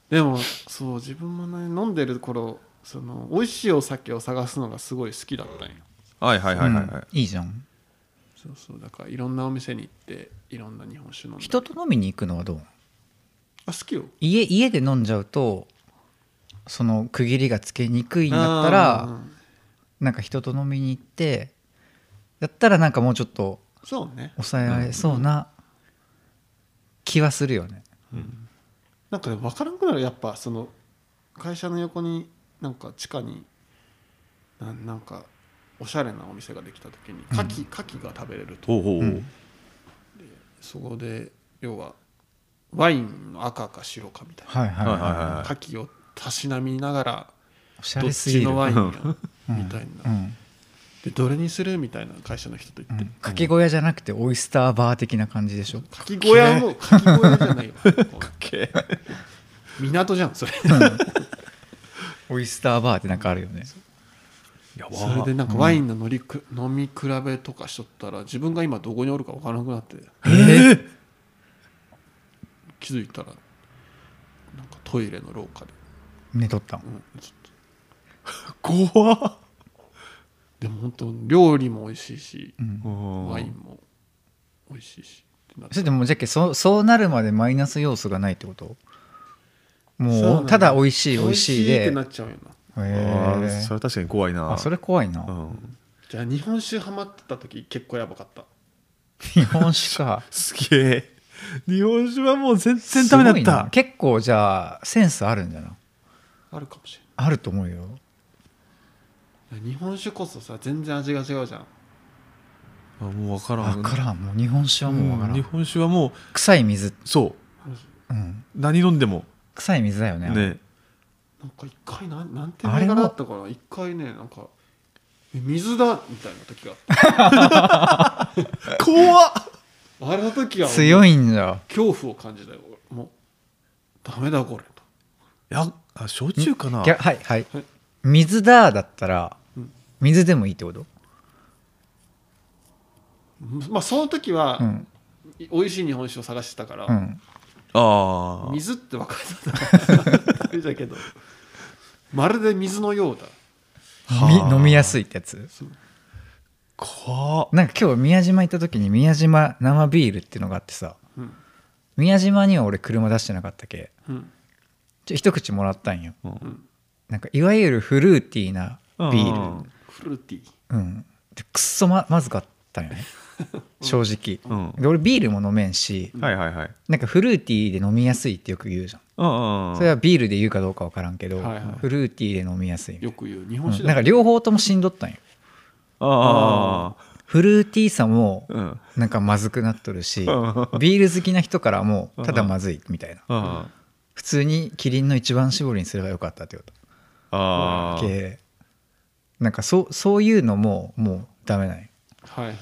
でもそう自分もね飲んでる頃その美味しいお酒を探すのがすごい好きだったんよ
はいはいはいはいはい、
いいじゃん
そうそうだからいろんなお店に行っていろんな日本酒飲んで
人と飲みに行くのはどう
あ好きよ
家家で飲んじゃうとその区切りがつけにくいんだったら
うん
なんか人と飲みに行ってだったらなんかもうちょっと
そうね
抑えられそうな気はするよね、
なんかね分からんくなるやっぱその会社の横になんか地下にななんかおしゃれなお店ができた時に牡蠣牡蠣が食べれると
ほうほうほう、
うん
そこで要はワインの赤か白かみたい
はいはい
はいはい
な
はい
牡蠣をたしなみながら
おしゃ
ど
れ
っ
すぎ
ち
る
のワインや
うん
みたいな、
うん
でどれにするみたいな会社の人と言
う
って、
ん、かき小屋じゃなくてオイスターバー的な感じでしょ
牡蠣小屋も牡蠣小屋じゃ ないよ
け
港じゃんそれ
オイスターバーってなんかあるよね
やば
それでなんかワインの乗りく、飲み比べとかしとったら自分が今どこにおるか分からなくなって
えー
気づいたらなんかトイレの廊下で、
寝とったん
うん、ちょっと
怖っ
でも本当料理も美味しいし、
うん
ワインも美味しいしってなっ
それ
て
でもうじゃっけそうそうなるまでマイナス要素がないってこと
そうな
も
ん
う
だ
ただ美味しい美味しい
美って
で
なっちゃうよな
へ
あ
ー
ーそれは確かに怖いな
あそれ怖いな、
うん、
じゃあ日本酒ハマってた時結構やばかった
日本 酒か
すげえ日本酒はもう全然ダメだ
すごい
った
な結構じゃあセンスあるんじゃない
あるかもし
あると思うよ
れない日本酒こそさ全然味が違うじゃん
あもう分からん
分からんもう日本酒はもう分からん、
日本酒はも
臭い水、
うそう
うん、
何飲んでも
臭い水だよね
ね
なんか一回なんなんて銘柄だったかな一回ねなんかえ水だみたいな時があっ
怖っ
たあの時は
強
い
いんだ
恐怖を感じたよ俺もうダメだこれと
やあ焼酎かな
ぎゃはいはい
はい
水だだったら
うん
水でもいいってこと、
まあその時は、
うん
い美味しい日本酒を探してたから、
うん、
あー
水って分かったんだけど まるで水のようだ
はあ
み飲みやすいってやつ
怖っ
なんか今日宮島行った時に宮島生ビールっていうのがあってさ
うん
宮島には俺車出してなかったけ
うん
ちょ一口もらったんよ
うん
なんかいわゆるフルーティーなビール
フルーティー
うんでくっそままずかったんよね正直
ルうん
で俺ビールも飲めんし
はいはいはい
なんかフルーティーで飲みやすいってよく言うじゃん
うんうん
それはビールで言うかどうか分からんけど、
はいはい
フルーティーで飲みやすい、
よく言う日
う
本酒
ん、
だ
なんか両方ともしんどったんよ
ああ
フルーティーさも
うんうん
なんかまずくなっとるしビ
うん
ール好きな人からもただまずいみたいな
あ
普通にキリンの一番搾りにすればよかったってこと
あー
系なんかそうそういうのももうダメない
はいはい、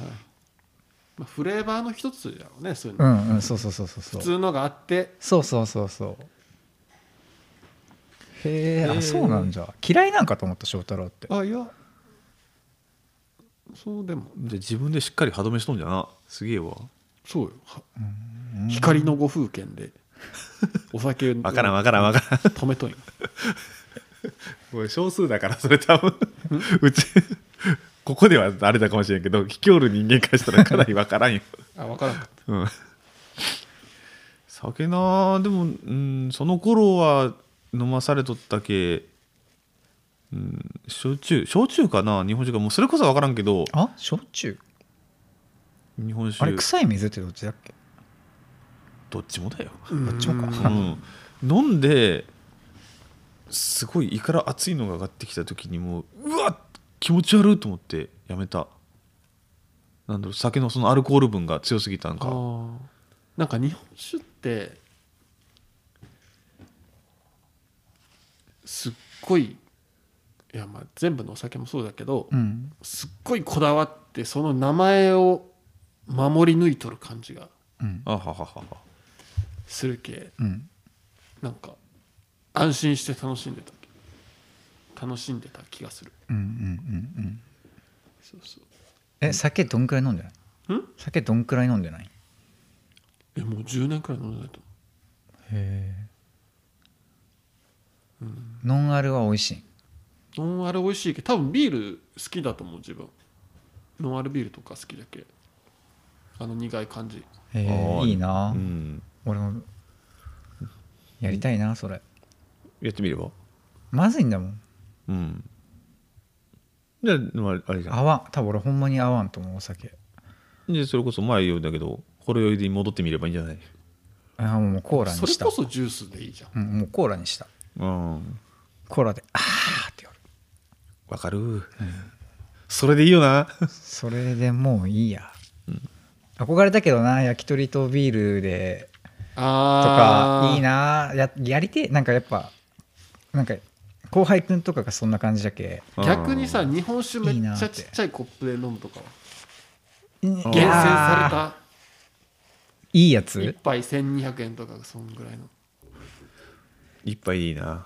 まあ、フレーバーの一つだろうねそういう
う
の、
んうんそうそうそうそうそ
普
う
通のがあって
そうそうそうそうへえ
へー
あそうなんじゃ嫌いなんかと思った翔太郎って
あいやそうでも
じゃあ自分でしっかり歯止めしとんじゃなすげえわ
そうよは光のご風景でお酒 を
分からん分からん分からん
止めとんよ
これ少数だからそれ多分うちここではあれだかもしれんけど引き寄る人間からしたらかなり分からんよ、
あ分からんかった
うん、そ酒なでもうんその頃は飲まされとったけうん焼酎焼酎かな日本酒かもうそれこそ分からんけど
あ焼酎
日本
あれ
酒
臭い水ってどっちだっけ
どっちもだよ、
うん
あっちもか
う、
うん
飲んですごい胃から熱いのが上がってきた時にもううわ気持ち悪いと思ってやめたなんだろう酒のそのアルコール分が強すぎたん
あ
か
ーなんか日本酒ってすっごいいやまあ全部のお酒もそうだけど、
うん
すっごいこだわってその名前を守り抜いとる感じが
うん
あはははは
するけ
うん
なんか安心して楽しんでた楽しんでた気がする
うんうんうんうん
そうそう
え酒どんくらい飲んでない
ん
酒どんくらい飲んでない
え
へ
もう10年くらい飲んでないと
えノンアルは美味しい
思うノンアル美味しいけど多分ビール好きだと思う自分ノンアルビールとか好きだけあの苦い感じ
あ
へえ
ー
いいな、
うん、
俺もやりたいなそれ
やってみれば
まずいんだもん
うんじゃあまああれじゃん
合わん多分俺ほんまに合わんと思うお酒
でそれこそ前言うんだけどほろ酔いで戻ってみればいいんじゃない
あーもうコーラに
それ
した
こそジュースでいいじゃん
うん、もうコーラにした
うん
コーラで「あー」ってやる
わかる、それでいいよな
それでもういいや、憧れたけどな焼き鳥とビールでと
あ
か
ー
いいなややりてえなんかやっぱなんか後輩くんとかがそんな感じだけ
逆にさ日本酒め
いいな
っ
っ
ち
て
ゃちっちゃいコップで飲むとかは
厳
あー
厳選さ
いいや
れた1
つ
杯1200円とかそんぐらいの
一杯でいいな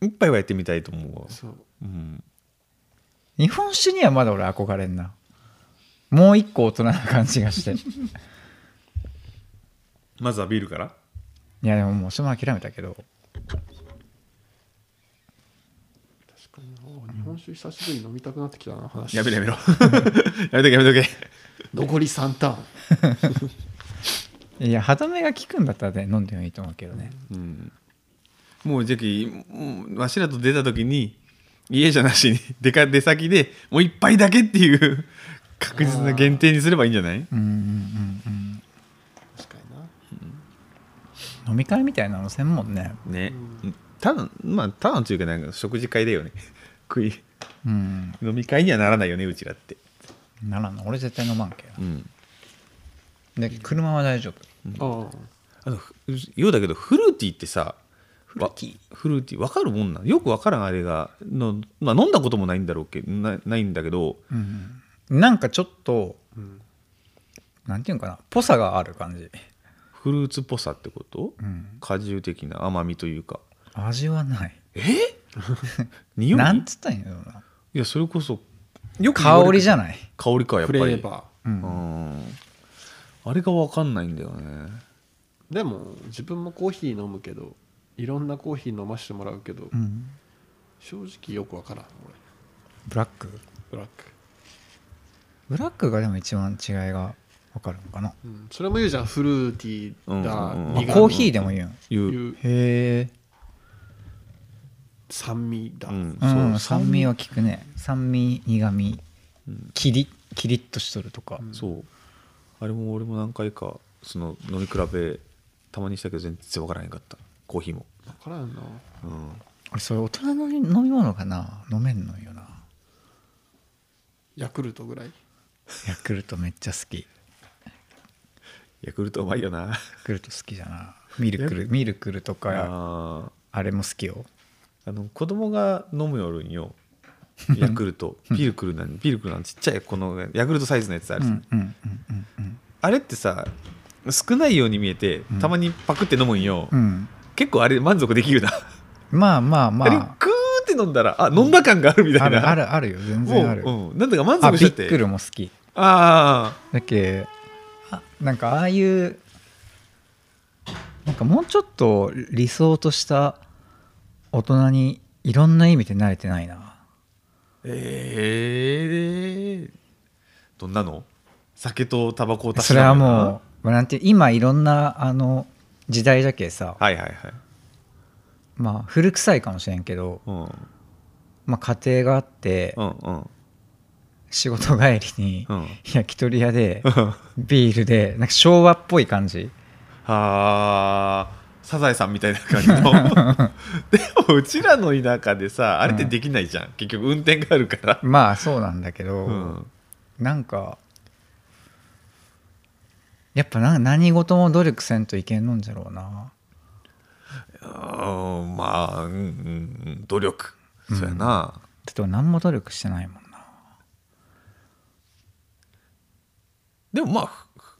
一杯はやってみたいと思うわ
そう
うん
日本酒にはまだ俺憧れんなもう一個大人な感じがしてい
まずはビールから
やでももうその諦めたけど
確かにお日本酒久しぶりに飲みたくなってきたな話
やめろやめろ やめとけやめとけ
残り3ターン
いや歯止めが効くんだったらね飲んでもいいと思うけどね、
うんもうじゃきもうわしらと出た時に家じゃなしに出か出先でもう一杯だけっていう確実な限定にすればいいんじゃない
うん、うんうんうん
確かにな
飲み会みたいなのせんもんね
ね、ただまあただのというかなんか食事会だよね食い
うん
飲み会にはならないよねうちらって
ならんの俺絶対飲まんけ
うん
なで車は大丈夫
あ
あのふようだけどフルーティーってさフルーティーフルーティー分かるもんなんよく分からんあれがの、まあ、飲んだこともないんだろうけどなないんだけど
うんなんかちょっと
あ、うん、
なんていうのかなぽさがある感じ、
フルーツっぽさってこと
うん、
果汁的な甘みというか
味はない
匂い
なんつったらいいんだろうない
やそれこそよく言われ
香
る
りじゃない、
香りかやっ
フ
ぱり
レーバ
う、
うんんあれが分かんないんだよね
ーでも自分もコーヒー飲むけどいろんなコーヒー飲ましてもらうけど、
うん
正直よくわからん俺
ブラック
ブラック、
ブラックがでも一番違いが分かるのかな、
うん、それも言うじゃんフルーティーだ、
うんうんうん
まあ
苦味
コーヒーでも言うん
いう
いう
へえ、
酸味だ、
うん
う、
そうん
酸味は効くね酸味苦味キリキリッとしとるとか、
うん
そうあれも俺も何回かその飲み比べたまにしたけど全然わからへんかったコーヒーも、
わからんな
うん、
俺それ大人の飲み物かな飲めんのよな
ヤクルトぐらい
ヤクルトめっちゃ好きヤ
ヤクルトうまいよな
クルト好きじゃなミルクルミルクルとか
あ
あれも好きよ
ーあの子供が飲むよるん よヤクルトピルクルなんピルクルなんちっちゃいこのヤクルトサイズのやつあ
う
る
ん
さ、
うんうんうんうん
あれってさ少ないように見えて
うん
たまにパクって飲むんよ、
うん
結構あれ満足できるな、
まあまあ
あ、
ま
れ
あ
クーって飲んだらあ飲んだ感があるみた
あ
い
る
な
あるあるよ全
もう
然ある
うん、なんだか満
あ
足
ビ
しちゃっ
ッ
て
クルも好き
あ
だけあなんかああいうなんかもうちょっと理想とした大人にいろんな意味で慣れてないな
ーええどんなの酒とタバコを足し
それは
たのかな
もうまあなんていう今いろんなあの時代じゃけさ、
はいはいはい、
まあ古臭いかもしれんけど、
うん、
まあ、家庭があって、
うんうん
仕事帰りに
うん
焼き鳥屋で
は
ビールでなんか昭和っぽい感じ
あサザエさんみたいな感じ のでもうちらの田舎でさあれってできないじゃん、結局運転があるから、
まあそうなんだけど、
うん、
なんかやっぱな何事も努力せんといけんのんじゃろうな
あーまあ、うんうんうん、努力、そうやな
だって俺何も努力してないもんな
でもまあふふ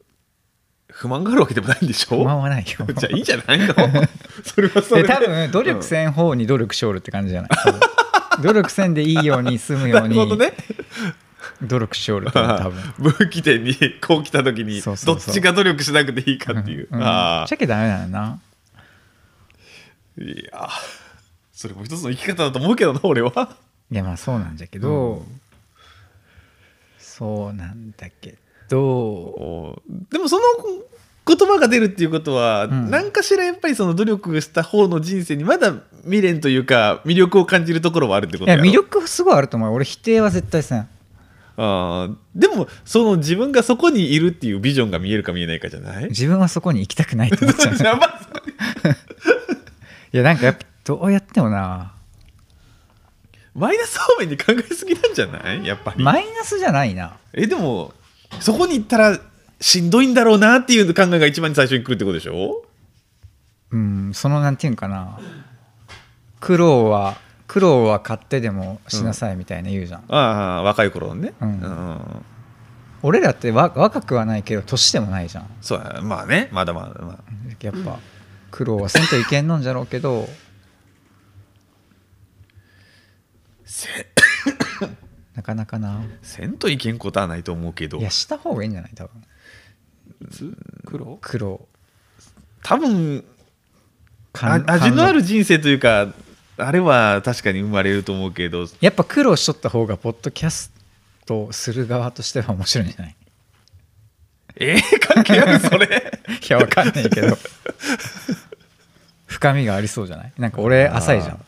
不満があるわけでもないんでしょ
不満はないよ
じゃあいいじゃない のそれはそれ
で
で
多分努力せん方に努力しおるって感じじゃない多分 努力せんでいいように済むよう
なるほど
に
ね
努力しおると思う多分
分岐点にこう来た時に
そ
ど
うそう
っ
そう
ちが努力しなくていいか っていう、
うんうん
あ
じゃけダメだよ
あ
な
いやそれも一つの生き方だと思うけどな俺は
いやまあそうなんじゃけど、そうなんだけど
おでもその言葉が出るっていうことは、
ん
何かしらやっぱりその努力した方の人生にまだ未練というか魅力を感じるところはあるってこ
い
と
や
やろ
魅力すごいあると思うよ俺否定は絶対せん
あーでもその自分がそこにいるっていうビジョンが見えるか見えないかじゃ ない
自分はそこに行きたくないって思っちゃうい
やばい
やなんかやっぱどうやってもな
マイナス方面に考えすぎなんじゃないやっぱり、
マイナスじゃないな
えでもそこに行ったらしんどいんだろうなっていう考えが一番最初に来るってことでしょ
うんそのなんていうんかな苦労は苦労は買ってでもしなさいみたいな言うじゃん、
ああ若い頃のね、
うん
ん
俺らってわ若くはないけど年でもないじゃん
そうやまあねまだまだまあ
やっぱ苦労はせんといけんのんじゃろうけど
せ
なかなかな
せんといけんことはないと思うけど
いやした方がいいんじゃない多分
いつ黒
苦労
多分
か
あ味
ん
のあ
感動
る人生というかあれは確かに生まれると思うけど
やっぱ苦労しとった方がポッドキャストをする側としては面白いんじゃない
えー、関係あるそれ
いやわかんないけど深みがありそうじゃないなんか俺浅いじゃん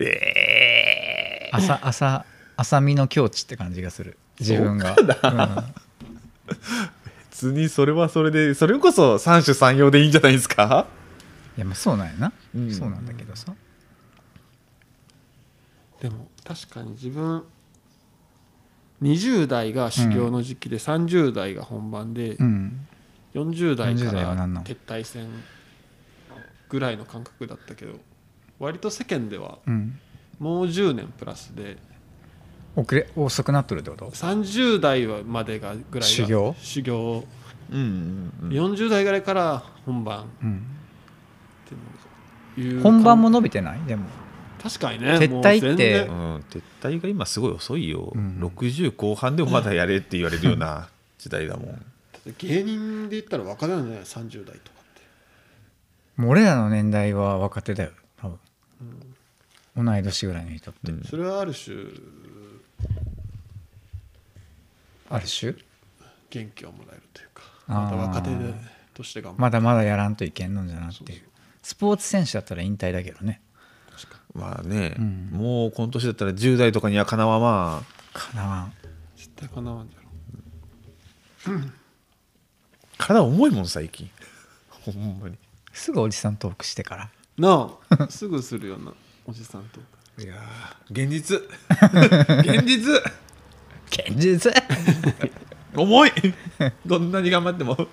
ええ
浅浅浅みの境地って感じがする自分が
別にそれはそれでそれこそ三種三様でいいんじゃないですか
うん、いやまあそうなんやな、
うん
そうなんだけどさ
でも確かに自分20代が修行の時期で、30代が本番で、
うん
40代か
40代は
ら
何なの
撤退戦ぐらいの感覚だったけど割と世間では
うん
もう10年プラスで
遅れ遅くなっとるってこと
30代はまでがぐらいが
修行
修行
うんうんうん
40代ぐらいから本番っ
うん
ていう
本番も伸びてないでも
確かにね
撤退って
う
もうん
撤退が今すごい遅いよ、
うん
60後半でもまだやれって言われるよう な時代だもん
全然芸人で言ったら若手なんじゃない30代とかって
もう俺らの年代は若手だよ多分、同い年ぐらいの人って、
うん
それはある種
ある種
元気をもらえるというか
あー
また若手でとして頑張
まだまだやらんといけんのんじゃなってい
そうそう
うスポーツ選手だったら引退だけどね
る確か
まあね、
うん
もうこの年だったら10代とかにはかなわまあ
かなわん
絶対かなわんじゃろ
体重いもん最近 ほんまに
すぐおじさんトークしてから
なあ すぐするようなおじさんと
いやー現 実現実
現実
重 いどんなに頑張っても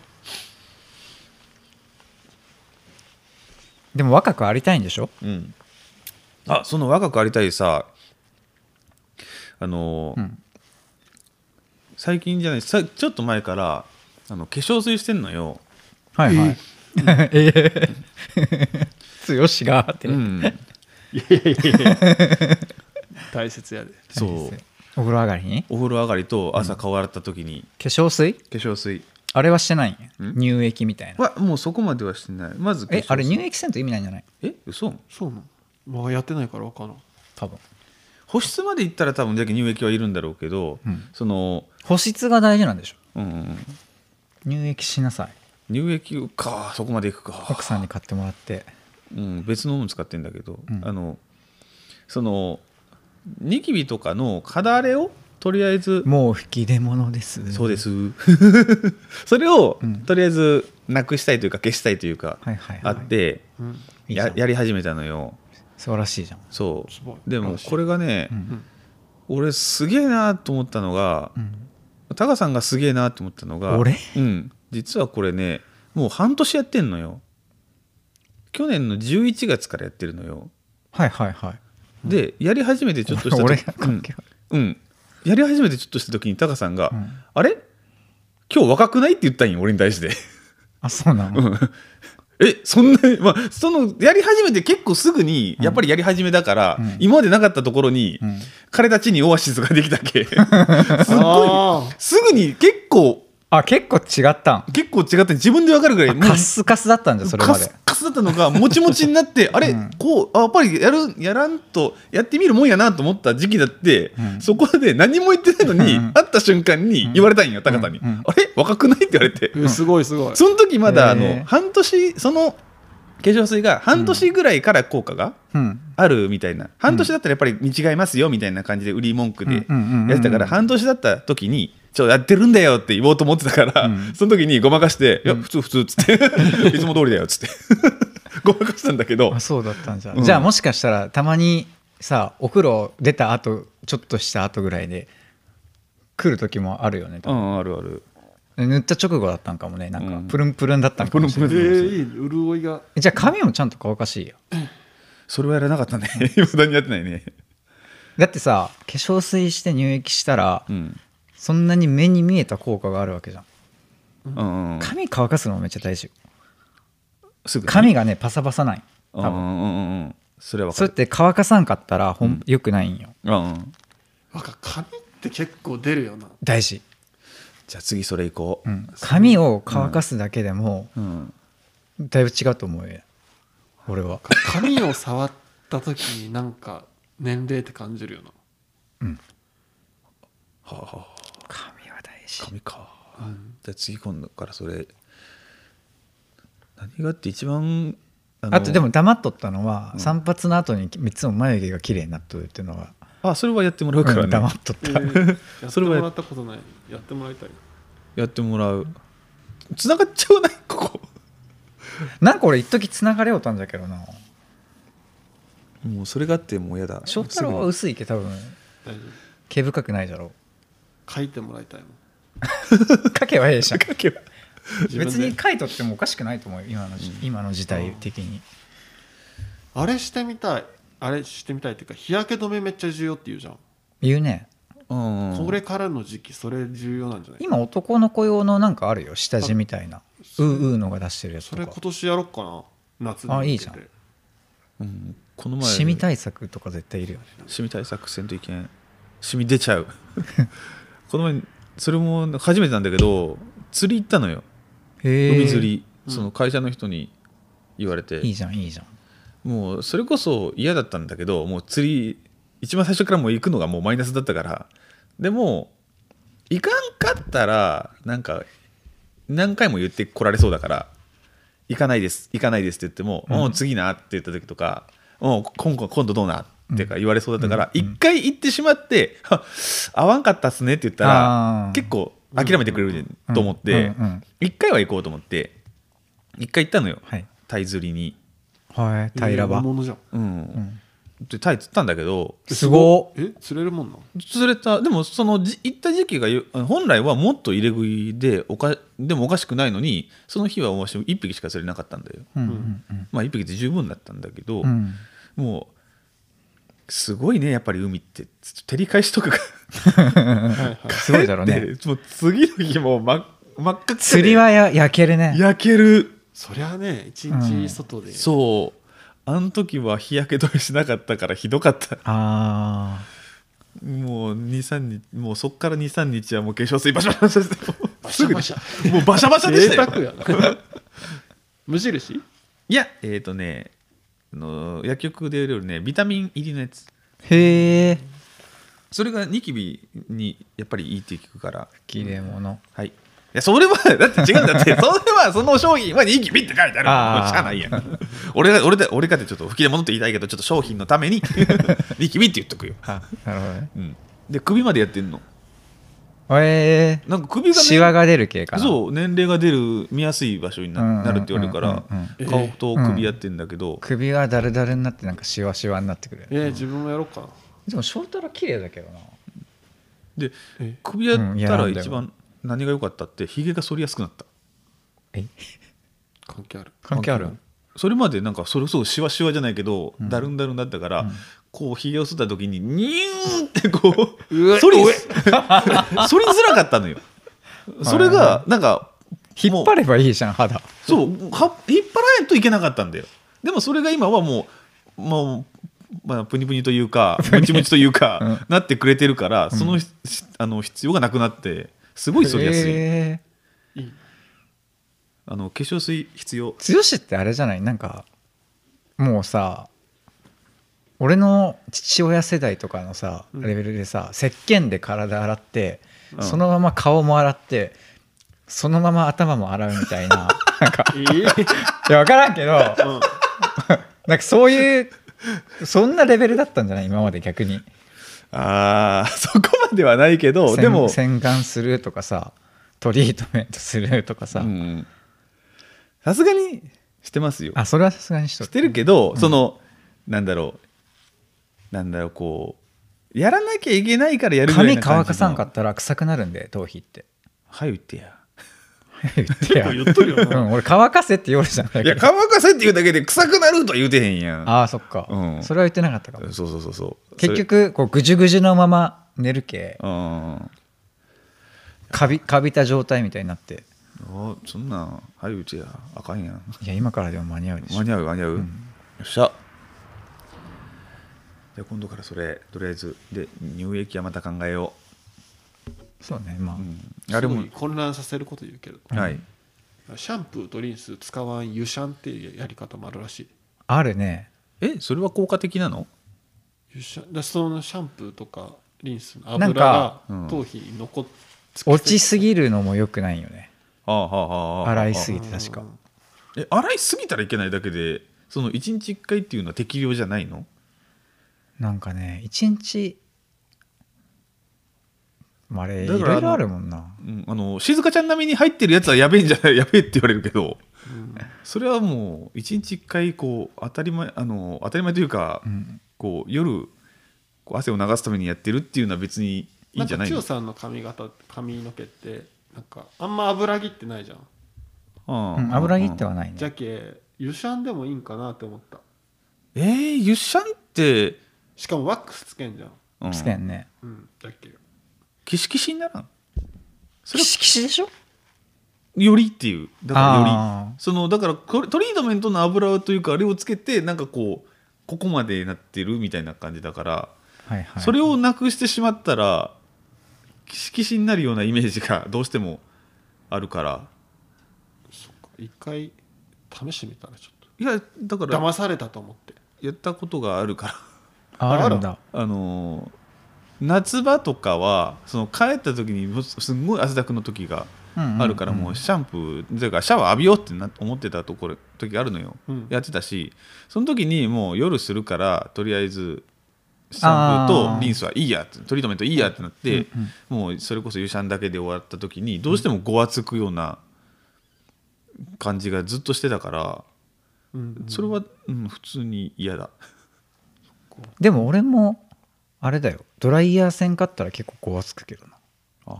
でも若くありたいんでしょ
うんあその若くありたいさあのー、
うん
最近じゃないさちょっと前からあの化粧水してんのよ
はいはい。ええ。強しがって。
ん、
大切やで
そう
お風呂上がりに
お風呂上がりと朝顔洗った時に
化粧水
化粧水
あれはしてないんや
ん
乳液みたいな。
はもうそこまではしてないまず化粧
え、
水
あれ乳液せんと意味ないんじゃない
え嘘
そうなの、まあ、やってないから分からん
多分。
保湿までいったら多分じゃけ乳液はいるんだろうけど、
うん
その
保湿が大事なんでしょ
うんうん
乳液しなさい。
乳液かそこまでいくか
奥さんに買ってもらって
うん、別のもの使ってんだけど、
うん
あのそのニキビとかの肌荒れをとりあえず、
もう引き出物です
そう ですそれを、
うん
とりあえずなくしたいというか消したいというか、
はいはい
あ
はい
って
うん
いいじゃ
や
ん
やり始めたのよ
素晴らしいじゃん
そ
すごいう
でもこれがね、
うん
うん
俺すげえなと思ったのが
うん
タカさんがすげえなと思ったのが
俺
うん、実はこれねもう半年やってんのよ去年の11月からやってるのよ
はいはいはい
でやり始めてちょっとした時
俺が関係ある
うん、うんやり始めてちょっとした時にタカさんが「
うん
あれ今日若くない?」って言ったんよ俺に対して
あそうなの、
うんえそんなまあそのやり始めて結構すぐにやっぱりやり始めだから、
うん
今までなかったところに、
うん
彼たちにオアシスができたけすっごい
あー
すぐに結構
あ結構違ったん
結構違って自分で分かるぐらい
あ
もう
カスカスだったんじゃそれ
カ
ま
ス
で
カスだったのがもちもちになって あれ、
うん
こうあやっぱりやるやらんとやってみるもんやなと思った時期だって、
うん
そこで何も言ってないのに、
うん
会った瞬間に言われたんよ、高田に、
うんうん
あれ若くない?」って言われて、
えすごいすごい
その時まだあ
へー
の半年その化粧水が半年ぐらいから効果が
うん
あるみたいな、半年だったらやっぱり見違いますよみたいな感じで売り文句でや
うんうんうんうん
ってたから半年だった時に「ちょやってるんだよ」って言おうと思ってたから、
うん
その時にごまかして「いや普通普通」っつ って「いつも通りだよ」っつって ごまかしたんだけど
あそうだったんじゃ、
うん
じゃあもしかしたらたまにさお風呂出た後ちょっとした後ぐらいで来る時もあるよね
う
多分
んあるある
塗った直後だったんかもねなん
う
か
ん
プルンプルンだったんかもしれ
え
ない、
プルンプルン
ー、いい潤いが
じゃあ髪もちゃんと乾かしいよ
それはやらなかったね 無駄にやってないね
だってさ化粧水して乳液したら、
うん
そんなに目に見えた効果があるわけじゃん
うんうん
髪乾かすのもめっちゃ大事よ
すぐね
髪がねパサパサない
うん
多
う
分、
んうんうんそれは分
そ
か
れっ
る
て乾かさんかったらほん、
うん
よくないんよ
うんうん
なんか髪って結構出るよな
大事、
じゃあ次それいこ
う
う、
ん、髪を乾かすだけでも、
うん、
だいぶ違うと思うよ俺は
髪を触った時になんか年齢って感じるよな
はあはあ
髪は大事
髪か
うん
じゃあ次今度からそれ何がって一番あの
あとでも黙っとったのは、
うん
散髪の後にいつも眉毛が綺麗になっとるっていうのは、
あそれはやってもらうから
うん黙
ね
っとっ
え
た、
ー、やって
それ
も
は
らったことないやってもらいたい
やってもらう繋がっちゃわないここ
なんか俺一時繋がれようたんじゃけどな
もうそれがあってもうやだ
翔太郎は
す
薄いけ多分
大丈
毛深くないじゃろ
夫書いてもらいたいもん
書けばええじゃん
ぐ書けば
自分
別
で
に書いとってもおかしくないと思うよ今のじ、今の時代的に
あれしてみたいあれしてみたいっていうか日焼け止めめっちゃ重要って言うじゃん、
言うね
うんうん
これからの時期それ重要なんじゃない
今男の子用のなんかあるよ下地みたいなうーうーのが出してるやつ
そ
と
れ
か
今年やろっかな夏に
あいいじゃん
うんこの前
シミ対策とか絶対いるよね
シミ対策せんといけんシミ出ちゃう この前それも初めてなんだけど釣り行ったのよ
へー
海釣り、
うん
その会社の人に言われて
いいじゃんいいじゃん
もうそれこそ嫌だったんだけどもう釣り一番最初からもう行くのがもうマイナスだったからでも行かんかったらなんか何回も言ってこられそうだから「行かないです行かないです」って言っても「
うん
もう次な」って言った時とか「もう今度今度どうな」ってか言われそうだったから一、回行ってしまって「は合わんかったっすね」って言った
あー
ら結構諦めてくれると思って
うんうんうん
一回は行こうと思って一回行ったのよ
はい
タイ釣りに。
はい平場、
本物じゃん
うん
うん
でタイ釣ったんだけど
すご
え釣れるもんな
釣れたでもそのじ行った時期がよ本来はもっと入れ食いでおかでもおかしくないのにその日はもし1匹しか釣れなかったんだよ
うんうん
まあ1匹で十分だったんだけど、
うんうん
もうすごいねやっぱり海って照り返しとかが
はいはい
すごいだろ うね
帰ってもう次の日もう真っ真っ赤くて
釣りはや焼けるね
焼ける
そりゃね一
うん
日外で、
そうあの時は日焼け止めしなかったからひどかった
あ
もう23日もうそっから23日はもう化粧水バシャバシャしてもう
バシャバシャ
すぐに もうバシャバシャでした
贅
よ
沢や な無印
いやえっ、ー、とねあの薬局で売れるねビタミン入りのやつ
ーへえ
それがニキビにやっぱりいいって聞くから
切れ者
はいやそれはだって違うんだってそ れはその商品は人気見って書いてある
あー
しゃあないやん 俺が俺だ俺かってちょっと吹き出物って言いたいけどちょっと商品のため にニキビって言っとくよ、
なるほどね
うん、で首までやってんの
え
なんか
え
首が、ね、
シワが出る系かなう
そう年齢が出る見やすい場所にな,、
うんうんうんうん
るって言われるから、
うん
顔と首やってんだけど、
首がダルダルになってなんかシワシワになってくる
えー自分もやろうかな
でも翔太郎綺麗だけどな
で
え
首やっ
うんい
た
やな
ら
んだよ
一番何が良かったってひげが剃りやすくなった
え
関係ある
関係ある
それまでなんかそれこそシワシワじゃないけど、
うん
だるんだるんだったから、
うん
こうひげを剃った時にニューンってこう
うえ
剃り
おえ
剃りづらかったのよそれ
はいはい
がなんか
引っ張ればいいじゃん肌
そうは引っ張らないといけなかったんだよでもそれが今はもうもう、まあ、プニプニという かムチムチというか、
うん
なってくれてるからその,、
う
あの必要がなくなってすごい剃りやすい、
え
いい
あの化粧水必要
ー、剛ってあれじゃないなんかもうさ俺の父親世代とかのさ
うん
レベルでさ、石鹸で体洗って、
うん
そのまま顔も洗ってそのまま頭も洗うみた いななんか
えー
いや分からんけど
うん
なんかそういうそんなレベルだったんじゃない今まで逆に
あーそ こまではないけど
洗
でも
洗顔するとかさトリートメントするとかさ、
うんさすがにしてますよ
あそれはさすがにしと
し
る
てるけど、そのなんだろうなんだろうこうやらなきゃいけないからやるぐらい
髪
な感じの
乾かさんかったら臭くなるんで頭皮って
はい言ってや
言ってや。
言っとるよ
う、
なん
俺乾かせって言おうじゃない
いや
か。
乾かせって言うだけで臭くなるとは言うてへんやん
ああ、そっか、
うん
それは言ってなかったかも。
そうそうそうそう
結局、こうぐじゅぐじゅのまま寝るけ
そ、れうん
かび、かびた状態みたいになって。
おそんなんはい言ってやあかんやん
いや、今からでも間に合うでし
間。
ょ
に合う間に合う、よっしゃじゃあ今度からそれとりあえずで乳液はまた考えよ
そうね、まあ、
う、うん、あれ
す
も
ごい混乱させること言うけど
はい
シャンプーとリンス使わん湯シャンっていうやり方もあるらしい
あるね。
えそれは効果的なの
湯シャンだからそのシャンプーとかリンスの
な
油
んか
が
うん
頭皮に残っつき
落ちすぎるのも良くないよね。
ああはあはあはあ
洗いすぎ
うん
て、確か。
え洗いすぎたらいけないだけでその1日1回っていうのは適量じゃないの
なんかね、一日。まあ、あれ、い
だ
ろ
か
い
ら
ろあるもんな。
うん、あの静香ちゃん並みに入ってるやつはやべえんじゃない やべえって言われるけど
うん
それはもう1日1回こう当たり前あの当たり前というか、
うん。
こう夜こう汗を流すためにやってるっていうのは別にいいんじゃない
ん
の
か千代さんの髪型髪の毛ってなんかあんま油切ってないじゃん
あ
う
あ
ん、油切ってはないね。
じゃけ湯シャンでもいいんかなって思った
えー、ゆっしゃんって、
しかもワックスつけんじゃん
うん、
つけんね。
うんだっけ
キシキシにならんそ
キ
れ
シキシでしょ
よりっていうだからよ
あ
りそのだからこれトリートメントの油というかあれをつけてなんかこうここまでなってるみたいな感じだから、
はいはい。
それをなくしてしまったらキシキシになるようなイメージがどうしてもあるから
そっか一回試してみたらちょっ
いやだ
と
から
騙されたと思って
やったことがあるから
ああるんだ。
あのー夏場とかはその帰った時にもうすんごい汗だくの時があ
あ
るからもうシャンプーというかシャワー浴びようってな思ってたところ時があるのよ、
うん
やってたしその時にもう夜するからとりあえずシャンプー
あ
と
ー
リンスはいいやってトリートメントいいやってなって、もうそれこそ湯シャンだけで終わった時にどうしてもごわつくような感じがずっとしてたから
うんうん
それは、うん、普通に嫌だ
でも俺もあれだよドライヤーせんかったら結構ごわつくけどな
あ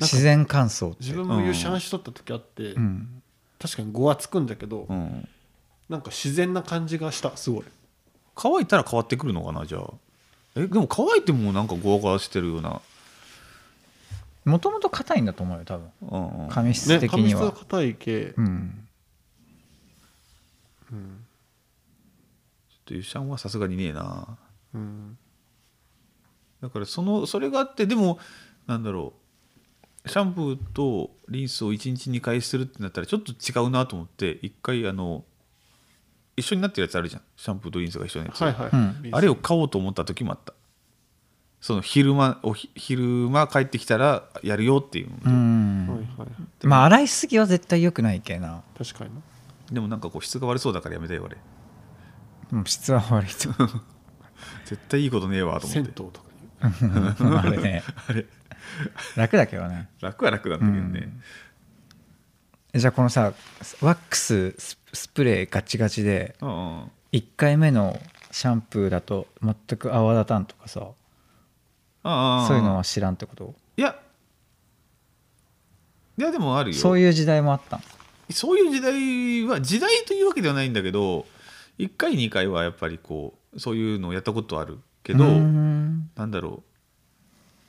自然乾燥って
自分も湯シャンしとった時あって、
うん
確かにごわつくんだけど、
ー、うん、
なんか自然な感じがしたすごい
乾いたら変わってくるのかなじゃあえでも乾いてもなんかごわごわしてるような、
もともと硬いんだと思うよ多分
うんうん、
髪質
ね
的
髪
に
質
は、
が硬い系
うん
うん、
ちょっとユシャンはさすがにねえな
うん、
だからそのそれがあってでもなんだろうシャンプーとリンスを1日2回するってなったらちょっと違うなと思って1回あの一緒になってるやつあるじゃんシャンプーとリンスが一緒のやつ、
はいはい、
うん
あれを買おうと思った時もあったその昼間おひ昼間帰ってきたらやるよっていうの
う
で、
ん、
はいはい
まあ洗いすぎは絶対良くないけな
確かにな
でもなんかこう質が悪そうだからやめたよ俺
うん質は悪いと
絶対いいことねえわと思
銭
っ
湯
て
とかに
あれね
あれ
楽だけどね
楽は楽なんだけどね、
うんえじゃあこのさワックスススプレーガチガチで
うんうん
1回目のシャンプーだと全く泡立たんとかさ
ああ
そういうのは知らんってこと
いやいやでもあるよ
そういう時代もあったん
そういう時代は時代というわけではないんだけど1回2回はやっぱりこうそういうのをやったことあるけど、
うん
なんだろ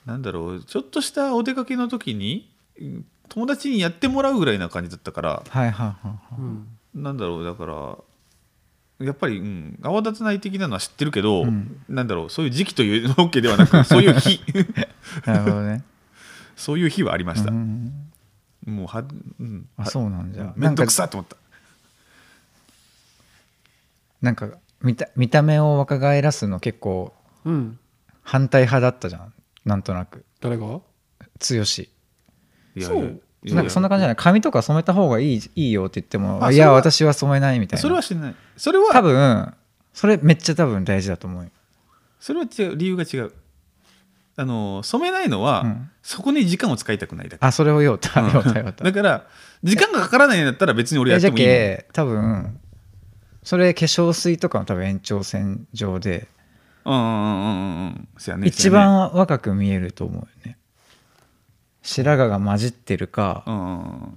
うなんだろうちょっとしたお出かけの時にうん友達にやってもらうぐらいな感じだったから
はいはいはいはい
うん
なんだろうだからやっぱり、うん、泡立たない的なのは知ってるけど、
うん
なんだろうそういう時期というわけではなくそういう 日
なるほどね。
そういう日はありました、
うん
もうは、うん、
あそうなんじゃ。
め
なんん
ど
か
くさと思った
なんか見た見た目を若返らすの結構
うん
反対派だったじゃん。なんとなく
誰が
強し。
いや
そう
いやいや
なんかそんな感じじゃない。髪とか染めた方がいいいいよって言っても
あ
い
それ
や
は
私は染めないみたいな。
それは知らないそれは
多分それめっちゃ多分大事だと思うよ。
それは違う理由が違うあの染めないのは、
うん
そこに時間を使いたくないだけ
あそれをよう たようたようた。
だから時間がかからないんだったら別に俺やっ
えじ
て
ゃ
もいいもん
け多分それ化粧水とかの多分延長線上で
うんうんうんうんうんせやね
一番若く見えると思うよね。白髪が混じってるか。
せやねうんうんうん
だ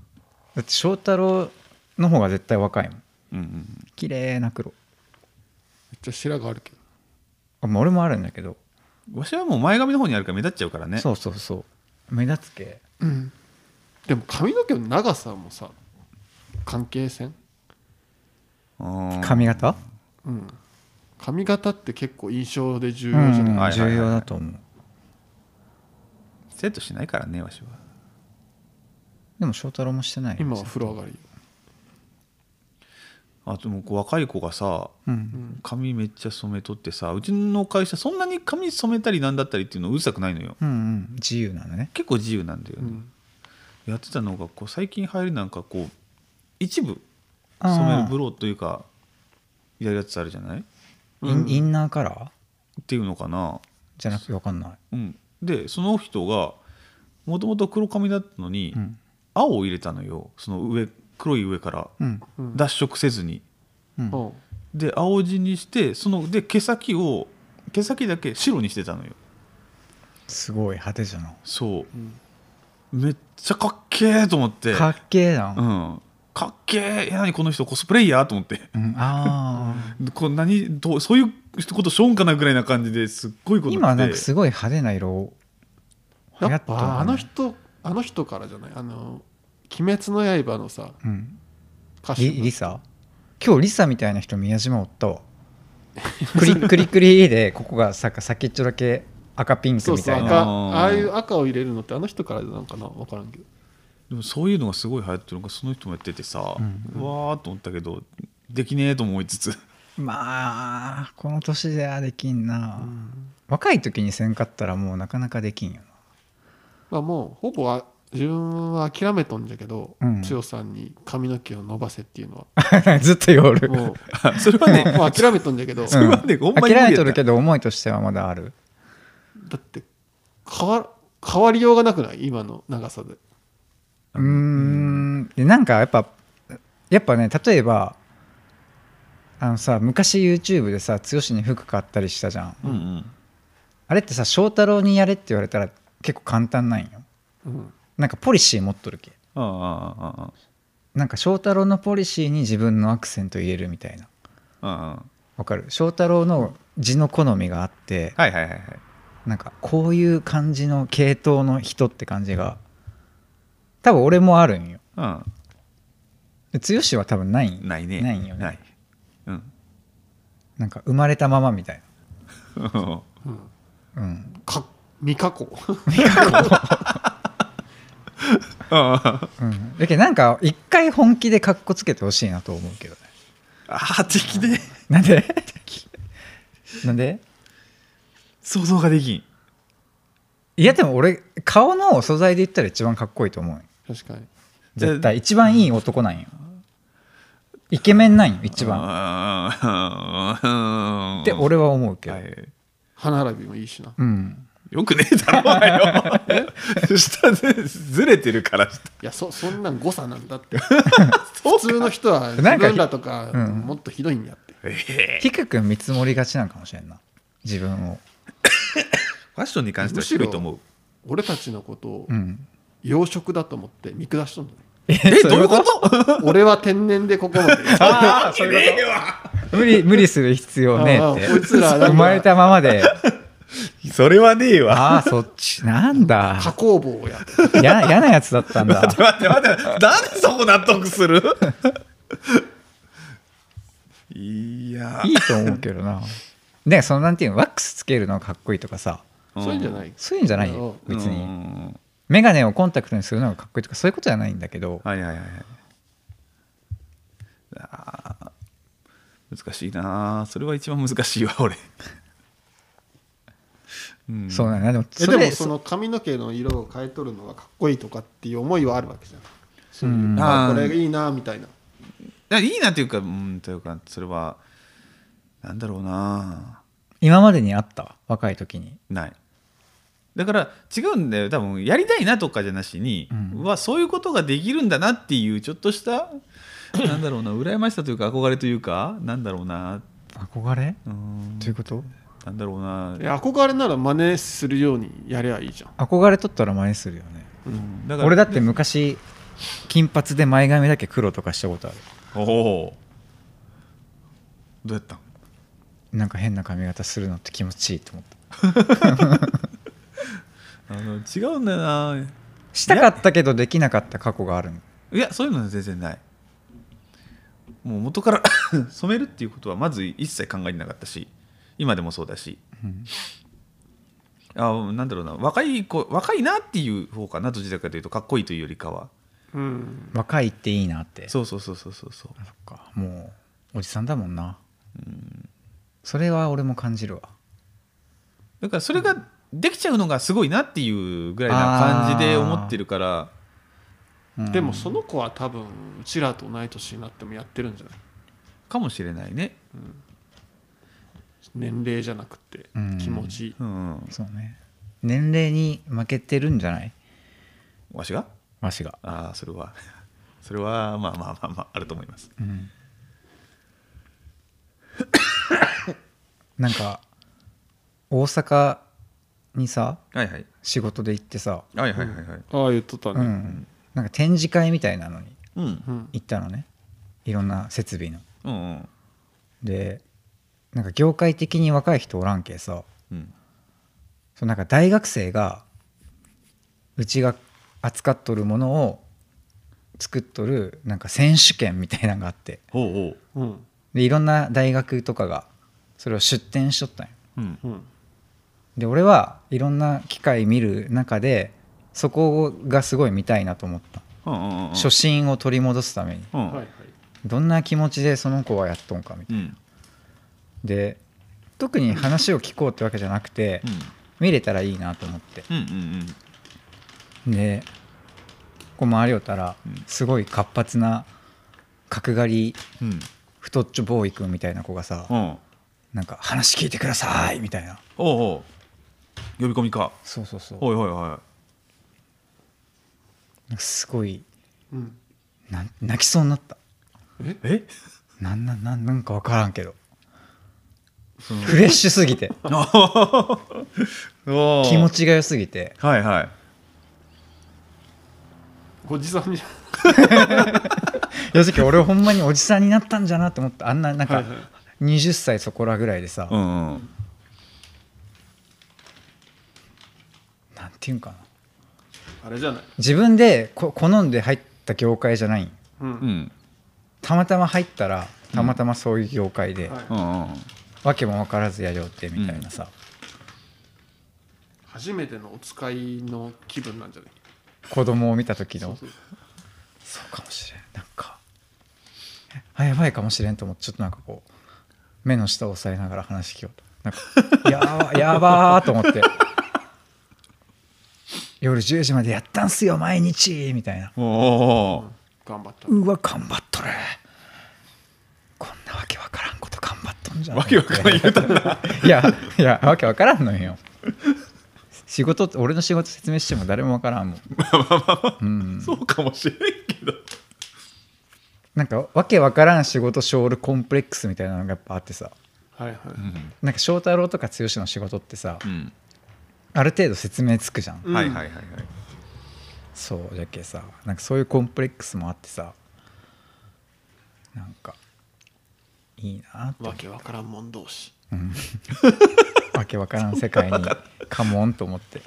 って翔太郎の方が絶対若いもん
うんうん
綺麗な黒
めっちゃ白があるけど
あまあ俺もあるんだけど、
うんわしはもう前髪の方にあるから目立っちゃうからね
そうそうそう目立つ系
うんでも髪の毛の長さもさ関係せん
うん
髪型
うん髪型って結構印象で重
重
要じゃない、
はいはいはい
重要だと思う
セットしないからねわしは
でも翔太郎もしてないよ
今は風呂上がり、
あともうこう若い子がさ
う
うんん、
髪めっちゃ染めとってさうちの会社そんなに髪染めたりなんだったりっていうのうるさくないのよ
うんうん自由なのね
結構自由なんだよ
う
ね、
ん、
やってたのがこう最近流行りなんかこう一部染めるブローというかやるやつあるじゃないっ
あーインインナーカラー
ていうのかな、
じゃなくて分かんない、
うん、でその人がもともと黒髪だったのに、
うん
青を入れたのよその上黒い上から
うん
うん
脱色せずに
うん
うん
で青地にしてそので毛先を毛先だけ白にしてたのよ
すごい派手じゃな
そう
うん
めっちゃかっけえと思って
かっけえ
う、
なん
かっけええ何この人コスプレイヤーと思って
うんあ
こう何どうそういうことしょんかなぐらいな感じですっごいこ
ー
とに
今は
なって
なんかすごい派手な色流行
や
っ
った
のかな
ぱあの人あの人からじゃないあの「鬼滅の刃」のさ
うん
歌手
リ
の
リサ今日リサみたいな人宮島おった わクリクリクリでここがさ先っちょだけ赤ピンク
そう
み
そう
たい
な
赤
な
あー
ああいう赤を入れるのってあの人からなんかな分からんけど
でもそういうのがすごい流行ってるのがその人もやっててさ、
う
うんわーっと思ったけどできねえとも思いつ つ
まあこの年ではできんな、
うん
若い時にせんかったらもうなかなかできんよ
まあもうほぼあ自分は諦めとんじゃけど、
うん
強さんに髪の毛を伸ばせっていうの
な ずっと言お
は
る
も
あそれはね
う もう諦めとんじゃけど、
それはね
うん
ほんまに無理やった
諦めとるけど思いとしてはまだある
だって変わ変わりようがなくない今の長さで
うーんでなんかやっぱやっぱね例えばあのさ昔 YouTube でさ剛に服買ったりしたじゃん
うんうん
あれってさ翔太郎にやれって言われたら結構簡単なんよ
うん
なんかポリシー持っとるけ
ああああああ
なんか翔太郎のポリシーに自分のアクセント入れるみたいな
あ
わかる翔太郎の字の好みがあって
あはいはいはいはい
なんかこういう感じの系統の人って感じが多分俺もあるんよで剛は多分ない
うんないね
ないよね
ないうん
なんか生まれたままみたい
うん、
なうん
か未加工
あ
うんだけどなんか一回本気でかっこつけてほしいなと思うけどね
あ敵で
なんでなんで
想像ができん
いやでも俺顔の素材で言ったら一番かっこいいと思うよ
確かに
絶対一番いい男なんよイケメンなんよ一番
番
って俺は思うけど、
歯並びもいいしな
うん
よくねえだろうよ 下でずれてるから下
いやそそんなん誤差なんだって普通の人は自
なんか
分らとか
うん
もっとひどいんやって、
ええ
低く見積もりがちなんかもしれんな自分を
ファッションに関しては低いと思う
俺たちのことを
うん
養殖だと思って見下しとんだね、
え
え
どういうこと
俺は天然でここまで
ああ
そう
ね
いう
えわ
無理無理する必要ねえっ
あ
て
ーこいつらなんか
生まれたままで
それはねえわ
ああそっちなん だ
加工棒をやって
や嫌なやつだったんだ
待って待って待ってなんでそこ納得するいや
いいと思うけどなねそのなんていうのワックスつけるのがかっこいいとかさ
そういうんじゃない
そういうんじゃないよ
う
別
うんう
に
んうん
眼鏡をコンタクトにするのがかっこいいとかそういうことじゃないんだけど
はいはいはいはいあー難しいなそれは一番難しいわ俺、うん
そうなんだでも
え
そ
でも
れ
その髪の毛の色を変えとるのがかっこいいとかっていう思いはあるわけじゃんそういう、
うん
あ
あー
これがいいなみたいな
あいいなっていうかうんというかそれはなんだろうな
今までにあった若い時に
ないだから違うんだよ多分やりたいなとかじゃなしに、
うん
はそういうことができるんだなっていうちょっとしたなんだろうな羨ましさというか憧れというかなんだろうな
憧れ
うん
ということ
なんだろうない
や憧れなら真似するようにやりゃいいじゃん
憧れとったら真似するよね
うんだ
俺だって昔金髪で前髪だけ黒とかしたことある
おおどうやったん
なんか変な髪型するのって気持ちいいと思った
あの違うんだよな
したかったけどできなかった過去があるの
いやそういうのは全然ないもう元から 染めるっていうことはまず一切考えてなかったし今でもそうだし
うん
あなんだろうな若い子若いなっていう方かなどちらかというとかっこいいというよりかは
うん
若いっていいなって
そうそうそうそうそうそう
そっかもうおじさんだもんなそれは俺も感じるわ
だからそれができちゃうのがすごいなっていうぐらいな感じで思ってるから
うん
でもその子は多分うちらと同い年になってもやってるんじゃない
かもしれないね
年齢じゃなくて
うん
気持ちいい
うん
そうね年齢に負けてるんじゃない
わしが
わしが
ああそれは それはまあまあまあまああると思います
うん なんか大阪にさ
はいはい
仕事で行ってさ、
はいはいはいはい
ああ言っとった
う
ね、
ん、なんか展示会みたいなのに
うん
うん
行ったのねいろんな設備の
うんうん
でなんか業界的に若い人おらんけさ
うん
そのなんか大学生がうちが扱っとるものを作っとるなんか選手権みたいなのがあって
ほうほ
うん
でいろんな大学とかがそれを出展しとったんよ
ううん
うん
で俺はいろんな機会見る中でそこがすごい見たいなと思った、
うんうんうんうん
初心を取り戻すために
うん
はいはい
どんな気持ちでその子はやっとんかみたいな
うん
で特に話を聞こうってわけじゃなくて見れたらいいなと思って
うんうん
でこう回りよったら
うん
すごい活発な角刈り
うんうん
太っちょボーイくんみたいな子がさ
うん
なんか話聞いてくださいみたいな
おうおう呼び込みか
そうそうそう
はいはいは
なんかすごい
うん
なん泣きそうになった
え
い え
なんなんなんなんか分からんけど
その
フレッシュすぎて気
気
持ちが良すぎて
はいはい
おじさんじゃん
要するに俺ほんまにおじさんになったんじゃなと思ったあんなな
は
んか
いはい
20歳そこらぐらいでさ、
うんうん
なんていうんかな
あれじゃない
自分でこ好んで入った業界じゃない
うん
うん
たまたま入ったらたまたまそういう業界で、
はい
うんうん
わけも分からずやりょうってみたいなさ、
初めてのお使いの気分なんじゃない
子供を見た時の
そう
そうかもしれんなんかえあやばいかもしれんと思ってちょっとなんかこう目の下を 押さえながら話聞きようとなんかやばやばーと思って夜10時までやったんすよ毎日みたいな
おお
頑張った
うわ頑張っとるこんなわけわからんこと頑張っとんじゃん
わけわからん言うたんだ
いやいやわけわからんのよ仕事って俺の仕事説明しても誰もわからんもんうん
そうかもしれんけど
なんかわけわからん仕事ショールコンプレックスみたいなのがやっぱあってさ
はいはい、
うん
なんか翔太郎とか剛の仕事ってさ、
うん
ある程度説明つくじゃん、
うん
はいはいはいはい
そうじゃけさなんかそういうコンプレックスもあってさなんかいいなって
わけわからんもん同士
わけわからん世界にカモンと思って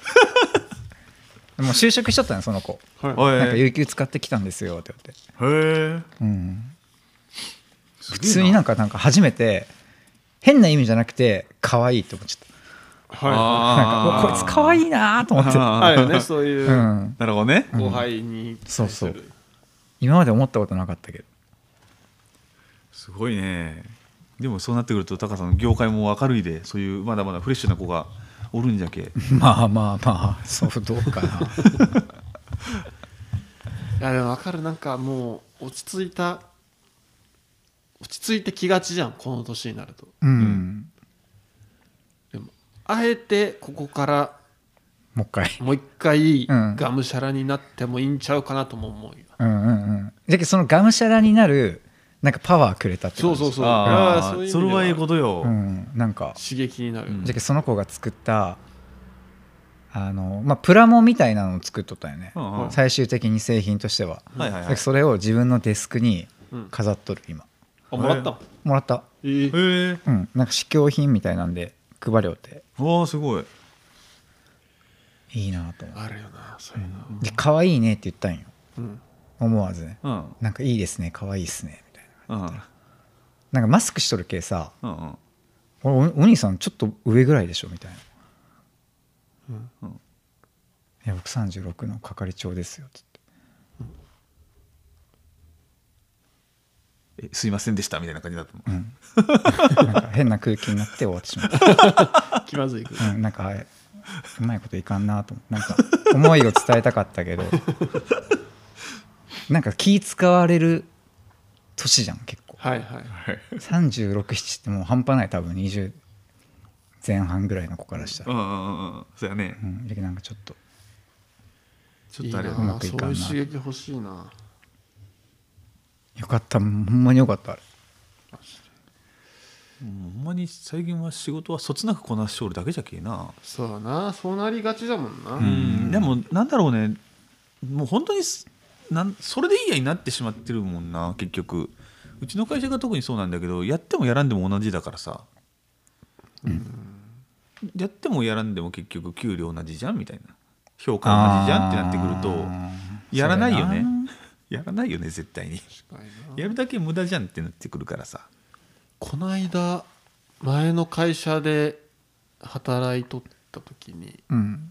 でも就職しちゃったのその子
は
おい
なんか有給使ってきたんですよって言って、
へえ
うん、
普
普通になん
か
かなんか初めて変な意味じゃなくて可愛いと思っちゃっ
いは
たなんかうわこいつ可愛いなと思って、
いはいよねそういうう、
ん、
なるほどね
後輩に対する
そう今まで思ったことなかったけど
すごいねでもそうなってくるとタカさんの業界も明るいでそういうまだまだフレッシュな子がおるんじゃけ
まあまあまあそうどうかな
いやでもわかるなんかもう落ち着いた落ち着いてきがちじゃんこの年になると
うん
でもあえてここから
もう一回
もう一回
うん
がむしゃらになってもいいんちゃうかなとも思うよ、
うんうんうんじゃけそのがむしゃらになるなんかパワーくれたって
そ
感
う
じ
そうそうい
あ
や
あ
ういう意味
それ
では
はいいことよ、
うん、なんか
刺激になる、
うん
じゃけその子が作ったあの、まあ、プラモみたいなのを作っとったよね、
うんうん
最終的に製品としては、
はいはいは
じゃ
い
けそれを自分のデスクに
うん
飾っとる今
あもらったの
もらった
えー
へえ
うんなんか試供品みたいなんで配りょうて
わあすごい
いいなと思って
あるよなそういうの、
で可愛いねって言ったんよ
うん
思わずね
うん
なんかいいですね可愛いっすねみたい
うんうん
ななんかマスクしとる系さ
うん
俺おお兄さんちょっと上ぐらいでしょみたいな
うん
いや僕36の係長ですよつって
えすいませんでしたみたいな感じだったの、
なんか変な空気になって終わってしまった
気まずいけど
うん、なんかあれうまいこといかんなと思ってなんか思いを伝えたかっ たけどなんか気使われる年じゃん結構
はいはい
はい
367ってもう半端ない多分20前半ぐらいの子からした
う
ら、
んうんうんうんそうやね
うん、だけどなんかちょっと
ちょっとあれ
い
だ
い
なう
な
まくいかんな
そういう刺激欲しいな
よかったほんまによかったあれ
うんほんまに最近は仕事はそつなくこなしおるだけじゃけえな
そうだなそうなりがちだもんな、
うんでもなんだろうねもう本当にすなんそれでいいやになってしまってるもんな結局うちの会社が特にそうなんだけどやってもやらんでも同じだからさ、やってもやらんでも結局給料同じじゃんみたいな評価同じじゃんってなってくるとやらないよねやらないよね絶対に
確かにな
やるだけ無駄じゃんってなってくるからさ
この間前の会社で働いとった時に
うん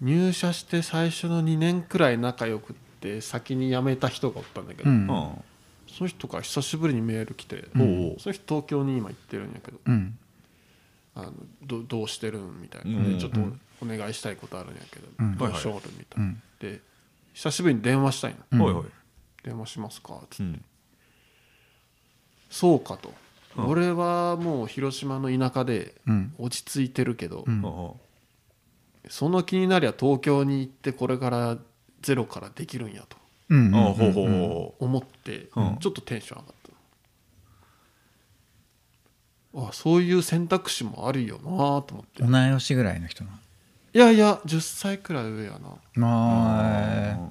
入社して最初の2年くらい仲良くって先に辞めた人がおったんだけ
う
ど、
うんんお
その人から久しぶりにメール来て、
う
その人東京に今行ってるんやけど
うん
あのどどうしてるんみたいな、
うん
でちょっとお願いしたいことあるんやけど、
うん
どうしよるみたい
う
な、
ん
で久しぶりに電話したいの、
うん
おいおい
電話しますかって、
うん
そうかと、
うん
俺はもう広島の田舎で
うん
落ち着いてるけど、
うん
おお
その気になりゃ東京に行ってこれからゼロからできるんやと
うん
おうほうほう
うん
ほ
思って
うん
ちょっとテンション上がった、あそういう選択肢もあるよなと思って
同い年ぐらいの人なの
いやいや10歳くらい上やな
う
まあ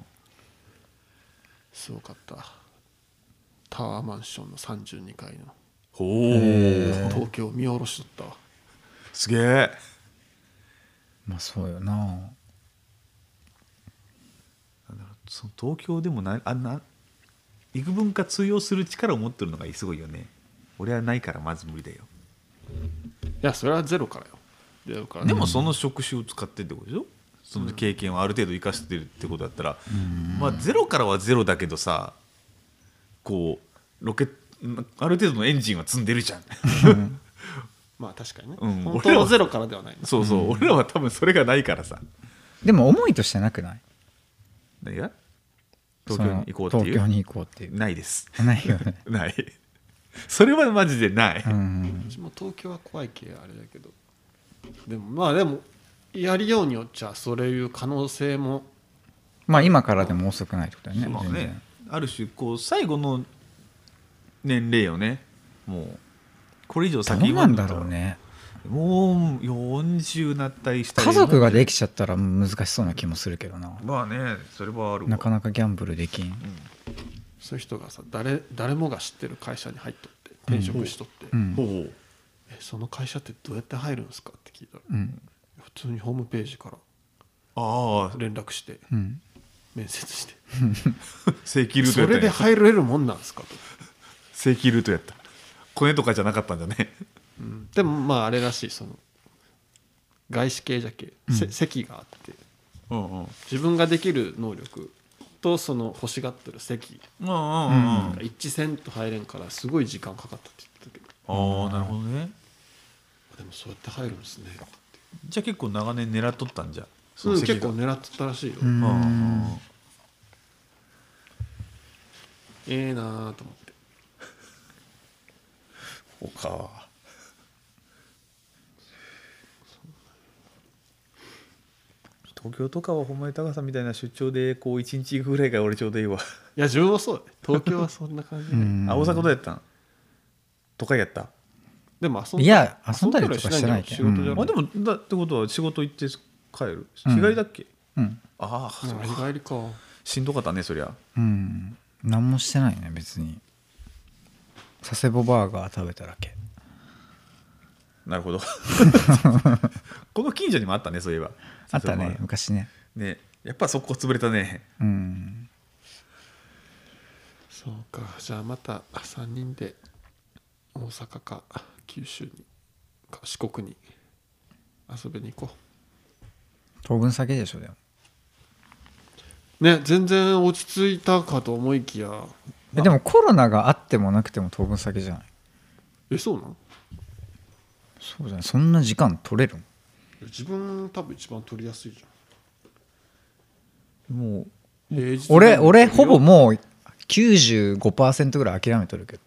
すごかったタワーマンションの32階の
ほ
へ
う
東京見下ろしとったわ
すげえ
まあそうよな
その東京でもなあんな幾分か通用する力を持ってるのがすごいよね俺はないからまず無理だよ
いやそれはゼロからよゼロから
でもその職種を使ってってことでしょその経験をある程度生かしてるってことだったら、まあゼロからはゼロだけどさこうロケんある程度のエンジンは積んでる じゃん
まあ確かにね、
うん
本
俺
当
ら
の
は
ゼロからではないね
そうそう、俺らは多分それがないからさ
でも思いとしてなくない
何が東京に行こうっていう
その東京に行こうっていう
ないです
ないよね
ないそれはマジでない、
うん
私も東京は怖い系あれだけどでもまあでもやりようによっちゃそういう可能性も
まあ今からでも遅くないってことだよね
まあ
全
ね
然
ある種こう最後の年齢よねもうこれ以上
ど
先
うなんだろうね
もう40なったりしたり
家族ができちゃったら難しそうな気もするけどな
まあねそれはあるわ
なかなかギャンブルできん
そういう人がさ誰誰もが知ってる会社に入っとって転職しとって、
うん
ほう
えその会社ってどうやって入るんですかって聞いたら
うん
普通にホームページから
ああ
連絡して
うん
面接して
正規ルート
そ
やった
れ
ん
で
や
入れるもんなんですかと、
正規ルートやったコネとかじゃなかったんじゃね
うんでもまああれらしいその外資系じゃけ、せ席があって
うんうんうん
自分ができる能力とその欲しがってる席
うんうんうん
が一致せんと入れんからすごい時間かかったって言ってたけ
ああなるほどね
どでもそうやって入るんですねって
じゃあ結構長年狙っとったんじゃそ
うん
の席
結
が
構狙っとったらしいよ、
うん
うんうんうん
ええなあと思って
そうか東京とかはほんまに高さんみたいな出張でこう1日行くぐらいが俺ちょうどいいわ、
いや自分もそうだね東京はそんな感じで、
うん
あ大阪どうやったん都会やった、
でも遊んだ
いや遊んだりとかしてないけ
仕
ど
事じゃ
うん
な
あ
い
でもだってことは仕事行って帰る
うん
日帰りだっけ、
うん
ああそう
日
か
帰りか
しんどかったねそりゃ
うん何もしてないね別に佐世保バーガー食べただけ
な るほどこの近所にもあったねそういえば
あったね昔ね
ねやっぱそこ潰れた ね
うん
そうかじゃあまた3人で大阪か九州にか四国に遊びに行こ
当分先でしょでも
うね全然落ち着いたかと思いきや
えでもコロナがあってもなくても当分先じゃない
えそうなん
そうじゃないそんな時間取れるの
自分多分一番取りやすいじ
も
ゃ
う
ん平日
俺
でも
俺
取れ
ほ
るよ
ぼもう95%ぐらい諦めとるけど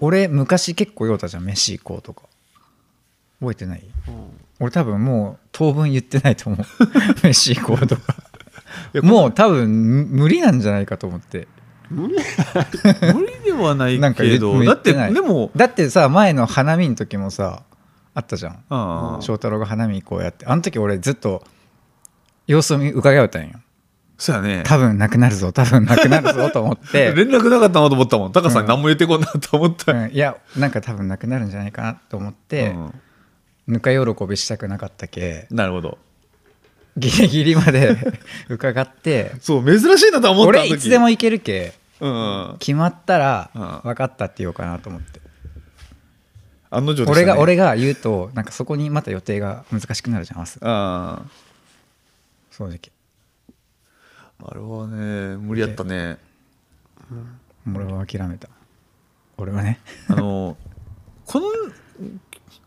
俺昔結構酔うたじゃん飯行こうとか覚えてない
うん
俺多分もう当分言ってないと思 う飯行こうとか
いや
もう多分無理なんじゃないかと思って
無理
無理ではない
なんか
けど
言
だっ
って
て
ない
でも
だってさ前の花見の時もさあったじゃん
ああ
翔太郎が花見行こうやってあの時俺ずっと様子を見伺うたんよ
そうやね
多分なくなるぞ多分なくなるぞと思って
連絡なかったなと思ったもん高さん
うん
に何も言ってこんなと思った、
うん、いやなんか多分なくなるんじゃないかなと思って、
うん
ぬか喜びしたくなかったけ
なるほど
ギリギリまで 伺って
そう珍しいなとは思った
俺いつでも
いい、
行けるけ
うんうん、
決まった
う
ら
ん
分かったって言おうかなと思って、
案の定でした、ね、
俺が俺が言うとなんかそこにまた予定が難しくなるじゃん明日
あ
正直
ああれはね無理やったね
俺は諦めた俺はね
あのこの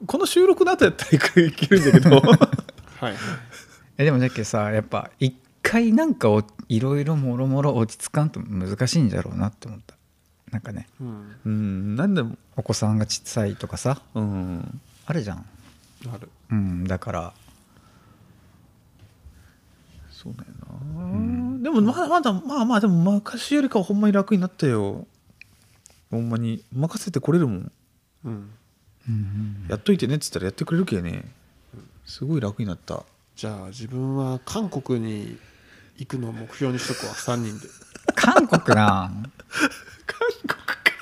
この収録の後やったら行く行けるんだけ ど
はい
えでもじゃっけさやっぱ一回なんかおいろいろもろもろ落ち着かんと難しいんじゃろうなって思ったなんかね
うん
うんなんでも
お子さんが小さいとかさ
うん
あるじゃん
ある
うんだから
そうだよな、でもまだまだまあまあでも昔よりかはほんまに楽になったよほんまに任せてこれるもん
うん
うん
やっといてねっつったらやってくれるけねすごい楽になった
じゃあ自分は韓国に行くのを目標にしとくわ3人で
韓国な
韓国か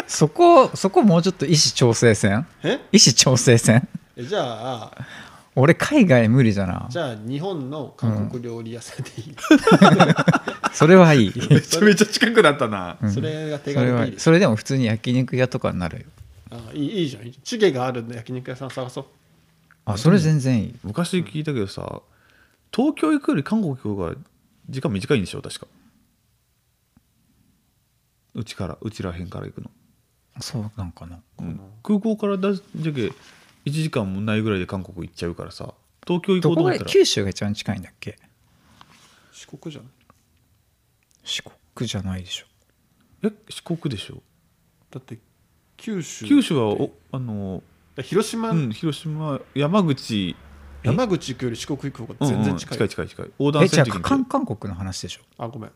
そこそこもうちょっと意思調整線
え
意思調整線
えじゃあ
俺海外無理じゃな
じゃあ日本の韓国料理屋さんでいい、
それはいい
めちゃめちゃ近くなったな
うん
それが手
それ
軽で
はい
い
い
です
それでも普通に焼肉屋とかになるよ
あいいいいじゃんいいじゃんチゲがあるんで焼肉屋さん探そう
あそれ全然いい
昔聞いたけどさ東京行くより韓国行く方が時間短いんでしょ確かうちからうちらへんから行くの、
そうなんかな
うん空港からだじゃけ1時間もないぐらいで韓国行っちゃうからさ東京行こ
ど
うと
こ
思
が
ったら
九州が一番近いんだっけ
四国じゃない
四国じゃないでしょ
え四国でしょ
だって九州
九州はおあの、
広島、
うん、広島山口
え
山口行くより四国行く方が全
うんう
然
ん
近い,、
近い近い近い横
え
断
じ
線
ゃあ
的に
韓韓国の話でしょ
あごめん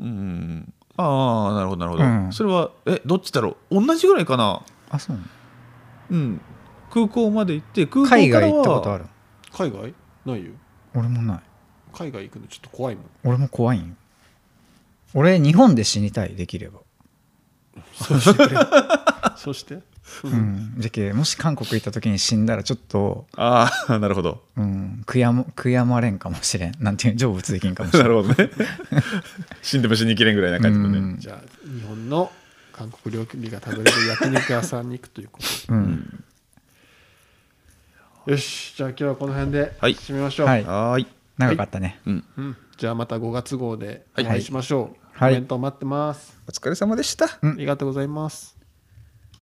うんうんうんああなるほどなるほど、
うん
それはえどっちだろう同じぐらいかな
あそうなの
うん空港まで行って空港からは
海外行ったことある
海外ないよ
俺もない
海外行くのちょっと怖いもん
俺も怖いんよ俺日本で死にたいできれば、
そしてそして、う
うんん、じゃけもし韓国行った時に死んだらちょっと、
ああなるほど
うん、悔やも悔やまれんかもしれんなんていう成仏できんかもしれ
なんるほどね死んでも死にきれんぐ らいな感じだね、
うん
じゃあ日本の韓国料理が食べれる焼肉屋さんに行くというこ
うん
とよしじゃあ今日はこの辺で
はい
締めましょう、
はい
はーい
長かったね、
うん、じゃあまた5月号でお
はい
会いしましょう、
はい
コメント待ってます、
お疲れ様でした
うん
ありがとうございます